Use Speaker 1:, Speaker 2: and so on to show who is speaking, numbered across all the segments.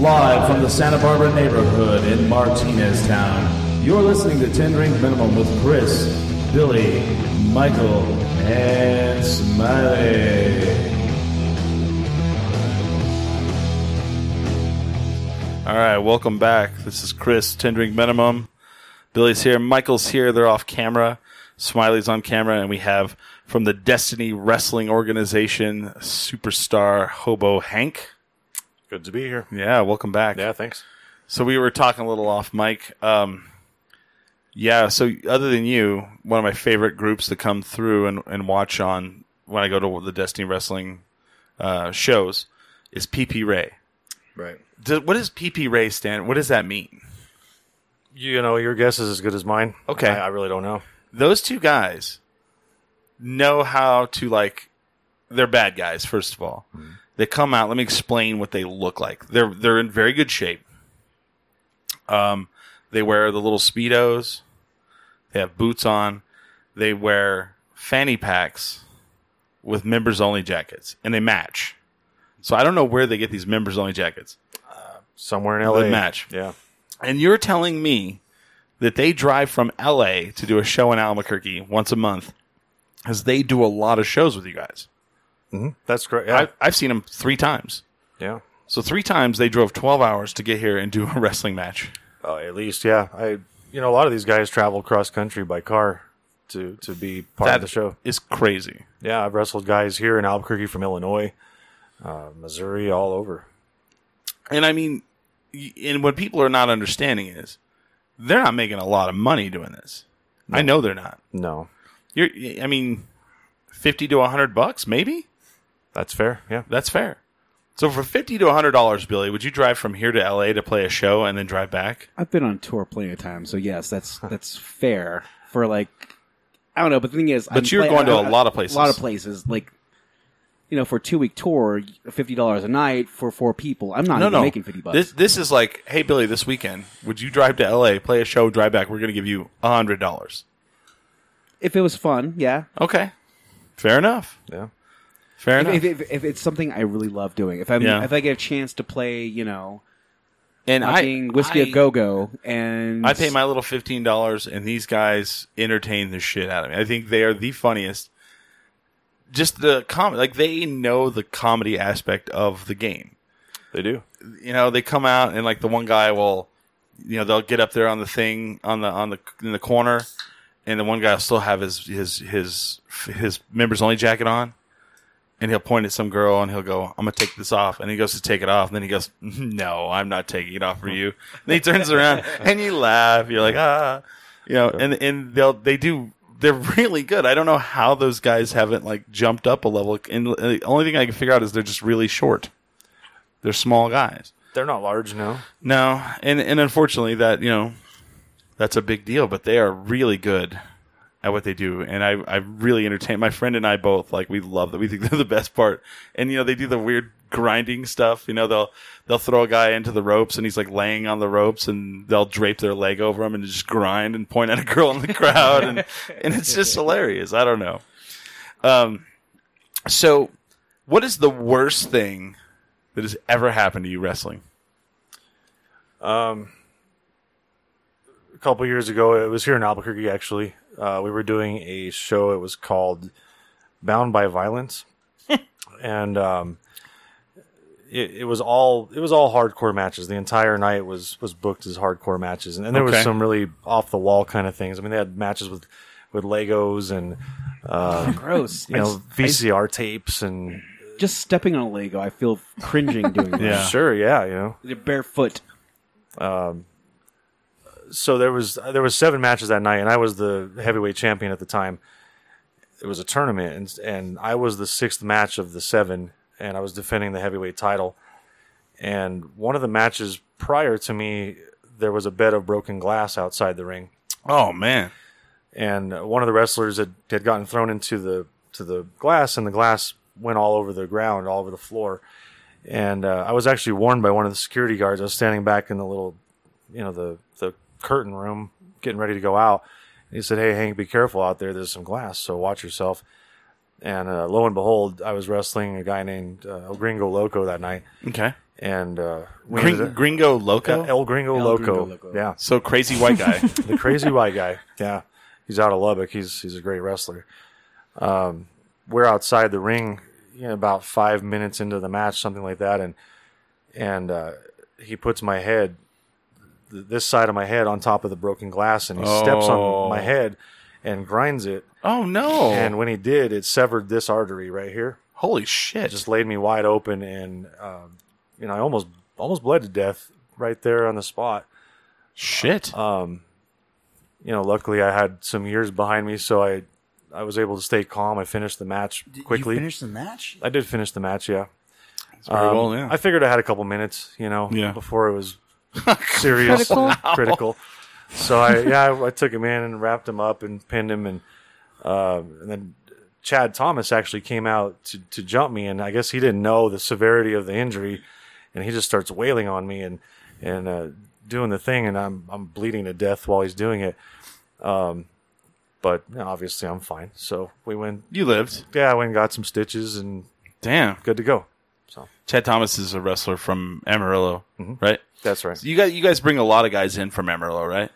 Speaker 1: Live from the Santa Barbara neighborhood in Martinez Town, you're listening to 10 Drink Minimum with Chris, Billy, Michael, and Smiley. All right, welcome back. This is Chris, 10 Drink Minimum. Billy's here, Michael's here, they're off camera. Smiley's on camera, and we have from the Destiny Wrestling Organization, superstar Hobo Hank.
Speaker 2: Good to be here.
Speaker 1: Yeah, welcome back.
Speaker 2: Yeah, thanks.
Speaker 1: So we were talking a little off mic. Um, yeah. So other than you, one of my favorite groups to come through and, and watch on when I go to the Destiny Wrestling uh, shows is PP Ray.
Speaker 2: Right.
Speaker 1: Do, what does PP Ray stand? What does that mean?
Speaker 2: You know, your guess is as good as mine.
Speaker 1: Okay.
Speaker 2: I, I really don't know.
Speaker 1: Those two guys know how to like. They're bad guys. First of all, they come out. Let me explain what they look like. They're they're in very good shape. Um, they wear the little speedos. They have boots on. They wear fanny packs with members only jackets, and they match. So I don't know where they get these members only jackets.
Speaker 2: Somewhere in LA.
Speaker 1: match.
Speaker 2: Yeah.
Speaker 1: And you're telling me that they drive from LA to do a show in Albuquerque once a month, because they do a lot of shows with you guys.
Speaker 2: That's correct. Yeah.
Speaker 1: Mm-hmm. I, I've seen them three times.
Speaker 2: yeah.
Speaker 1: So three times they drove 12 hours to get here and do a wrestling match.
Speaker 2: Uh, at least, yeah. I, you know, a lot of these guys travel cross country by car to to be part of the show.
Speaker 1: is crazy.
Speaker 2: Yeah, I've wrestled guys here in Albuquerque from Illinois, uh, Missouri, all over.
Speaker 1: And I mean, y- and what people are not understanding is they're not making a lot of money doing this. I know they're not.
Speaker 2: No,
Speaker 1: You're, I mean, 50 to 100 bucks, maybe?
Speaker 2: that's fair. Yeah.
Speaker 1: That's fair. So for 50 to 100 dollars, Billy, would you drive from here to LA to play a show and then drive back?
Speaker 3: I've been on tour plenty of times, so yes, that's that's fair for like I don't know. But the thing is,
Speaker 1: But you're going to a lot of places.
Speaker 3: A lot of places, like you know, for a two week tour, fifty dollars a night for four people. I'm not
Speaker 1: No,
Speaker 3: even
Speaker 1: no.
Speaker 3: making fifty bucks.
Speaker 1: This this is like, hey Billy, this weekend, would you drive to LA, play a show, drive back? We're going to give you $100.
Speaker 3: if it was fun, yeah.
Speaker 1: Okay. Fair enough.
Speaker 2: Yeah.
Speaker 1: Fair enough.
Speaker 3: If, if, if, if it's something I really love doing, if I am
Speaker 1: Yeah.
Speaker 3: if I get a chance to play, you know,
Speaker 1: and
Speaker 3: fucking whiskey
Speaker 1: I-
Speaker 3: a go go, and
Speaker 1: I pay my little fifteen dollars, and these guys entertain the shit out of me. I think they are the funniest. Just the comedy, like they know the comedy aspect of the game.
Speaker 2: They do.
Speaker 1: You know, they come out and like the one guy will, you know, they'll get up there on the thing on the on the in the corner, and the one guy will still have his his his his members only jacket on, and he'll point at some girl and he'll go, "I'm gonna take this off," and he goes to take it off, and then he goes, "No, I'm not taking it off for you." And he turns around and you laugh. You're like, ah, you know, and and they'll they do. They're really good. I don't know how those guys haven't like jumped up a level. And the only thing I can figure out is they're just really short. They're small guys.
Speaker 2: They're not large, no.
Speaker 1: No, and and unfortunately, that you know, that's a big deal. But they are really good at what they do, and I I really entertain my friend and I both like we love that we think they're the best part. And you know, they do the weird grinding stuff. You know, they'll they'll throw a guy into the ropes, and he's like laying on the ropes, and they'll drape their leg over him and just grind and point at a girl in the crowd, and and it's just hilarious. I don't know. Um, so what is the worst thing that has ever happened to you wrestling?
Speaker 2: a couple years ago. It was here in Albuquerque, actually. Uh, we were doing a show. It was called "Bound by Violence," and um, it, it was all it was all hardcore matches. The entire night was was booked as hardcore matches, and, and there
Speaker 1: Okay.
Speaker 2: was some really off the wall kind of things. I mean, they had matches with with Legos and
Speaker 3: gross.
Speaker 2: you know VCR tapes and
Speaker 3: just stepping on a Lego, I feel cringing doing that.
Speaker 1: Yeah.
Speaker 2: sure, yeah, you know.
Speaker 3: You're barefoot.
Speaker 2: so there was there was seven matches that night, and I was the heavyweight champion at the time. It was a tournament, and and I was the sixth match of the seven, and I was defending the heavyweight title. And one of the matches prior to me, there was a bed of broken glass outside the ring,
Speaker 1: Oh man.
Speaker 2: and one of the wrestlers had, had gotten thrown into the to the glass, and the glass went all over the ground, all over the floor. And uh, I was actually warned by one of the security guards. I was standing back in the little, you know, the the curtain room, getting ready to go out. And he said, "Hey, Hank, be careful out there. There's some glass, so watch yourself." And uh, lo and behold, I was wrestling a guy named uh, El Gringo Loco that night,
Speaker 1: Okay.
Speaker 2: and uh, we ended
Speaker 1: Gring,
Speaker 2: up-
Speaker 1: gringo loco.
Speaker 2: El, El Gringo
Speaker 3: El
Speaker 2: Loco.
Speaker 3: Gringo Loco.
Speaker 2: Yeah,
Speaker 1: so crazy white guy.
Speaker 2: the crazy white guy. Yeah, he's out of Lubbock. He's he's a great wrestler. Um, we're outside the ring, you know, about five minutes into the match, something like that, and and uh, he puts my head, th- this side of my head, on top of the broken glass, and he steps
Speaker 1: Oh.
Speaker 2: on my head and grinds it.
Speaker 1: oh no!
Speaker 2: And when he did, it severed this artery right here.
Speaker 1: Holy shit!
Speaker 2: It just laid me wide open, and um, you know, I almost almost bled to death right there on the spot.
Speaker 1: shit.
Speaker 2: Um, you know, luckily I had some years behind me, so I I was able to stay calm. I finished the match
Speaker 4: Did
Speaker 2: quickly.
Speaker 4: you finish the match?
Speaker 2: I did finish the match, yeah.
Speaker 1: It's very
Speaker 2: Um,
Speaker 1: well, yeah.
Speaker 2: I figured I had a couple minutes, you know,
Speaker 1: Yeah.
Speaker 2: before it was serious
Speaker 5: Critical?
Speaker 2: and critical. So I yeah, I, I took him in and wrapped him up and pinned him and uh, and then Chad Thomas actually came out to, to jump me and I guess he didn't know the severity of the injury and he just starts wailing on me and and uh, doing the thing and I'm I'm bleeding to death while he's doing it. Um but you know, obviously I'm fine. So we went
Speaker 1: you lived.
Speaker 2: yeah, I went and got some stitches and
Speaker 1: Damn.
Speaker 2: good to go.
Speaker 1: Chad Thomas is a wrestler from Amarillo, right?
Speaker 2: That's right.
Speaker 1: So you guys, you guys bring a lot of guys in from Amarillo, right?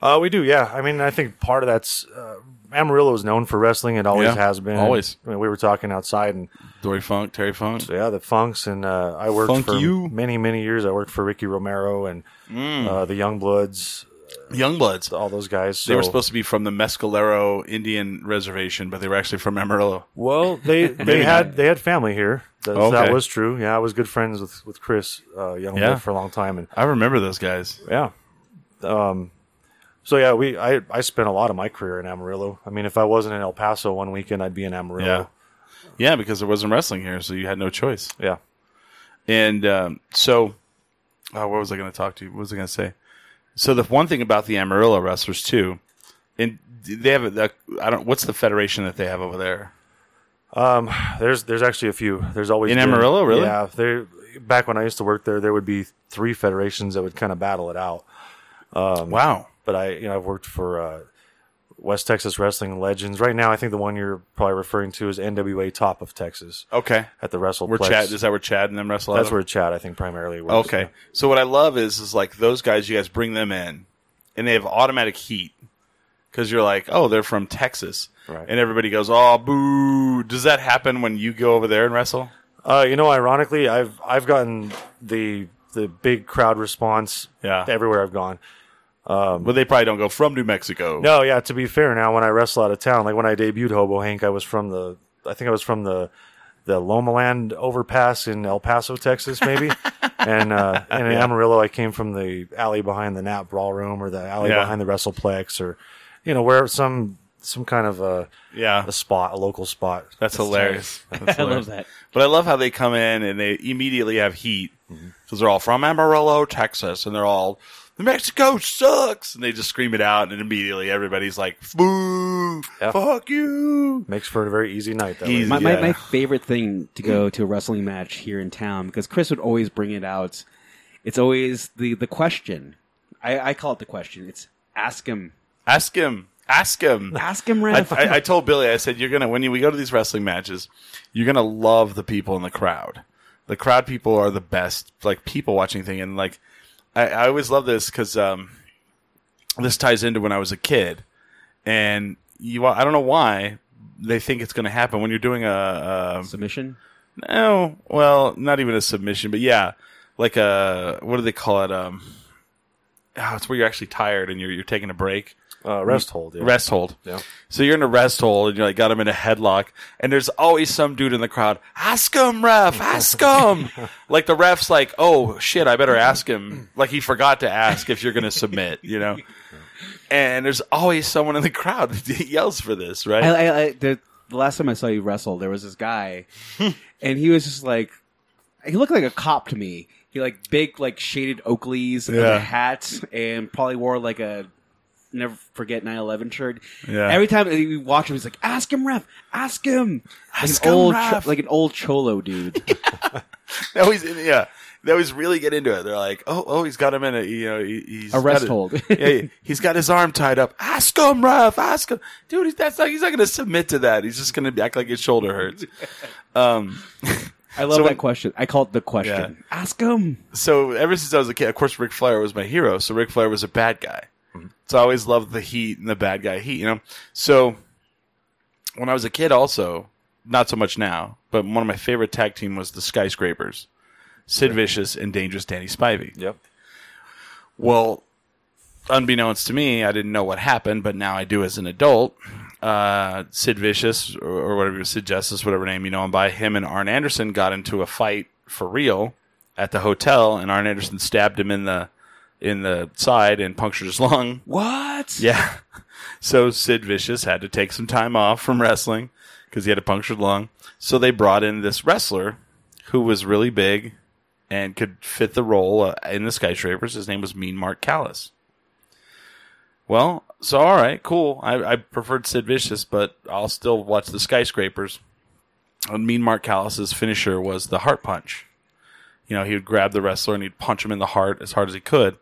Speaker 2: Uh, we do, yeah. I mean, I think part of that's uh, Amarillo is known for wrestling. It always
Speaker 1: Yeah,
Speaker 2: has been.
Speaker 1: always.
Speaker 2: I mean, we were talking outside, and
Speaker 1: Dory Funk, Terry Funk.
Speaker 2: so, yeah, the Funks, and uh, I worked
Speaker 1: Funk
Speaker 2: for
Speaker 1: you. Mm.
Speaker 2: many, many years. I worked for Ricky Romero and uh, the Young Bloods,
Speaker 1: Youngbloods.
Speaker 2: all those guys.
Speaker 1: They were
Speaker 2: So-
Speaker 1: supposed to be from the Mescalero Indian Reservation, but they were actually from Amarillo.
Speaker 2: Well, they they had they had family here. That,
Speaker 1: Oh, okay.
Speaker 2: that was true. Yeah, I was good friends with with Chris uh, Youngblood
Speaker 1: Yeah.
Speaker 2: for a long time, and
Speaker 1: I remember those guys.
Speaker 2: yeah. Um, so yeah, we I, I spent a lot of my career in Amarillo. I mean, if I wasn't in El Paso one weekend, I'd be in Amarillo.
Speaker 1: Yeah, yeah, because there wasn't wrestling here, so you had no choice.
Speaker 2: yeah.
Speaker 1: And um, so, oh, what was I going to talk to you? What was I going to say? So the one thing about the Amarillo wrestlers too, and they have a, a I don't. What's the federation that they have over there?
Speaker 2: Um, there's there's actually a few. There's always
Speaker 1: In
Speaker 2: been-
Speaker 1: Amarillo, really?
Speaker 2: Yeah, there. Back when I used to work there, there would be three federations that would kind of battle it out. Um,
Speaker 1: Wow.
Speaker 2: But I, you know, I've worked for uh, West Texas Wrestling Legends. Right now, I think the one you're probably referring to is NWA Top of Texas
Speaker 1: Okay.
Speaker 2: at the Wrestle.
Speaker 1: Where Chad is that where Chad and them wrestle? out
Speaker 2: That's
Speaker 1: of?
Speaker 2: where Chad, I think, primarily works.
Speaker 1: Okay. So what I love is is like those guys. You guys bring them in, and they have automatic heat because you're like, oh, they're from Texas,
Speaker 2: Right.
Speaker 1: and everybody goes, oh, boo. Does that happen when you go over there and wrestle?
Speaker 2: Uh, you know, ironically, I've I've gotten the the big crowd response
Speaker 1: Yeah.
Speaker 2: everywhere I've gone.
Speaker 1: Well, they probably don't go from New Mexico.
Speaker 2: Um, No, yeah. To be fair, now when I wrestle out of town, like when I debuted Hobo Hank, I was from the, I think I was from the, the Loma Land overpass in El Paso, Texas, maybe. and uh, and in Amarillo, I came from the alley behind the Nap Brawl Room or the alley
Speaker 1: Yeah.
Speaker 2: behind the WrestlePlex or, you know, where some some kind of a,
Speaker 1: Yeah.
Speaker 2: a spot, a local spot.
Speaker 1: That's hilarious. That's
Speaker 3: I
Speaker 1: hilarious.
Speaker 3: love that.
Speaker 1: But I love how they come in and they immediately have heat because they're all from Amarillo, Texas, and they're all New Mexico sucks, and they just scream it out, and immediately everybody's like, "Boo!
Speaker 2: Yeah.
Speaker 1: Fuck you!"
Speaker 2: Makes for a very easy night. That
Speaker 1: Easy.
Speaker 2: Way.
Speaker 3: My, my,
Speaker 1: Yeah. Mm.
Speaker 3: my favorite thing to go to a wrestling match here in town because Chris would always bring it out. It's always the the question. I, I call it the question. It's ask him.
Speaker 1: Ask him. Ask him.
Speaker 3: Ask him,
Speaker 1: I,
Speaker 3: Ref.
Speaker 1: I, I told Billy, I said, "You're gonna when you, we go to these wrestling matches, you're gonna love the people in the crowd. The crowd people are the best, like people watching thing. And like, I, I always love this because um, this ties into when I was a kid, and you, I don't know why they think it's gonna happen when you're doing a,
Speaker 3: Submission.
Speaker 1: a no, well, not even a submission, but yeah, like a what do they call it? Um, oh, it's where you're actually tired and you're you're taking a break
Speaker 2: Uh, rest hold. Yeah.
Speaker 1: rest hold.
Speaker 2: Yeah.
Speaker 1: So you're in a rest hold, and you like got him in a headlock, and there's always some dude in the crowd. Ask him, ref. Ask him. like the ref's like, oh shit, I better ask him. Like he forgot to ask if you're gonna submit, you know. And there's always someone in the crowd that yells for this, right?
Speaker 3: I, I, I the, the last time I saw you wrestle, there was this guy, and he was just like, he looked like a cop to me. He like big like shaded Oakleys and
Speaker 1: Yeah.
Speaker 3: a hat, and probably wore like a never forget 9-11 shirt.
Speaker 1: Yeah.
Speaker 3: Every time we watch him, he's like, "Ask him, ref. Ask him." Like
Speaker 1: Ask
Speaker 3: an
Speaker 1: him,
Speaker 3: old,
Speaker 1: ref.
Speaker 3: like an old cholo dude.
Speaker 1: they always, yeah, they always really get into it. They're like, oh, oh, he's got him in a, you know, he, he's
Speaker 3: A
Speaker 1: got
Speaker 3: rest
Speaker 1: it-
Speaker 3: hold.
Speaker 1: yeah, he's got his arm tied up. Ask him, ref. Ask him, dude. He's, that's not, he's not going to submit to that. He's just going to act like his shoulder hurts. Um,
Speaker 3: I
Speaker 1: So
Speaker 3: love that
Speaker 1: when-
Speaker 3: question. I call it the question. Ask him.
Speaker 1: so ever since I was a kid, of course, Ric Flair was my hero. So Ric Flair was a bad guy. So I always loved the heat and the bad guy heat, you know? So when I was a kid, also, not so much now, but one of my favorite tag team was the Skyscrapers Sid Vicious and Dangerous Danny Spivey.
Speaker 2: Yep.
Speaker 1: Well, unbeknownst to me, I didn't know what happened, but now I do as an adult. Uh, Sid Vicious, or, or whatever, Sid Justice, whatever name you know him by, him and Arn Anderson got into a fight for real at the hotel, and Arn Anderson stabbed him in the in the side and punctured his lung.
Speaker 3: What?
Speaker 1: Yeah. So Sid Vicious had to take some time off from wrestling because he had a punctured lung. So they brought in this wrestler who was really big and could fit the role uh, in the Skyscrapers. His name was Mean Mark Callis. Well, so all right, cool. I, I preferred Sid Vicious, but I'll still watch the Skyscrapers. And mean Mark Callis's finisher was the heart punch. You know, he would grab the wrestler and he'd punch him in the heart as hard as he could.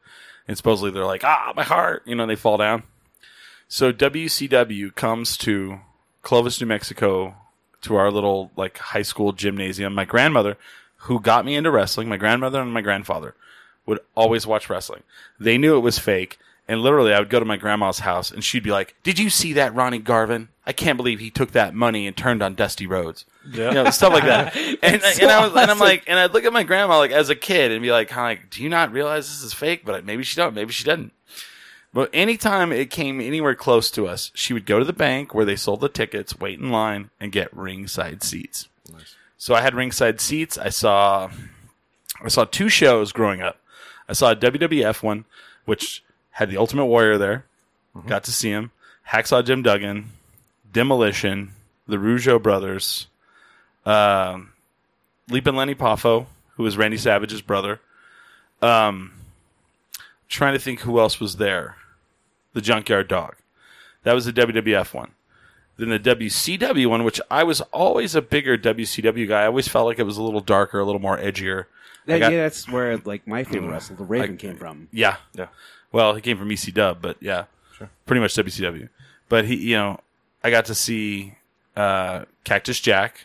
Speaker 1: And supposedly they're like, ah, my heart. You know, they fall down. So WCW comes to Clovis, New Mexico, to our little like high school gymnasium. My grandmother, who got me into wrestling, my grandmother and my grandfather would always watch wrestling. They knew it was fake, and literally, I would go to my grandma's house, and she'd be like, "Did you see that Ronnie Garvin? I can't believe he took that money and turned on Dusty Rhodes."
Speaker 2: Yeah.
Speaker 1: You know, stuff like that. And,
Speaker 3: That's
Speaker 1: and I was,
Speaker 3: so
Speaker 1: and I'm
Speaker 3: awesome.
Speaker 1: like, and I'd look at my grandma like as a kid and be like, kind of like, do you not realize this is fake? But maybe she don't, maybe she doesn't. But anytime it came anywhere close to us, she would go to the bank where they sold the tickets, wait in line, and get ringside seats. So I had ringside seats. I saw, I saw two shows growing up. I saw a WWF one, which had the Ultimate Warrior there. Got to see him. Hacksaw Jim Duggan, Demolition, the Rougeau Brothers, um, Leapin' Lenny Poffo, who was Randy Savage's brother. Um, trying to think who else was there. The Junkyard Dog. That was the WWF one. Then the WCW one, which I was always a bigger WCW guy. I always felt like it was a little darker, a little more edgier. I
Speaker 3: That-
Speaker 1: got-
Speaker 3: yeah, that's where like my favorite wrestler, the Raven, came from.
Speaker 1: yeah.
Speaker 2: Yeah.
Speaker 1: Well, he came from EC Dub, but yeah, pretty much WCW. But he, you know, I got to see uh, Cactus Jack,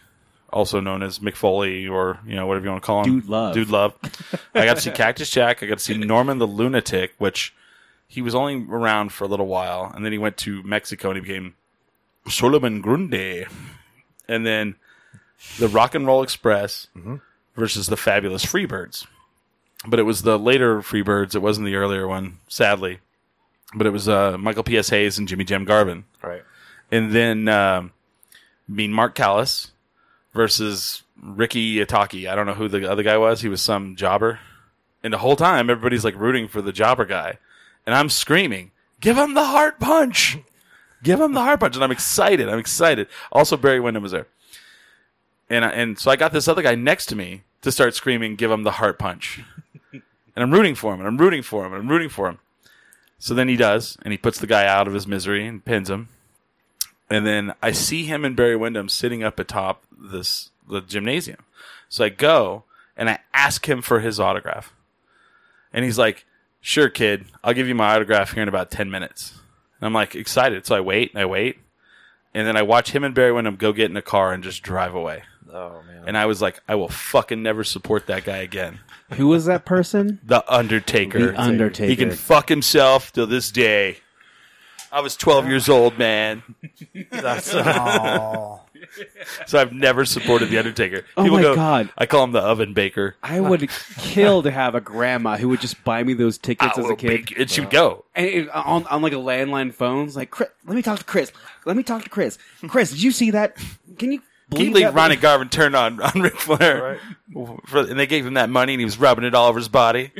Speaker 1: also known as McFoley or you know whatever you want to call him,
Speaker 3: Dude Love.
Speaker 1: Dude Love. I got to see Cactus Jack. I got to see Norman the Lunatic, which he was only around for a little while, and then he went to Mexico and he became Solomon Grundy, and then the Rock and Roll Express versus the Fabulous Freebirds but it was the later Freebirds. It wasn't the earlier one, sadly. But it was uh, Michael P.S. Hayes and Jimmy Jam Garvin,
Speaker 2: Right.
Speaker 1: and then um Mean Mark Callis versus Ricky Itaki. I don't know who the other guy was. He was some jobber, and the whole time everybody's like rooting for the jobber guy, and I'm screaming, "Give him the heart punch! Give him the heart punch!" And I'm excited. I'm excited. Also, Barry Windham was there, and I, and so I got this other guy next to me to start screaming, "Give him the heart punch!" and I'm rooting for him, and I'm rooting for him, and I'm rooting for him. So then he does, and he puts the guy out of his misery and pins him. And then I see him and Barry Windham sitting up atop this the gymnasium. So I go and I ask him for his autograph. And he's like, Sure, kid, I'll give you my autograph here in about ten minutes. And I'm like excited. So I wait and I wait. And then I watch him and Barry Windham go get in a car and just drive away.
Speaker 2: Oh man.
Speaker 1: And I was like, I will fucking never support that guy again.
Speaker 3: Who was that person?
Speaker 1: The Undertaker.
Speaker 3: The Undertaker.
Speaker 1: He can fuck himself till this day. I was 12 years old, man. That's- so I've never supported the Undertaker.
Speaker 3: Oh my God.
Speaker 1: I call him the Oven Baker.
Speaker 3: I would kill to have a grandma who would just buy me those tickets
Speaker 1: I
Speaker 3: as
Speaker 1: will
Speaker 3: a kid.
Speaker 1: bake- and she would go.
Speaker 3: And it, on, on like a landline phone, it's like, Chris, let me talk to Chris. Let me talk to Chris. Chris, did you see that? Can
Speaker 1: Can
Speaker 3: you
Speaker 1: you
Speaker 3: believe
Speaker 1: believe
Speaker 3: that?
Speaker 1: Ronnie Garvin turned on on Ric Flair? For- and they gave him that money, and he was rubbing it all over his body.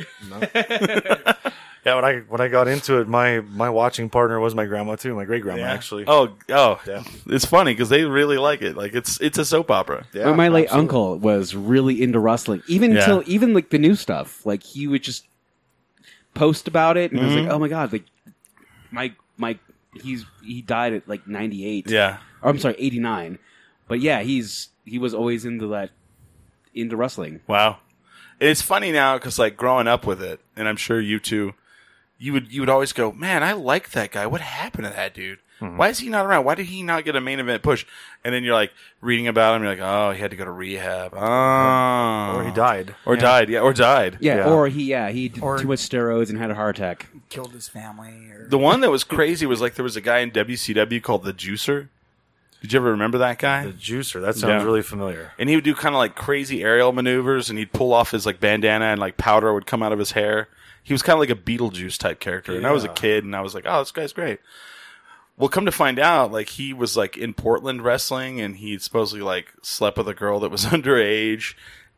Speaker 2: Yeah, when I when I got into it, my my watching partner was my grandma too, my great grandma actually.
Speaker 1: Oh, oh,
Speaker 2: Yeah.
Speaker 1: it's funny because they really like it. Like it's it's a soap opera.
Speaker 2: yeah,
Speaker 3: Well, my late
Speaker 2: absolutely.
Speaker 3: uncle was really into wrestling, even
Speaker 1: Yeah.
Speaker 3: until even like the new stuff. Like he would just post about it, and it
Speaker 1: Mm-hmm.
Speaker 3: was like, "Oh my god!" Like my my he's he died at like ninety eight.
Speaker 1: Yeah,
Speaker 3: or, I'm sorry, eighty nine. But yeah, he's he was always into that into wrestling.
Speaker 1: Wow. It's funny now because like growing up with it, and I'm sure you too, you would you would always go, man, I like that guy. What happened to that dude?
Speaker 2: Mm-hmm.
Speaker 1: Why is he not around? Why did he not get a main event push? And then you're like reading about him, you're like, oh, he had to go to rehab. Oh,
Speaker 2: Or he died.
Speaker 1: or died, yeah, or died.
Speaker 3: Yeah,
Speaker 2: Yeah.
Speaker 3: or he yeah he did
Speaker 4: Or-
Speaker 3: too much steroids and had a heart attack.
Speaker 4: Killed his family. Or
Speaker 1: The one that was crazy was like there was a guy in WCW called the Juicer. Did you ever remember that guy?
Speaker 2: The juicer. That sounds
Speaker 1: Yeah.
Speaker 2: really familiar.
Speaker 1: and he would do kind of like crazy aerial maneuvers and he'd pull off his like bandana and like powder would come out of his hair he was kind of like a beetlejuice type character and i was a
Speaker 2: Yeah.
Speaker 1: kid and i was like oh this guy's great well come to find out like he was like in portland wrestling and he supposedly like slept with a girl that was underage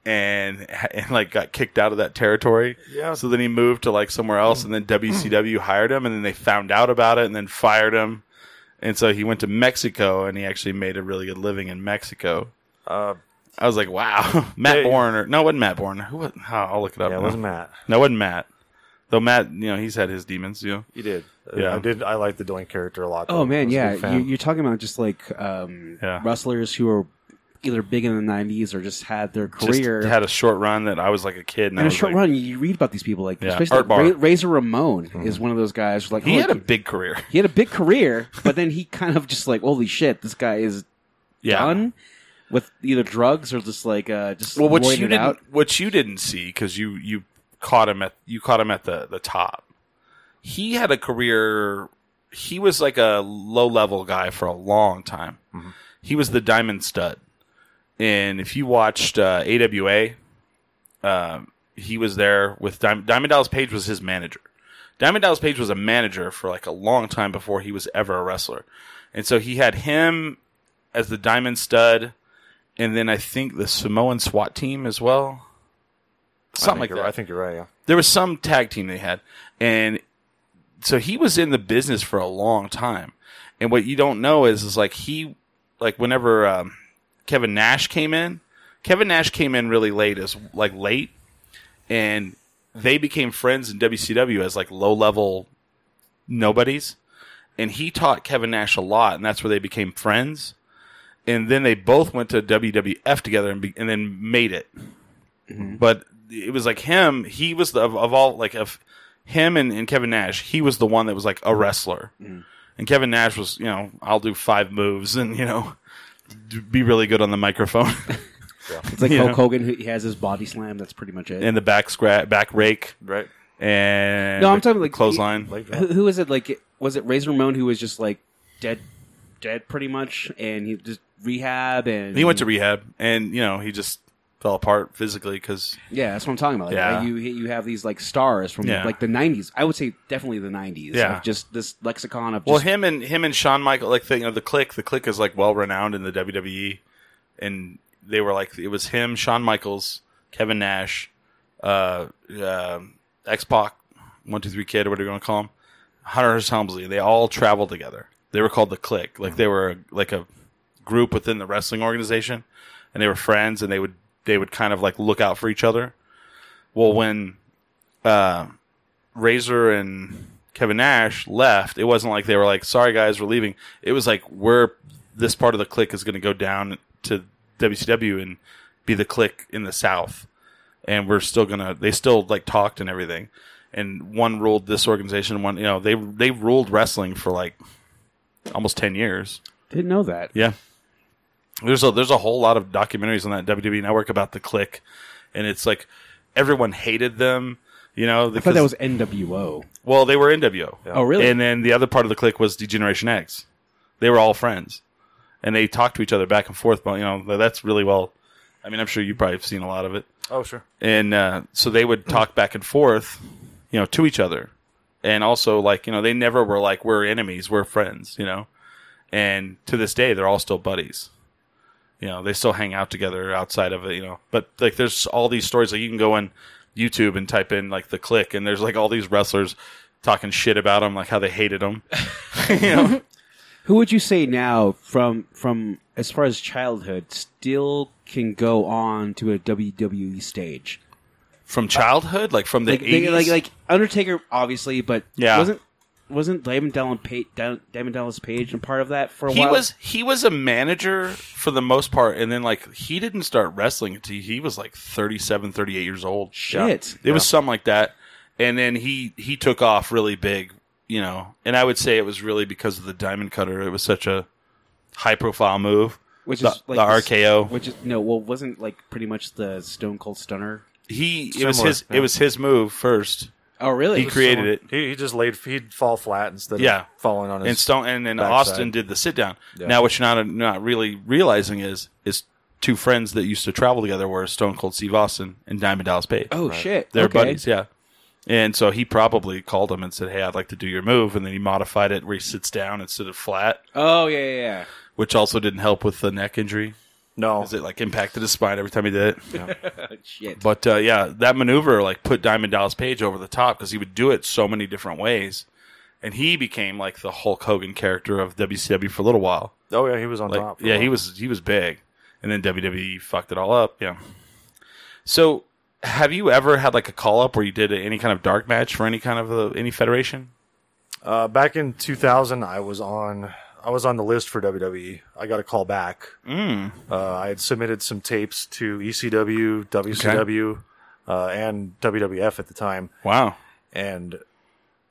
Speaker 1: and, and like got kicked out of that territory
Speaker 2: Yeah.
Speaker 1: so then he moved to like somewhere else and then wcw hired him and then they found out about it and then fired him and so he went to mexico and he actually made a really good living in mexico
Speaker 2: Uh,
Speaker 1: I was like, wow, Matt
Speaker 2: Hey.
Speaker 1: Bourne or no, it wasn't Matt Bourne. Who was? Oh, I'll look it up.
Speaker 2: yeah,
Speaker 1: now.
Speaker 2: it wasn't Matt.
Speaker 1: No, it wasn't Matt. Though Matt, you know, he's had his demons. You know,
Speaker 2: You did. Uh,
Speaker 1: Yeah.
Speaker 2: I did. I like the Doink character a lot. though.
Speaker 3: Oh
Speaker 2: I
Speaker 3: man,
Speaker 2: was a
Speaker 3: yeah,
Speaker 2: big
Speaker 3: you,
Speaker 2: fan.
Speaker 3: you're talking about just like um,
Speaker 1: Yeah.
Speaker 3: wrestlers who are either big in the '90s or just had their
Speaker 1: Just
Speaker 3: career.
Speaker 1: had a short run that I was like a kid. And I
Speaker 3: in a
Speaker 1: was
Speaker 3: short
Speaker 1: like-
Speaker 3: run, you read about these people like
Speaker 1: Yeah,
Speaker 3: especially
Speaker 1: Art
Speaker 3: like, Ra-
Speaker 1: Bar.
Speaker 3: Razor Ramon is one of those guys. who's Like
Speaker 1: he
Speaker 3: oh,
Speaker 1: had a
Speaker 3: like,
Speaker 1: big career.
Speaker 3: he had a big career, but then he kind of just like holy shit, this guy is
Speaker 1: Yeah.
Speaker 3: done with either drugs or just like uh, just
Speaker 1: Well, what
Speaker 3: roided
Speaker 1: you didn't,
Speaker 3: out.
Speaker 1: what you didn't see because you you caught him at you caught him at the the top. He had a career. He was like a low level guy for a long time. He was the diamond stud, and if you watched uh, AWA, um, he was there with Diamond, Diamond Dallas Page was his manager. Diamond Dallas Page was a manager for like a long time before he was ever a wrestler, and so he had him as the diamond stud and then I think the Samoan SWAT team as well.
Speaker 2: I think
Speaker 1: Something like
Speaker 2: you're-
Speaker 1: that.
Speaker 2: I think you're right. Yeah.
Speaker 1: there was some tag team they had, and so he was in the business for a long time. And what you don't know is, is like he, like whenever um, Kevin Nash came in, Kevin Nash came in really late, as like late, and they became friends in WCW as like low level nobodies, and he taught Kevin Nash a lot, and that's where they became friends. And then they both went to WWF together and, be, and then made it but it was like him. He was the of, of all like of him and, and Kevin Nash. He was the one that was like a wrestler, and Kevin Nash was you know I'll do five moves and you know d- be really good on the microphone
Speaker 3: It's like
Speaker 1: Yeah.
Speaker 3: Hulk Hogan, who he has his body slam. That's pretty much it.
Speaker 1: and the back scratch, back rake,
Speaker 2: Right.
Speaker 1: and
Speaker 3: No, I'm talking like-
Speaker 1: clothesline.
Speaker 2: Like
Speaker 3: who,
Speaker 2: that.
Speaker 3: who is it? Like, was it Razor Ramon who was just like dead, dead pretty much, and he just rehab and
Speaker 1: he went to rehab, and you know he just fell apart physically because
Speaker 3: yeah, that's what I'm talking about. Like,
Speaker 1: Yeah.
Speaker 3: like, you you have these like stars from
Speaker 1: Yeah.
Speaker 3: like the '90s. I would say definitely the '90s.
Speaker 1: Yeah.
Speaker 3: of just this lexicon of just,
Speaker 1: Well, him and him and Shawn Michael, like the, you know, the Click, the Click is like well renowned in the WWE, and they were like it was him, Shawn Michaels, Kevin Nash, uh, uh, X Pac, One Two Three Kid, or whatever you want to call him, Hunter S. Helmsley. They all traveled together. They were called the Click, like they were like a group within the wrestling organization, and they were friends, and they would they would kind of like look out for each other. Well, when uh, Razor and Kevin Nash left, it wasn't like they were like, "Sorry guys, we're leaving." It was like we're this part of the clique is going to go down to WCW and be the clique in the South, and we're still gonna. They still like talked and everything, and one ruled this organization. One, you know, they they ruled wrestling for like almost ten years.
Speaker 3: didn't know that.
Speaker 1: Yeah. There's a there's a whole lot of documentaries on that WWE network about the clique, and it's like everyone hated them. You know,
Speaker 3: I thought that was NWO.
Speaker 1: well, they were NWO.
Speaker 3: Oh, really?
Speaker 1: And then the other part of the clique was Degeneration X. They were all friends, and they talked to each other back and forth. But you know, that's really well. I mean, I'm sure you probably have seen a lot of it
Speaker 2: Oh sure.
Speaker 1: and uh, so they would talk back and forth, you know, to each other, and also like you know they never were like we're enemies, we're friends, you know, and to this day they're all still buddies, you know, they still hang out together outside of it, you know, but like there's all these stories like you can go on YouTube and type in like the click, and there's like all these wrestlers talking shit about them, like how they hated them, you know,
Speaker 3: Who would you say now from from as far as childhood still can go on to a WWE stage?
Speaker 1: from childhood, like from the
Speaker 3: Like, they,
Speaker 1: 80s?
Speaker 3: like like Undertaker, obviously, but
Speaker 1: Yeah.
Speaker 3: wasn't wasn't Diamond Dallas Page, Diamond Dallas Page, and part of that for a
Speaker 1: He
Speaker 3: while.
Speaker 1: was he was a manager for the most part, and then like he didn't start wrestling until he was like 37, 38 years old.
Speaker 3: Shit.
Speaker 1: it was something like that, and then he he took off really big, you know. And I would say it was really because of the Diamond Cutter. It was such a high profile move,
Speaker 3: which
Speaker 1: the,
Speaker 3: is like
Speaker 1: the
Speaker 3: this-
Speaker 1: RKO.
Speaker 3: Which is no, well, wasn't like pretty much the Stone Cold Stunner.
Speaker 1: he it was
Speaker 2: Similar,
Speaker 1: his
Speaker 2: yeah.
Speaker 1: it was his move first,
Speaker 3: Oh, really?
Speaker 1: He created it.
Speaker 2: He, he just laid. He'd fall flat instead
Speaker 1: Yeah.
Speaker 2: of falling on his.
Speaker 1: and Stone and, and
Speaker 2: backside.
Speaker 1: Austin did the sit down.
Speaker 2: Yeah.
Speaker 1: Now, what you're not not really realizing is is two friends that used to travel together were Stone Cold Steve Austin and Diamond Dallas Page.
Speaker 3: Oh shit!
Speaker 1: They're
Speaker 3: okay.
Speaker 1: buddies, yeah. And so he probably called him and said, "Hey, I'd like to do your move," and then he modified it where he sits down instead of flat,
Speaker 3: Oh yeah, yeah, yeah.
Speaker 1: which also didn't help with the neck injury
Speaker 2: no,
Speaker 1: because it like impacted his spine every time he did it.
Speaker 3: Shit.
Speaker 1: But uh, yeah, that maneuver like put Diamond Dallas Page over the top because he would do it so many different ways, and he became like the Hulk Hogan character of WCW for a little while.
Speaker 2: oh yeah, he was on
Speaker 1: Like,
Speaker 2: top. for a
Speaker 1: yeah,
Speaker 2: while.
Speaker 1: he was he was big, and then WWE fucked it all up. Yeah. So, have you ever had like a call up where you did any kind of dark match for any kind of uh any federation?
Speaker 2: Uh, back in 2000, I was on I was on the list for WWE. I got a call back.
Speaker 1: Mm.
Speaker 2: Uh, I had submitted some tapes to E ECW, WCW, uh, and WWF at the time,
Speaker 1: Wow.
Speaker 2: and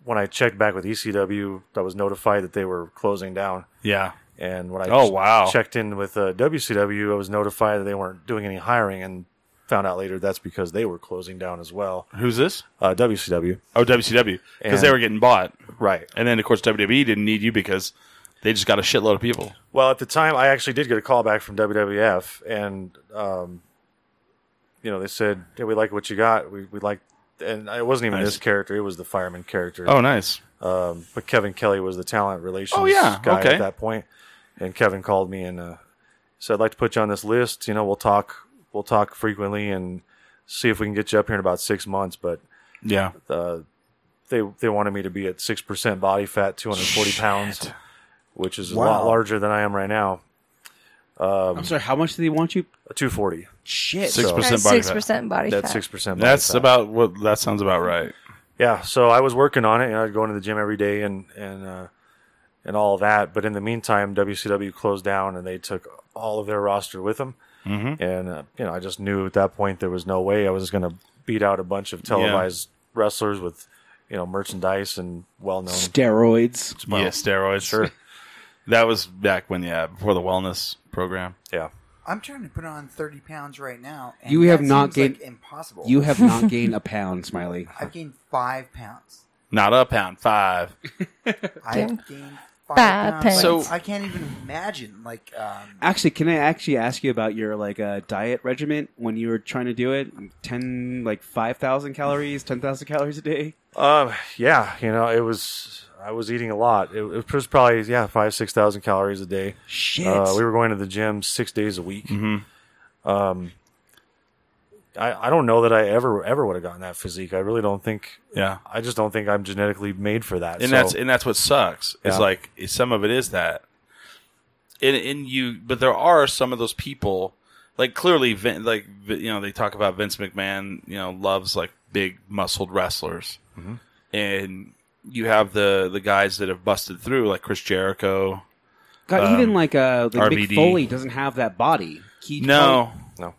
Speaker 2: when I checked back with ECW, I was notified that they were closing down.
Speaker 1: Yeah.
Speaker 2: And when I
Speaker 1: Oh,
Speaker 2: ch-
Speaker 1: wow.
Speaker 2: checked in with uh, WCW, I was notified that they weren't doing any hiring, and found out later that's because they were closing down as well.
Speaker 1: Who's this?
Speaker 2: Uh, WCW,
Speaker 1: Oh, WCW because
Speaker 2: And-
Speaker 1: they were getting bought,
Speaker 2: right?
Speaker 1: and then of course WWE didn't need you because they just got a shitload of people.
Speaker 2: Well, at the time, I actually did get a call back from WWF, and um, you know they said, "Yeah, we like what you got. We we like." And it wasn't even
Speaker 1: Nice.
Speaker 2: this character; it was the fireman character.
Speaker 1: Oh, nice.
Speaker 2: Um, but Kevin Kelly was the talent relations
Speaker 1: Oh, yeah.
Speaker 2: guy
Speaker 1: Okay.
Speaker 2: at that point, and Kevin called me and uh, said, "I'd like to put you on this list. You know, we'll talk, we'll talk frequently, and see if we can get you up here in about six months." But
Speaker 1: Yeah.
Speaker 2: uh, they they wanted me to be at six percent body fat, two hundred forty pounds, which is a lot
Speaker 3: Wow.
Speaker 2: larger than I am right now,
Speaker 3: I'm sorry. How much do they want you?
Speaker 2: two forty.
Speaker 3: Shit.
Speaker 1: Six
Speaker 2: So-
Speaker 1: percent body
Speaker 4: Six
Speaker 1: fat.
Speaker 4: percent body fat.
Speaker 2: That's six percent.
Speaker 1: That's about what that sounds about right.
Speaker 2: yeah. So I was working on it, and I'd go into the gym every day and and uh, and all of that. But in the meantime, WCW closed down, and they took all of their roster with them. Mm-hmm. And uh, you know, I just knew at that point there was no way I was going to beat out a bunch of televised wrestlers with you know merchandise and well known.
Speaker 3: steroids.
Speaker 1: yeah, steroids.
Speaker 2: Sure.
Speaker 1: that was back when yeah before the wellness program.
Speaker 2: Yeah.
Speaker 5: I'm trying to put on 30 pounds right now. And
Speaker 3: You have
Speaker 5: that
Speaker 3: not
Speaker 5: seems,
Speaker 3: gained-
Speaker 5: like impossible.
Speaker 3: You have not gained a pound, Smiley.
Speaker 5: I've gained five pounds.
Speaker 1: Not a pound five.
Speaker 5: I've gained five,
Speaker 4: Five
Speaker 5: pounds.
Speaker 1: pounds.
Speaker 5: Like, I can't even imagine. Like, um,
Speaker 3: Actually, can I actually ask you about your like uh, diet regimen when you were trying to do it? Ten like five thousand calories, ten thousand calories a day.
Speaker 2: Um. Yeah. You know, it was. I was eating a lot. It, it was probably yeah five six thousand calories a day.
Speaker 3: Shit.
Speaker 2: Uh, we were going to the gym six days a week. Um,
Speaker 1: Mm-hmm.
Speaker 2: I I don't know that I ever ever would have gotten that physique. I really don't think.
Speaker 1: Yeah.
Speaker 2: I just don't think I'm genetically made for that.
Speaker 1: and
Speaker 2: so-
Speaker 1: that's and that's what sucks is
Speaker 2: Yeah.
Speaker 1: like is some of it is that and and you but there are some of those people like clearly Vin, like you know they talk about Vince McMahon you know loves like big muscled wrestlers
Speaker 2: Mm-hmm.
Speaker 1: and you have the the guys that have busted through like Chris
Speaker 2: Oh.
Speaker 1: Jericho
Speaker 3: God,
Speaker 1: Um,
Speaker 3: even like uh, like Mick
Speaker 1: RVD.
Speaker 3: Foley doesn't have that body. He
Speaker 1: no
Speaker 2: no.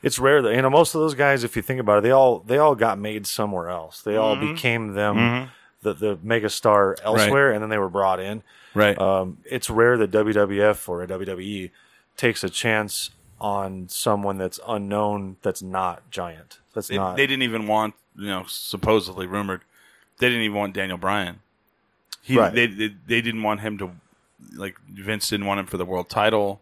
Speaker 2: It's rare that you know most of those guys. If you think about it, they all they all got made somewhere else. They all
Speaker 1: Mm-hmm.
Speaker 2: became them. The, the mega star elsewhere, and then they were brought in.
Speaker 1: right
Speaker 2: Um, it's rare that WWF or a WWE takes a chance on someone that's unknown, that's not giant. That's
Speaker 1: they,
Speaker 2: not.
Speaker 1: they didn't even want you know supposedly rumored they didn't even want Daniel Bryan he
Speaker 2: Right.
Speaker 1: they, they they didn't want him to like Vince didn't want him for the world title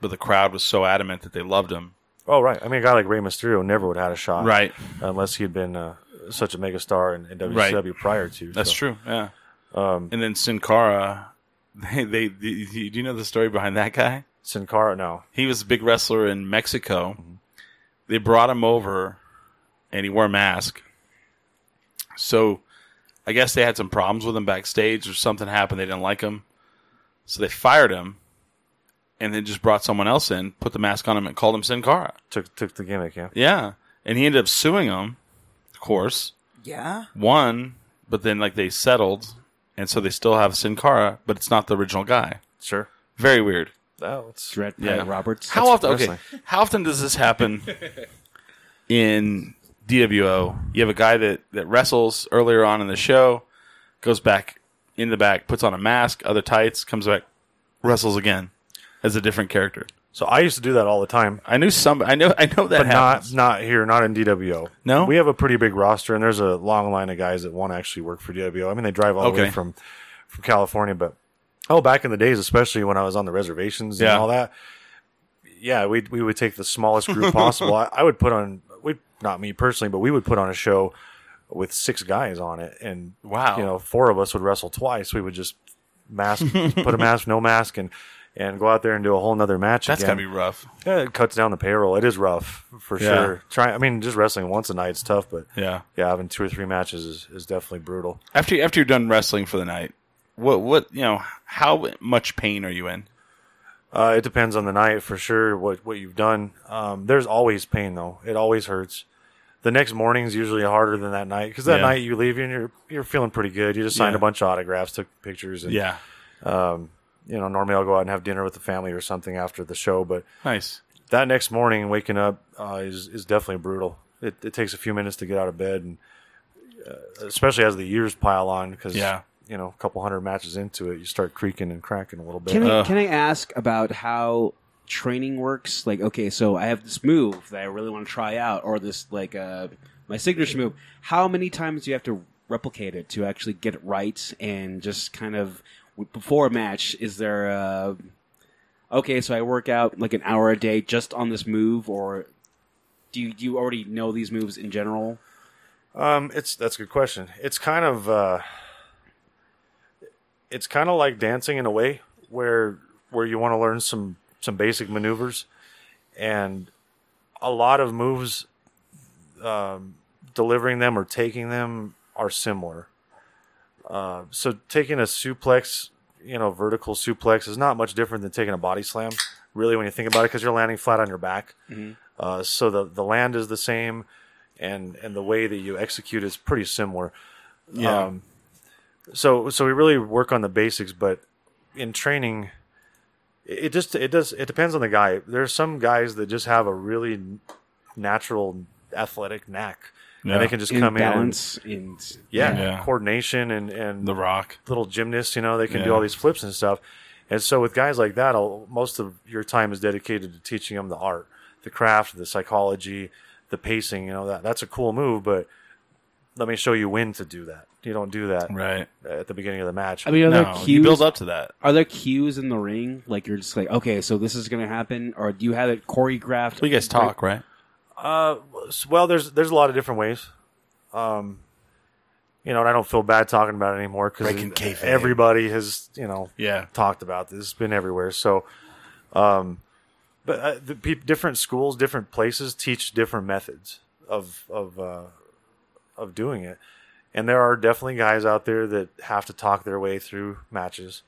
Speaker 1: but the crowd was so adamant that they loved him
Speaker 2: oh, right. I mean, a guy like Rey Mysterio never would have had a shot,
Speaker 1: right
Speaker 2: Unless he had been uh, such a megastar in, in
Speaker 1: Right.
Speaker 2: WCW prior to.
Speaker 1: that's
Speaker 2: so. um,
Speaker 1: true yeah and then Sin Cara they, they, they do you know the story behind that guy
Speaker 2: Sin Cara, no.
Speaker 1: he was a big wrestler in Mexico. They brought him over, and he wore a mask. So, I guess they had some problems with him backstage, or something happened. They didn't like him, so they fired him, and then just brought someone else in, put the mask on him, and called him Sin Cara.
Speaker 2: Took took the gimmick, yeah.
Speaker 1: Yeah, and he ended up suing him, of course.
Speaker 5: yeah.
Speaker 1: Won, but then like they settled, and so they still have Sin Cara, but it's not the original guy.
Speaker 2: Sure.
Speaker 1: Very weird.
Speaker 2: Oh, it's
Speaker 3: Dread
Speaker 1: Yeah.
Speaker 3: Pat Roberts.
Speaker 1: How often? Okay,
Speaker 2: wrestling.
Speaker 1: how often does this happen in DWO? You have a guy that that wrestles earlier on in the show, goes back in the back, puts on a mask, other tights, comes back, wrestles again as a different character.
Speaker 2: So I used to do that all the time.
Speaker 1: I knew some. I know. I know that
Speaker 2: But
Speaker 1: happens.
Speaker 2: not not here, not in DWO.
Speaker 1: No?
Speaker 2: we have a pretty big roster, and there's a long line of guys that want to actually work for DWO. I mean, they drive all the way
Speaker 1: Okay.
Speaker 2: from from California, but oh, back in the days, especially when I was on the reservations
Speaker 1: Yeah.
Speaker 2: and all that. Yeah, we we would take the smallest group possible. I, I would put on we not me personally, but we would put on a show with six guys on it, and
Speaker 1: Wow.
Speaker 2: you know, four of us would wrestle twice. We would just mask, put a mask, no mask, and and go out there and do a whole nother match.
Speaker 1: That's
Speaker 2: again.
Speaker 1: gotta be rough.
Speaker 2: Yeah, it cuts down the payroll. It is rough for
Speaker 1: Yeah.
Speaker 2: sure. Try, I mean, just wrestling once a night's tough, but
Speaker 1: Yeah.
Speaker 2: yeah, having two or three matches is, is definitely brutal.
Speaker 1: After after you're done wrestling for the night, what what you know? How much pain are you in?
Speaker 2: Uh, it depends on the night for sure. What what you've done. Um, there's always pain though. It always hurts. The next morning's usually harder than that night because that
Speaker 1: Yeah.
Speaker 2: night you leave and you're you're feeling pretty good. You just signed
Speaker 1: Yeah.
Speaker 2: a bunch of autographs, took pictures, and
Speaker 1: Yeah.
Speaker 2: you know normally I'll go out and have dinner with the family or something after the show. But
Speaker 1: Nice.
Speaker 2: that next morning waking up uh, is is definitely brutal. It, it takes a few minutes to get out of bed, and uh, especially as the years pile on, because
Speaker 1: Yeah.
Speaker 2: you know a couple hundred matches into it, you start creaking and cracking a little bit.
Speaker 3: Can I
Speaker 1: Ugh.
Speaker 3: can I ask about how training works? Like, okay, so I have this move that I really want to try out, or this like uh, my signature move. How many times do you have to replicate it to actually get it right? And just kind of w- before a match, is there uh, okay? So I work out like an hour a day just on this move, or do you, do you already know these moves in general?
Speaker 2: Um, it's that's a good question. It's kind of uh, it's kind of like dancing in a way where where you want to learn some some basic maneuvers, and a lot of moves, um, delivering them or taking them are similar. Uh, so taking a suplex, you know, vertical suplex is not much different than taking a body slam. Really, when you think about it, because you're landing flat on your back,
Speaker 1: Mm-hmm.
Speaker 2: uh, so the the land is the same and and the way that you execute is pretty similar.
Speaker 1: Yeah.
Speaker 2: Um, so so we really work on the basics, but in training, it it just it does it depends on the guy. There are some guys that just have a really n- natural athletic knack,
Speaker 1: Yeah.
Speaker 2: and they can just
Speaker 3: In
Speaker 2: come
Speaker 3: balance in
Speaker 2: in, and, yeah,
Speaker 1: Yeah.
Speaker 2: coordination and and
Speaker 1: The Rock.
Speaker 2: little gymnasts, you know, they can
Speaker 1: Yeah.
Speaker 2: do all these flips and stuff. And so with guys like that, I'll, most of your time is dedicated to teaching them the art, the craft, the psychology, the pacing. You know, that that's a cool move, but let me show you when to do that. You don't do that
Speaker 1: Right.
Speaker 2: at the beginning of the match.
Speaker 3: I mean, are there
Speaker 1: No,
Speaker 3: cues?
Speaker 1: you build up to that.
Speaker 3: Are there cues in the ring? Like you're just like, okay, so this is going to happen, or do you have it choreographed?
Speaker 1: We guys talk, right?
Speaker 2: Uh, s- well, there's there's a lot of different ways. Um, you know, and I don't feel bad talking about it anymore
Speaker 1: Breaking kayfabe.
Speaker 2: because everybody has you know
Speaker 1: Yeah.
Speaker 2: talked about this. It's been everywhere. So, um, but uh, the pe- different schools, different places teach different methods of of uh, of doing it, and there are definitely guys out there that have to talk their way through matches.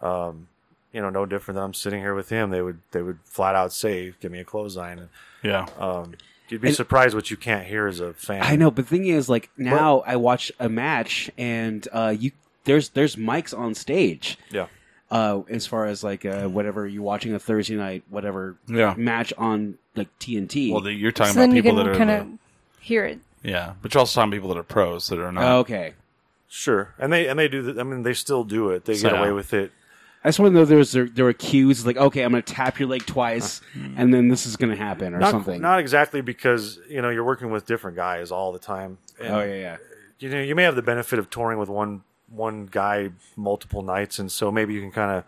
Speaker 2: Um, you know, no different than I'm sitting here with him. They would they would flat out say, "Give me a clothesline." And,
Speaker 1: Yeah.
Speaker 2: um, you'd be
Speaker 3: And-
Speaker 2: surprised what you can't hear as a fan.
Speaker 3: I know, but the thing is, like now I watch a match, and uh, you there's there's mics on stage.
Speaker 2: Yeah.
Speaker 3: Uh, as far as like uh, whatever you're watching a Thursday night, whatever
Speaker 1: Yeah.
Speaker 3: match on like TNT.
Speaker 1: Well, the, you're talking
Speaker 4: So then
Speaker 1: about
Speaker 4: you
Speaker 1: people
Speaker 4: can
Speaker 1: that are
Speaker 4: kind
Speaker 1: the-
Speaker 4: of hear it.
Speaker 1: yeah, but you're also talking people that are pros that are not.
Speaker 4: Oh,
Speaker 3: okay.
Speaker 2: Sure, and they and they do. The, I mean, they still do it. They
Speaker 1: So-
Speaker 2: get away with it.
Speaker 3: I just want to know there was there, there were cues like okay, I'm going to tap your leg twice, and then this is going to happen or
Speaker 2: Not,
Speaker 3: something.
Speaker 2: not exactly because you know you're working with different guys all the time. And,
Speaker 3: oh yeah, yeah.
Speaker 2: You know, you may have the benefit of touring with one one guy multiple nights, and so maybe you can kind of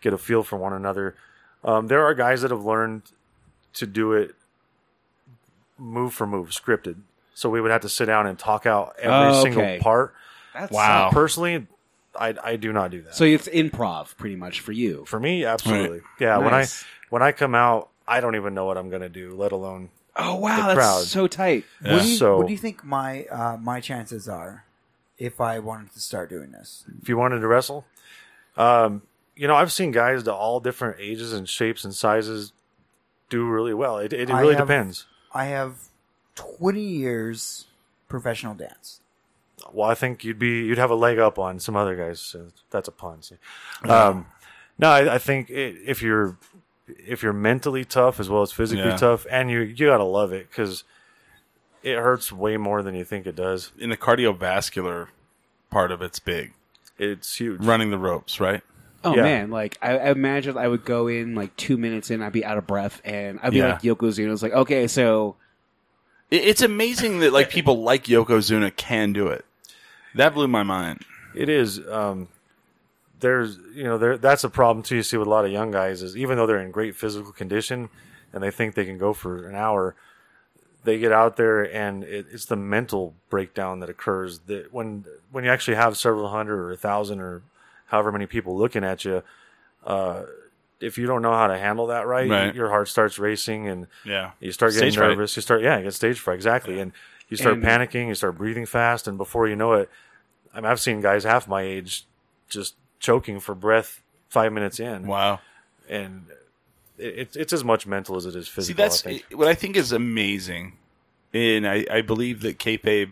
Speaker 2: get a feel for one another. Um, there are guys that have learned to do it move for move, scripted. So we would have to sit down and talk out every
Speaker 3: Oh, okay. Oh.
Speaker 2: single part.
Speaker 3: That's
Speaker 1: Wow.
Speaker 2: Personally, I I do not do that.
Speaker 3: So it's improv, pretty much for you.
Speaker 2: For me, absolutely. Yeah, when I
Speaker 3: Nice.
Speaker 2: when I come out, I don't even know what I'm gonna do, let alone
Speaker 3: Oh wow,
Speaker 2: the
Speaker 3: that's
Speaker 2: crowd.
Speaker 3: so tight.
Speaker 1: Yeah.
Speaker 5: What do you,
Speaker 2: So-
Speaker 5: what do you think my uh, my chances are if I wanted to start doing this?
Speaker 2: if you wanted to wrestle. Um, you know, I've seen guys to all different ages and shapes and sizes do really well. It it,
Speaker 5: I
Speaker 2: really
Speaker 5: have-
Speaker 2: depends.
Speaker 5: I have 20 years professional dance.
Speaker 2: Well, I think you'd be you'd have a leg up on some other guys. So that's a pun. See. Um, no, I, I think it, if you're if you're mentally tough as well as physically
Speaker 1: Yeah.
Speaker 2: tough, and you you gotta love it because it hurts way more than you think it does.
Speaker 1: in the cardiovascular part of it's big.
Speaker 2: It's huge.
Speaker 1: Running the ropes, right?
Speaker 3: Oh
Speaker 2: Yeah.
Speaker 3: man, like I, I imagine I would go in like two minutes in, I'd be out of breath, and I'd be
Speaker 1: Yeah.
Speaker 3: like Yokozuna. It's like okay, so
Speaker 1: It, it's amazing that like people like Yokozuna can do it. That blew my mind.
Speaker 2: It is. Um, there's, you know, there that's a problem too. You see with a lot of young guys is even though they're in great physical condition and they think they can go for an hour, they get out there and it, it's the mental breakdown that occurs that when when you actually have several hundred or a thousand or however many people looking at you, uh, if you don't know how to handle that right,
Speaker 1: Right.
Speaker 2: your heart starts racing and
Speaker 1: Yeah.
Speaker 2: you start getting
Speaker 1: Stage fright.
Speaker 2: nervous. You start, yeah, you get stage fright exactly, and you start
Speaker 3: And-
Speaker 2: panicking. You start breathing fast, and before you know it, I mean, I've seen guys half my age just choking for breath five minutes in,
Speaker 1: Wow.
Speaker 2: and it, it's it's as much mental as it is physical.
Speaker 1: See, that's
Speaker 2: I think.
Speaker 1: what I think is amazing, and I, I believe that kayfabe,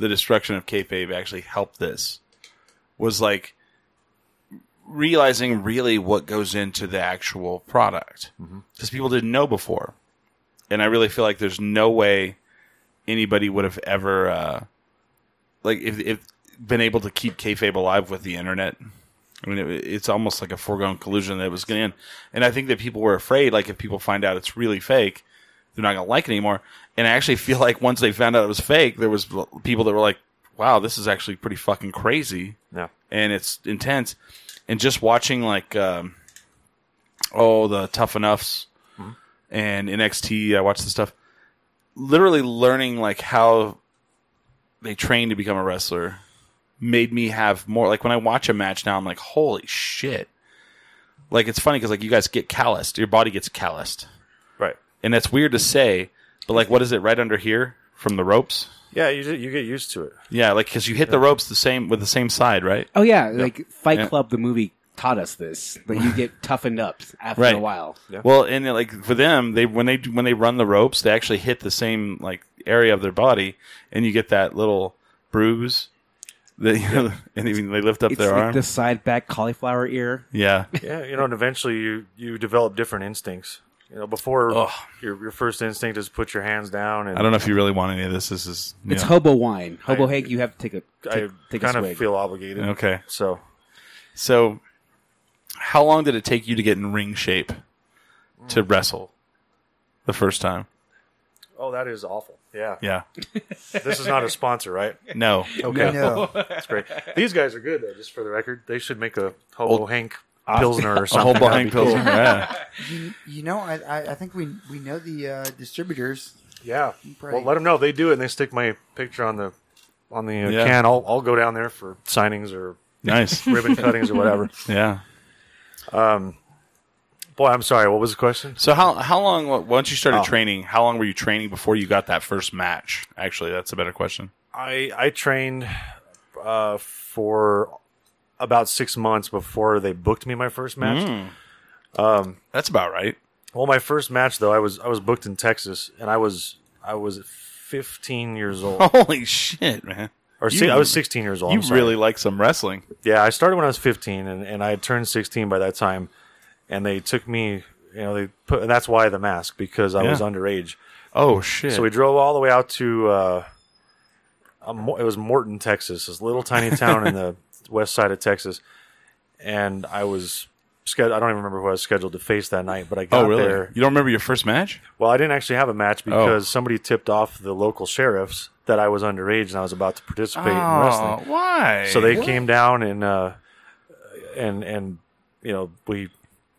Speaker 1: the destruction of kayfabe, actually helped this. Was like realizing really what goes into the actual product
Speaker 2: Mm-hmm.
Speaker 1: because people didn't know before, and I really feel like there's no way anybody would have ever uh, like if if been able to keep kayfabe alive with the internet. I mean, it, it's almost like a foregone conclusion that it was going to end. And I think that people were afraid, like, if people find out it's really fake, they're not going to like it anymore. And I actually feel like once they found out it was fake, there was l- people that were like, wow, this is actually pretty fucking crazy.
Speaker 2: yeah,
Speaker 1: And it's intense. And just watching, like, um, oh, the Tough Enoughs and NXT, I watched the stuff. Literally learning, like, how they train to become a wrestler made me have more like when I watch a match now, I'm like, holy shit. Like it's funny because like you guys get calloused, your body gets calloused,
Speaker 2: right.
Speaker 1: and that's weird to say, but like what is it right under here from the ropes?
Speaker 2: Yeah, you ju- you get used to it.
Speaker 1: Yeah, like because you hit the ropes the same with the same side, right?
Speaker 3: oh yeah, like Fight
Speaker 1: Yeah.
Speaker 3: Club, the movie taught us this that you get toughened up after
Speaker 1: Right.
Speaker 3: a while.
Speaker 1: Well, and then, like for them, they when they do- when they run the ropes, they actually hit the same like area of their body, and you get that little bruise. That you know, and even they lift up
Speaker 3: It's
Speaker 1: their
Speaker 3: like
Speaker 1: arm.
Speaker 3: the side back cauliflower ear.
Speaker 1: yeah,
Speaker 2: Yeah, you know, and eventually you you develop different instincts. You know, before
Speaker 1: Ugh.
Speaker 2: your your first instinct is put your hands down, and
Speaker 1: I don't know if you really want any of this. This is
Speaker 3: It's
Speaker 1: yeah.
Speaker 3: hobo wine, hobo
Speaker 2: I-
Speaker 3: Hank. You have to take a
Speaker 2: I
Speaker 3: take, take a
Speaker 2: kind
Speaker 3: swig.
Speaker 2: of feel obligated.
Speaker 1: okay.
Speaker 2: So
Speaker 1: So, how long did it take you to get in ring shape to
Speaker 3: Mm.
Speaker 1: wrestle the first time?
Speaker 2: Oh, that is awful. Yeah.
Speaker 1: Yeah.
Speaker 2: This is not a sponsor, right?
Speaker 1: No.
Speaker 2: Okay.
Speaker 5: No,
Speaker 2: That's great. These guys are good, though, just for the record. They should make a Hobo Hank Pilsner or
Speaker 1: A whole
Speaker 2: something.
Speaker 1: behind pills. Yeah.
Speaker 5: you know, I, I, I think we we know the uh, distributors.
Speaker 2: Yeah.
Speaker 5: Right.
Speaker 2: Well, let them know. They do it, and they stick my picture on the on the uh,
Speaker 1: Yeah.
Speaker 2: can. I'll, I'll go down there for signings or
Speaker 1: Nice.
Speaker 2: ribbon cuttings or whatever.
Speaker 1: Yeah.
Speaker 2: Boy, I'm sorry. What was the question?
Speaker 1: So how how long once you started
Speaker 2: Oh.
Speaker 1: training? How long were you training before you got that first match? Actually, that's a better question.
Speaker 2: I, I trained uh, for about six months before they booked me my first match.
Speaker 1: That's about right.
Speaker 2: Well, my first match though, I was I was booked in Texas, and I was I was 15 years old.
Speaker 1: Holy shit, man!
Speaker 2: or
Speaker 1: You-
Speaker 2: si- I was 16 years old.
Speaker 1: You
Speaker 2: I'm sorry.
Speaker 1: really like some wrestling.
Speaker 2: yeah. I started when I was 15, and, and I had turned 16 by that time. And they took me, you know, they put and that's why the mask because I was
Speaker 1: Yeah.
Speaker 2: underage.
Speaker 1: Oh shit!
Speaker 2: So we drove all the way out to uh, a, Mo- it was Morton, Texas, this little tiny town in the west side of Texas, and I was. sched- I don't even remember who I was scheduled to face that night, but I got
Speaker 1: oh really?
Speaker 2: there.
Speaker 1: You don't remember your first match?
Speaker 2: Well, I didn't actually have a match because
Speaker 1: Oh.
Speaker 2: somebody tipped off the local sheriffs that I was underage and I was about to participate in wrestling.
Speaker 1: Oh, why?
Speaker 2: So they came down and uh, and and you know we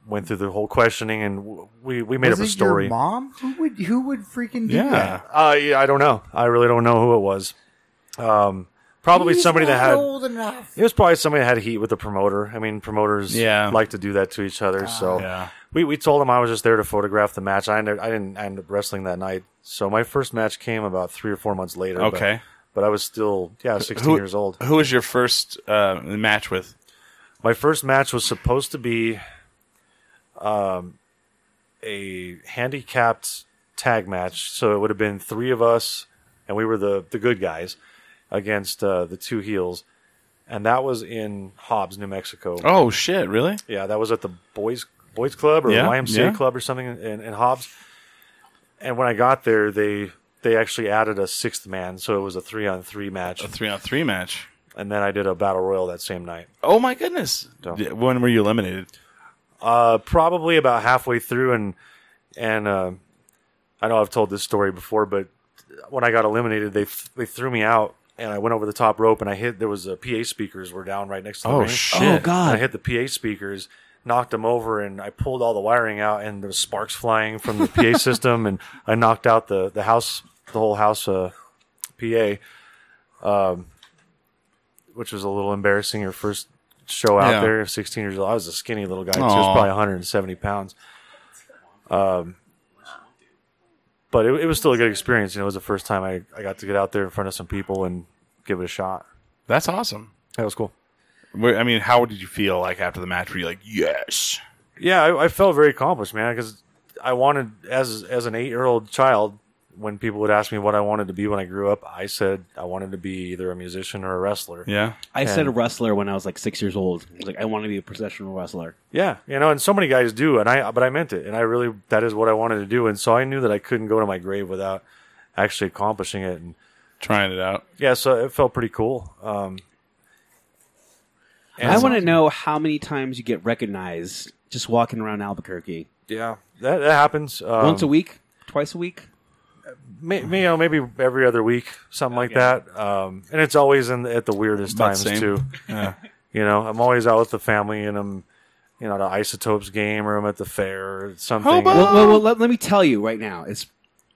Speaker 2: went through the whole questioning and w- we we made
Speaker 5: Was
Speaker 2: up a
Speaker 5: it
Speaker 2: story.
Speaker 5: your mom? Who would who would freaking do
Speaker 1: yeah.
Speaker 5: that?
Speaker 2: Uh, yeah, I don't know. I really don't know who it was. Um, probably
Speaker 5: He's
Speaker 2: somebody that
Speaker 5: not
Speaker 2: had.
Speaker 5: old enough.
Speaker 2: It was probably somebody that had heat with the promoter. I mean, promoters
Speaker 1: Yeah.
Speaker 2: like to do that to each other. so
Speaker 1: yeah.
Speaker 2: we, we told him I was just there to photograph the match. I ended, I didn't end up wrestling that night. So my first match came about three or four months later. but-
Speaker 1: Okay.
Speaker 2: But, I was still yeah sixteen years old.
Speaker 1: Who was your first uh, match with?
Speaker 2: My first match was supposed to be, um, a handicapped tag match. So it would have been three of us, and we were the the good guys. against uh, the two heels, and that was in Hobbs, New Mexico.
Speaker 1: Oh shit! Really?
Speaker 2: Yeah, that was at the boys boys club or
Speaker 1: Yeah,
Speaker 2: YMCA
Speaker 1: yeah.
Speaker 2: club or something in, in Hobbs. And when I got there, they they actually added a sixth man, so it was a three on three match.
Speaker 1: A three on three match.
Speaker 2: And then I did a battle royal that same night.
Speaker 1: Oh my goodness!
Speaker 2: Don't.
Speaker 1: Yeah, When were you eliminated?
Speaker 2: Uh, probably about halfway through, and and uh, I know I've told this story before, but when I got eliminated, they th- they threw me out, and I went over the top rope, and I hit. There was a PA speakers were down right next to the
Speaker 1: Oh
Speaker 2: ring.
Speaker 1: shit!
Speaker 3: Oh
Speaker 2: And I
Speaker 3: god.
Speaker 2: hit the PA speakers, knocked them over, and I pulled all the wiring out, and there was sparks flying from the PA system, and I knocked out the the house, the whole house, uh, PA, um, which was a little embarrassing. Your first show out
Speaker 1: Yeah.
Speaker 2: there, sixteen years old. I was a skinny little guy, too. I
Speaker 1: Aw.
Speaker 2: was probably 170 pounds. Um, but it, it was still a good experience. You know, it was the first time I, I got to get out there in front of some people and give it a shot.
Speaker 1: That's awesome.
Speaker 2: That was cool.
Speaker 1: Where, I mean, how did you feel like after the match? Were you like, yes?
Speaker 2: yeah, I, I felt very accomplished, man, because I wanted as as an eight year old child. When people would ask me what I wanted to be when I grew up, I said I wanted to be either a musician or a wrestler.
Speaker 1: Yeah.
Speaker 3: I said
Speaker 2: and-
Speaker 3: a wrestler when I was like six years old. I was like, I want to be a professional wrestler.
Speaker 2: Yeah, you know, and so many guys do, and I but I meant it, and I really that is what I wanted to do, and so I knew that I couldn't go to my grave without actually accomplishing it, and
Speaker 1: Trying it out.
Speaker 2: yeah, so it felt pretty cool. Um,
Speaker 3: I want to know how many times you get recognized just walking around Albuquerque.
Speaker 2: yeah, that, that happens um,
Speaker 3: Once a week, twice a week.
Speaker 2: may, you know, maybe every other week, something like that. Um, and it's always in the, at the weirdest
Speaker 1: About
Speaker 2: times
Speaker 1: same.
Speaker 2: too. you know, I'm always out with the family, and I'm, you know, at an Isotopes game, or I'm at the fair, or something.
Speaker 1: Hobo!
Speaker 2: Well,
Speaker 3: Well, well, well, let, let me tell you right now, it's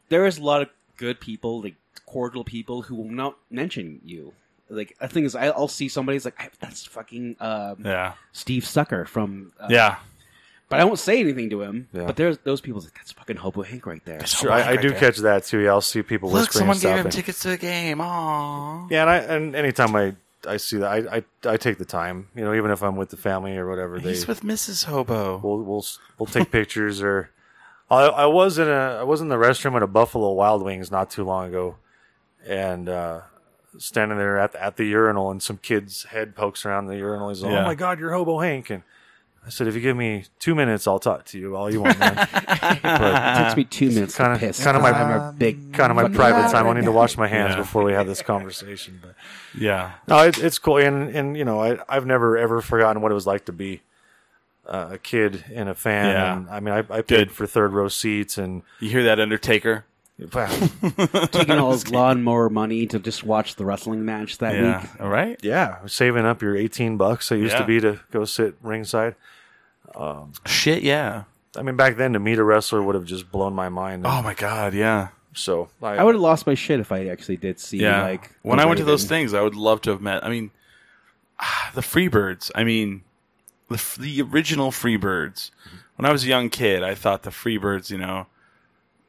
Speaker 3: there is a lot of good people, like cordial people, who will not mention you. Like the thing is, I- I'll see somebody's like, "I- "That's fucking um,
Speaker 1: Yeah.
Speaker 3: Steve Sucker from," uh,
Speaker 1: Yeah.
Speaker 3: but I won't say anything to him.
Speaker 2: Yeah.
Speaker 3: But there's those people like, "That's fucking Hobo Hank right there."
Speaker 2: Sure, I, I do catch that too. Yeah, I'll see people whispering and stuff. and-
Speaker 1: tickets to a game. Aww.
Speaker 2: yeah, and, I, and anytime I, I see that, I, I, I take the time. You know, even if I'm with the family or whatever, they
Speaker 1: with Mrs. Hobo.
Speaker 2: we'll we'll we'll take pictures or I, I was in a I was in the restroom at a Buffalo Wild Wings not too long ago, and uh, standing there at the, at the urinal and some kid's head pokes around the urinal. He's like,
Speaker 1: Yeah.
Speaker 2: "Oh my God, you're Hobo Hank!" And I said, "If you give me two minutes, I'll talk to you all you want." Man.
Speaker 3: it takes me two minutes
Speaker 2: kinda-
Speaker 3: to piss.
Speaker 2: kinda my-
Speaker 3: I'm a big
Speaker 2: kind of my
Speaker 3: fucking-
Speaker 2: private time. I need to wash my hands
Speaker 1: Yeah.
Speaker 2: before we have this conversation. But
Speaker 1: Yeah.
Speaker 2: no, it, it's cool, and and you know, I I've never ever forgotten what it was like to be uh, a kid and a fan.
Speaker 1: Yeah.
Speaker 2: And, I mean, I, I paid
Speaker 1: Good.
Speaker 2: for third row seats, and
Speaker 1: You hear that Undertaker?
Speaker 3: taking all his lawnmower money to just watch the wrestling match that
Speaker 1: Yeah.
Speaker 3: week.
Speaker 1: All right.
Speaker 2: yeah, saving up your eighteen bucks that used
Speaker 1: Yeah.
Speaker 2: to be to go sit ringside.
Speaker 1: Shit. Yeah.
Speaker 2: I mean, back then to meet a wrestler would have just blown my mind.
Speaker 1: Oh my god. Yeah.
Speaker 2: So I,
Speaker 3: I would have lost my shit if I actually did see
Speaker 1: Yeah.
Speaker 3: like
Speaker 1: when
Speaker 3: the
Speaker 1: I went to
Speaker 3: Raven.
Speaker 1: those things, I would love to have met. I mean, ah, the Freebirds. I mean, the f- the original Freebirds.
Speaker 3: Mm-hmm.
Speaker 1: When I was a young kid, I thought the Freebirds. You know,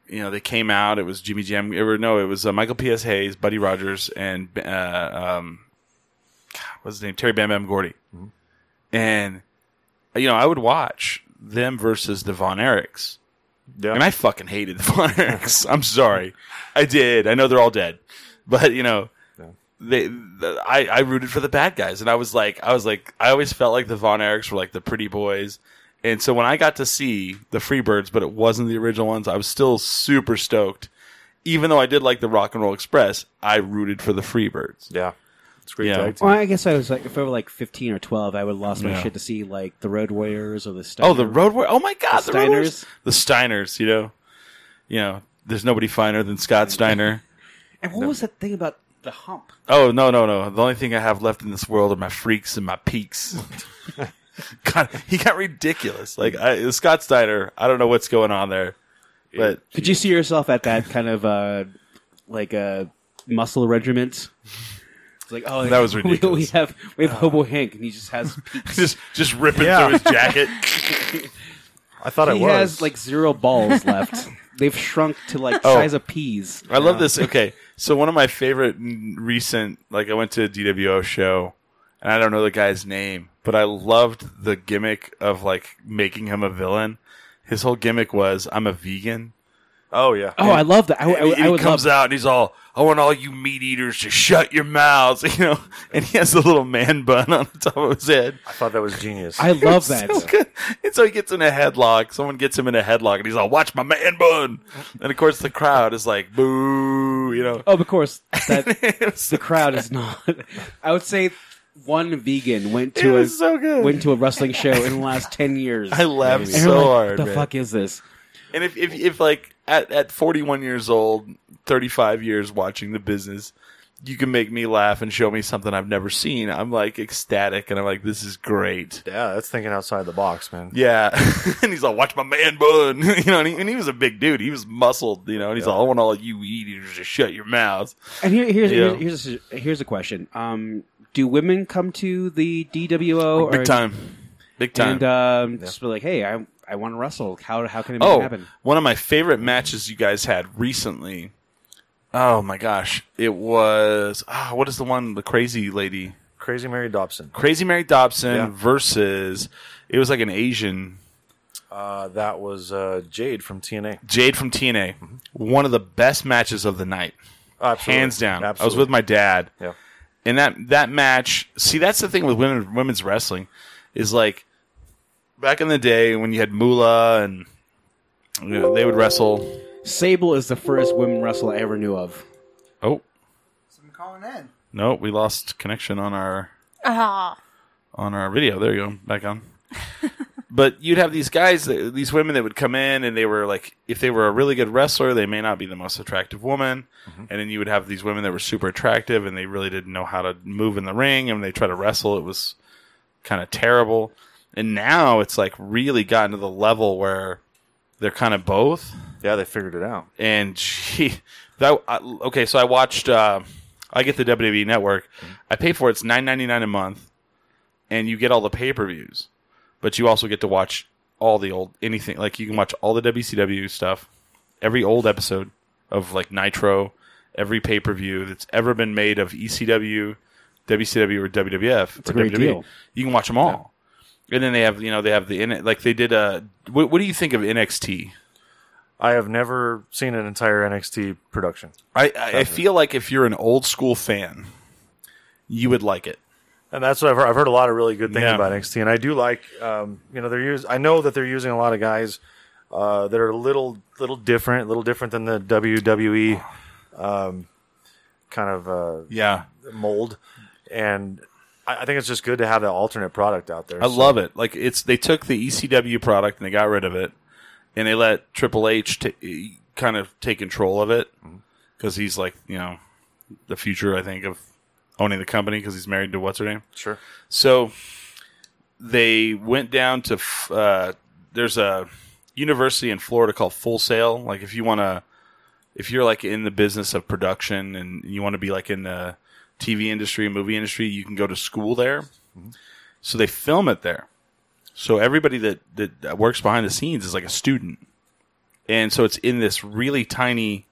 Speaker 1: you know, they came out. It was Jimmy Jam. Or no, it was uh, Michael P. S. Hayes, Buddy Rogers, and uh, um, God, what's his name? Terry Bam Bam Gordy.
Speaker 3: Mm-hmm.
Speaker 1: And you know, I would watch them versus the Von Erichs.
Speaker 2: yeah.
Speaker 1: And I fucking hated the Von Erichs. I'm sorry. I did. I know they're all dead. But, you know, they, the, I, I rooted for the bad guys. And I was like, I was like, I always felt like the Von Erichs were like the pretty boys. And so when I got to see the Freebirds, but it wasn't the original ones, I was still super stoked. Even though I did like the Rock and Roll Express, I rooted for the Freebirds.
Speaker 2: yeah, it's a great
Speaker 1: Yeah.
Speaker 2: tag team.
Speaker 3: Well, I guess I was like, if I were like 15 or 12, I would have lost my
Speaker 1: Yeah.
Speaker 3: shit to see like the Road Warriors or the Steiner.
Speaker 1: Oh, the Road War- Oh my God, the,
Speaker 3: The
Speaker 1: Road
Speaker 3: Steiners.
Speaker 1: Warriors. The Steiners, you know. You know, there's nobody finer than Scott Steiner.
Speaker 3: And what was that thing about the hump?
Speaker 1: Oh no no no! The only thing I have left in this world are my freaks and my peaks. God, he got ridiculous. Like I, Scott Steiner, I don't know what's going on there, but
Speaker 3: Could you see yourself at that kind of uh like a muscle regiment? It's like, oh,
Speaker 1: That was
Speaker 3: we- We,
Speaker 1: ridiculous. Uh.
Speaker 3: have we have Hobo Hank, and he just has
Speaker 1: just just ripping
Speaker 2: Yeah.
Speaker 1: through his jacket.
Speaker 2: I thought it
Speaker 3: he
Speaker 2: was
Speaker 3: has like zero balls left. They've shrunk to like size of peas.
Speaker 1: Oh. I love this. Okay, so one of my favorite n- recent, like I went to a DWO show, and I don't know the guy's name, but I loved the gimmick of like making him a villain. His whole gimmick was, "I'm a vegan."
Speaker 2: Oh yeah.
Speaker 3: Oh, I love that. I, I,
Speaker 1: And he,
Speaker 3: I
Speaker 1: he
Speaker 3: would
Speaker 1: comes
Speaker 3: love.
Speaker 1: out and he's all, "I want all you meat eaters to shut your mouths," you know. And he has a little man bun on the top of his head.
Speaker 2: I thought that was genius.
Speaker 3: I love that.
Speaker 1: So good. and so he gets in a headlock. Someone gets him in a headlock, and he's all, "Watch my man bun!" And of course, the crowd is like, "Boo!" You know.
Speaker 3: oh, of course. That,
Speaker 1: It was
Speaker 3: the crowd is not. I would say one vegan went
Speaker 1: It
Speaker 3: to a
Speaker 1: was so good.
Speaker 3: went to a wrestling show in the last ten years.
Speaker 1: I laughed
Speaker 3: And
Speaker 1: so
Speaker 3: we're like,
Speaker 1: hard.
Speaker 3: What the
Speaker 1: man.
Speaker 3: fuck is this?
Speaker 1: And if, if if like at at 41 years old, 35 years watching the business, you can make me laugh and show me something I've never seen. I'm like ecstatic, and I'm like, "This is great."
Speaker 2: yeah, that's thinking outside the box, man.
Speaker 1: Yeah, and he's like, "Watch my man bun," you know. And he, and he was a big dude; he was muscled, you know. And he's like, "I want all you weed eaters to shut your mouths."
Speaker 3: And here, here's,
Speaker 1: Yeah.
Speaker 3: here's here's a, here's a question. Um, do women come to the DWO or,
Speaker 1: Big time, big time.
Speaker 3: and um, just be like, hey, I I want to wrestle. How how can I make
Speaker 1: oh,
Speaker 3: it happen?
Speaker 1: one of my favorite matches you guys had recently. Oh my gosh, it was ah, what is the one? The crazy lady,
Speaker 2: Crazy Mary Dobson.
Speaker 1: Crazy Mary Dobson
Speaker 2: Yeah.
Speaker 1: versus it was like an Asian
Speaker 2: Uh, that was uh, Jade from TNA.
Speaker 1: Jade from TNA. One of the best matches of the night,
Speaker 2: Mm-hmm. Absolutely.
Speaker 1: hands down. I was
Speaker 2: Absolutely.
Speaker 1: with my dad.
Speaker 2: Yeah.
Speaker 1: and that that match see that's the thing with women women's wrestling is like back in the day when you had Moolah and you know, they would wrestle
Speaker 3: Sable is the first women wrestler I ever knew of.
Speaker 1: oh
Speaker 5: So I'm calling in.
Speaker 1: no we lost connection on our
Speaker 4: Ah,
Speaker 1: on our video there you go back on but you'd have these guys that- these women that would come in and they were like if they were a really good wrestler they may not be the most attractive woman and then you would have these women that were super attractive and they really didn't know how to move in the ring and when they try to wrestle it was kind of terrible. And now it's like really gotten to the level where they're kind of both.
Speaker 2: Yeah, they figured it out.
Speaker 1: And gee, that I, okay. So I watched. Uh, I get the WWE Network. I pay for it. It's nine ninety nine a month, and you get all the pay per views, but you also get to watch all the old anything. Like you can watch all the WCW stuff, every old episode of like Nitro, every pay per view that's ever been made of E ECW, WCW, or WWF. It's
Speaker 3: a great deal.
Speaker 1: E. You can watch them all. And then they have, you know, they have the in like they did a. What, what do you think of NXT?
Speaker 2: I have never seen an entire NXT production.
Speaker 1: I, I, I feel like if you're an old school fan, you would like it.
Speaker 2: And that's what I've heard. I've heard a lot of really good things
Speaker 1: Yeah.
Speaker 2: about NXT, and I do like, um, you know, they're use. I know that they're using a lot of guys uh, that are a little, little different, a little different than the WWE um, kind of uh,
Speaker 1: Yeah,
Speaker 2: mold. And I, I think it's just good to have that alternate product out there.
Speaker 1: I love it. Like it's they took the ECW product and they got rid of it, and they let Triple H ta- eh, kind of take control of it because he's like you know the future I think of owning the company because he's married to what's her name.
Speaker 2: sure.
Speaker 1: So they went down to f- uh, there's a university in Florida called Full Sail. Like if you want to, if you're like in the business of production and you want to be like in the TV industry, movie industry, you can go to school there. So they film it there. So everybody that, that that works behind the scenes is like a student, and so it's in this really tiny,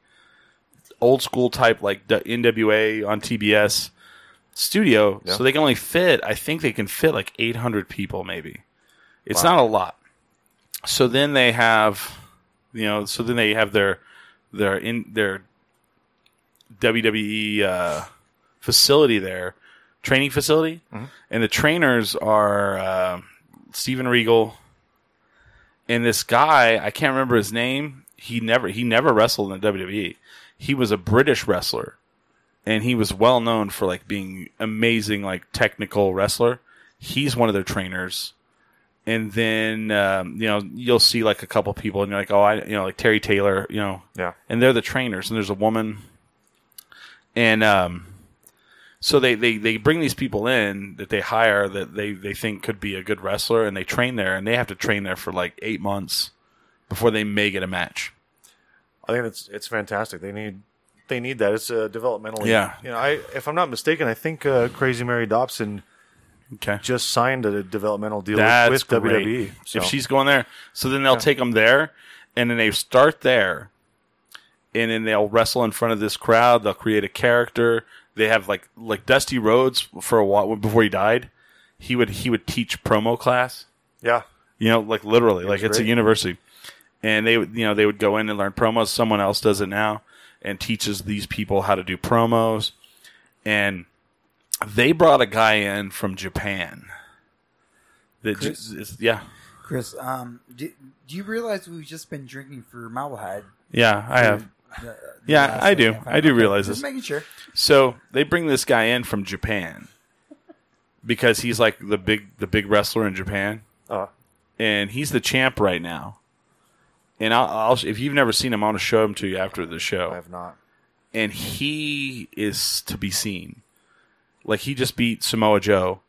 Speaker 1: old school type like the NWA on TBS studio, so they can only fit. I think they can fit like 800 people, maybe. It's not a lot. So then they have, you know, so then they have their their in their WWE uh, facility there, training facility, and the trainers are uh, Steven Regal and this guy I can't remember his name. He never he never wrestled in the WWE. He was a British wrestler and he was well known for like being amazing like technical wrestler he's one of their trainers and then um, you know you'll see like a couple people and you're like oh i you know like terry taylor you know
Speaker 2: Yeah.
Speaker 1: and they're the trainers and there's a woman and um so they, they, they bring these people in that they hire that they, they think could be a good wrestler and they train there and they have to train there for like eight months before they may get a match
Speaker 2: I think it's it's fantastic. They need they need that. It's uh, developmentally.
Speaker 1: Yeah.
Speaker 2: You know, I if I'm not mistaken, I think uh, Crazy Mary Dobson
Speaker 1: okay
Speaker 2: just signed a developmental deal
Speaker 1: That's
Speaker 2: with
Speaker 1: great.
Speaker 2: WWE. So.
Speaker 1: If she's going there, so then they'll take them there, and then they start there, and then they'll wrestle in front of this crowd. They'll create a character. They have like like Dusty Rhodes for a while before he died. He would he would teach promo class.
Speaker 2: yeah.
Speaker 1: You know, like literally, like it's a
Speaker 2: great.
Speaker 1: university, and they would you know they would go in and learn promos. Someone else does it now and teaches these people how to do promos. And they brought a guy in from Japan. That ju-
Speaker 5: Chris?
Speaker 1: is- yeah,
Speaker 5: Chris, um, do, do you realize we've just been drinking for Marblehead?
Speaker 1: yeah, I have.
Speaker 5: Uh, The- the
Speaker 1: Yeah,
Speaker 5: last
Speaker 1: I
Speaker 5: thing
Speaker 1: do.
Speaker 5: found.
Speaker 1: I do
Speaker 5: Okay,
Speaker 1: realize
Speaker 5: Just
Speaker 1: this.
Speaker 5: making sure.
Speaker 1: So they bring this guy in from Japan because he's like the big the big wrestler in Japan,
Speaker 2: Oh,
Speaker 1: and he's the champ right now. And I'll, I'll if you've never seen him, I want to show him to you after the
Speaker 2: I
Speaker 1: show.
Speaker 2: have not.
Speaker 1: And he is to be seen, like he just beat Samoa Joe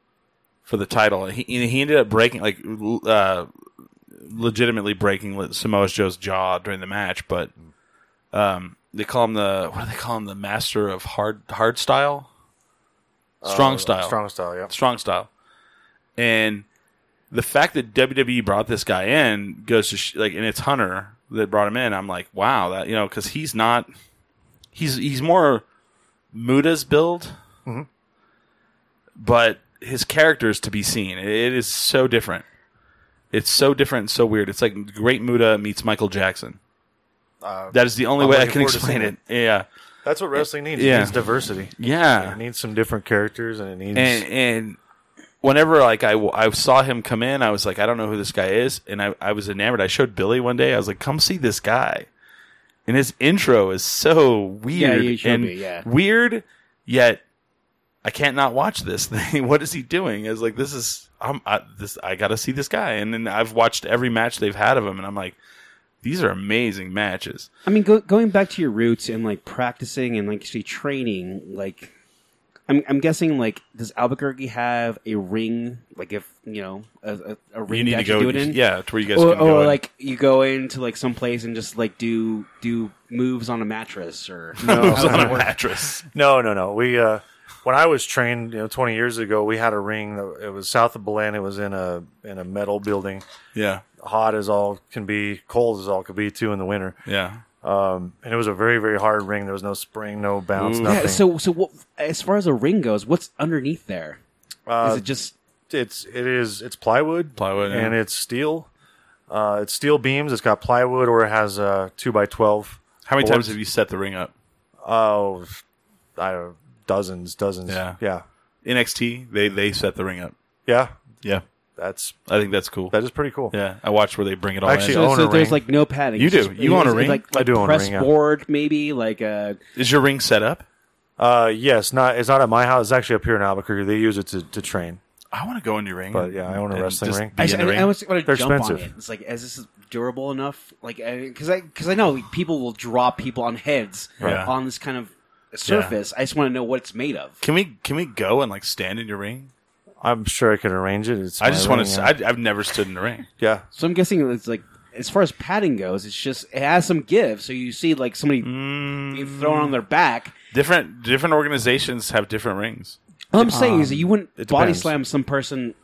Speaker 1: for the title. He and he ended up breaking like l- uh, legitimately breaking Le- Samoa Joe's jaw during the match, but. Um, they call him the what do they call him the master of hard hard style strong
Speaker 2: Uh,
Speaker 1: style
Speaker 2: Strong style. Yeah.
Speaker 1: strong style. And the fact that WWE brought this guy in goes to sh- like, and it's Hunter that brought him in. I'm like, wow, that you know, because he's not, he's he's more Muda's build,
Speaker 2: Mm-hmm.
Speaker 1: but his character is to be seen. It- it is so different. It's so different and so weird. It's like Great Muda meets Michael Jackson.
Speaker 2: Uh,
Speaker 1: That is the only
Speaker 2: I'm
Speaker 1: way I
Speaker 2: looking
Speaker 1: can
Speaker 2: forward to
Speaker 1: explain it.
Speaker 2: seeing
Speaker 1: Yeah,
Speaker 2: That's what wrestling needs.
Speaker 1: Yeah.
Speaker 2: It needs diversity.
Speaker 1: yeah.
Speaker 2: It needs some different characters, and it needs.
Speaker 1: and and whenever like I, I saw him come in, I was like, I don't know who this guy is, and I, I was enamored. I showed Billy one day. I was like, come see this guy, and his intro is so weird
Speaker 3: Yeah, you showed
Speaker 1: and
Speaker 3: me, yeah.
Speaker 1: weird, yet I can't not watch this thing. what is he doing? I was like, this is I'm I, this I got to see this guy, and then I've watched every match they've had of him, and I'm like. These are amazing matches.
Speaker 3: I mean, go, going back to your roots and like practicing and like actually training, like I'm, I'm guessing, like does Albuquerque have a ring? Like if you know a, a, a ring
Speaker 1: You need to
Speaker 3: actually
Speaker 1: go,
Speaker 3: do it in,
Speaker 1: yeah, to where you guys
Speaker 3: or,
Speaker 1: can go.
Speaker 3: or
Speaker 1: in.
Speaker 3: like you go into like some place and just like do do moves on a mattress or
Speaker 2: No,
Speaker 1: It's on a mattress.
Speaker 2: no, no, no. We uh, when I was trained, you know, 20 years ago, we had a ring. That, it was south of Belen. It was in a in a metal building,
Speaker 1: Yeah,
Speaker 2: hot as all can be, cold as all could be too in the winter.
Speaker 1: yeah.
Speaker 2: Um, and it was a very very hard ring. There was no spring, no bounce,
Speaker 1: Ooh.
Speaker 2: nothing.
Speaker 3: Yeah, so so what, as far as a ring goes, what's underneath there? Is
Speaker 2: Uh,
Speaker 3: it just
Speaker 2: it's it is it's plywood,
Speaker 1: Plywood, yeah.
Speaker 2: and it's steel. Uh, it's steel beams. It's got plywood, or it has uh, two by twelve.
Speaker 1: How many
Speaker 2: boards.
Speaker 1: times have you set the ring up?
Speaker 2: Oh, I don't know, dozens, dozens.
Speaker 1: Yeah.
Speaker 2: yeah,
Speaker 1: NXT, they they set the ring up.
Speaker 2: yeah.
Speaker 1: Yeah,
Speaker 2: That's
Speaker 1: I think that's cool.
Speaker 2: that is pretty cool.
Speaker 1: yeah, I watched where they bring it all
Speaker 2: Actually,
Speaker 1: in.
Speaker 2: own
Speaker 3: so, so
Speaker 2: a
Speaker 3: there's
Speaker 2: ring.
Speaker 3: like no padding?
Speaker 1: You
Speaker 3: It's
Speaker 1: do.
Speaker 3: just-
Speaker 1: You own a
Speaker 3: it's
Speaker 1: ring?
Speaker 3: Like,
Speaker 2: I
Speaker 3: like
Speaker 2: do own a
Speaker 3: press
Speaker 2: ring, yeah.
Speaker 3: board, maybe like uh, a
Speaker 1: Is your ring set up?
Speaker 2: Uh, yes, not it's not at my house. It's actually up here in Albuquerque. They use it to, to train.
Speaker 1: I want to go in your ring.
Speaker 2: But, yeah, I own a
Speaker 1: and
Speaker 2: wrestling
Speaker 1: just
Speaker 2: ring.
Speaker 1: be
Speaker 3: I,
Speaker 1: in the
Speaker 3: I-
Speaker 1: ring.
Speaker 3: I almost want to
Speaker 2: They're
Speaker 3: jump on
Speaker 2: expensive.
Speaker 3: it. It's like, is this durable enough? Like, because I because I know people will drop people on heads
Speaker 1: Yeah.
Speaker 3: on this kind of surface. I just want to know what it's made of.
Speaker 1: can we can we go and like stand in your ring?
Speaker 2: I'm sure I could arrange it. It's
Speaker 1: I
Speaker 2: my
Speaker 1: just want
Speaker 2: ring,
Speaker 1: to.
Speaker 2: yeah.
Speaker 1: I, I've never stood in the ring.
Speaker 2: yeah,
Speaker 3: So I'm guessing it's like as far as padding goes, it's just it has some give. So you see like somebody being thrown on their back.
Speaker 1: Different different organizations have different rings.
Speaker 3: All I'm saying is that you wouldn't
Speaker 2: it
Speaker 3: body
Speaker 2: depends.
Speaker 3: slam some person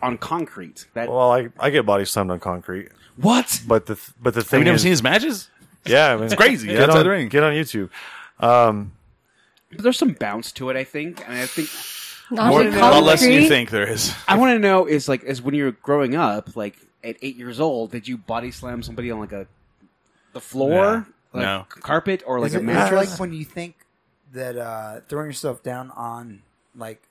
Speaker 3: on concrete. That
Speaker 2: Well, I, I get body slammed on concrete,
Speaker 3: what?
Speaker 2: but the th- but the
Speaker 1: Have
Speaker 2: thing
Speaker 1: you never
Speaker 2: is,
Speaker 1: seen his matches?
Speaker 2: yeah, I mean, it's
Speaker 1: crazy.
Speaker 2: Get
Speaker 1: Outside
Speaker 2: on
Speaker 1: the ring.
Speaker 2: Get on YouTube.
Speaker 3: But there's some bounce to it, I think, and I think
Speaker 4: Not
Speaker 1: More,
Speaker 4: in
Speaker 1: a lot less than you
Speaker 4: concrete.
Speaker 1: think there is.
Speaker 3: I want to know is like is when you were growing up, like at eight years old, did you body slam somebody on like a the flofloor,
Speaker 1: Nah.
Speaker 3: like
Speaker 1: No.
Speaker 3: c- carpet, or like
Speaker 5: Is
Speaker 3: a
Speaker 5: it not
Speaker 3: mattress?
Speaker 5: like when you think that uh, throwing yourself down on like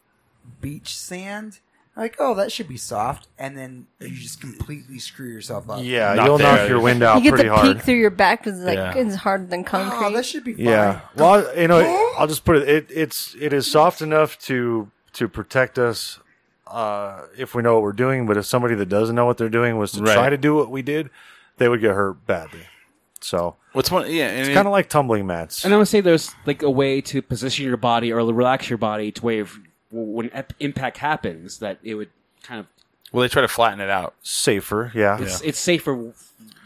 Speaker 5: beach sand, like oh that should be soft, and then you just completely screw yourself up.
Speaker 2: Yeah,
Speaker 1: Uh, Not
Speaker 2: you'll
Speaker 1: there.
Speaker 2: knock your wind out
Speaker 4: You get
Speaker 2: pretty
Speaker 4: the
Speaker 2: hard.
Speaker 4: peak through your back because it's like
Speaker 1: Yeah.
Speaker 4: it's harder than
Speaker 5: oh
Speaker 4: concrete.
Speaker 5: that should be fine.
Speaker 2: Yeah. Well, I- you know, it- I'll just put it, it. It's it is soft enough to to protect us uh, if we know what we're doing. But if somebody that doesn't know what they're doing was to
Speaker 1: Right.
Speaker 2: try to do what we did, they would get hurt badly. So
Speaker 1: What's one? Yeah, and
Speaker 2: kind of like tumbling mats.
Speaker 3: and I would say there's like a way to position your body or relax your body to where if, when ep- impact happens that it would kind of
Speaker 1: well, they try to flatten it out.
Speaker 2: Safer, yeah.
Speaker 3: it's, it's safer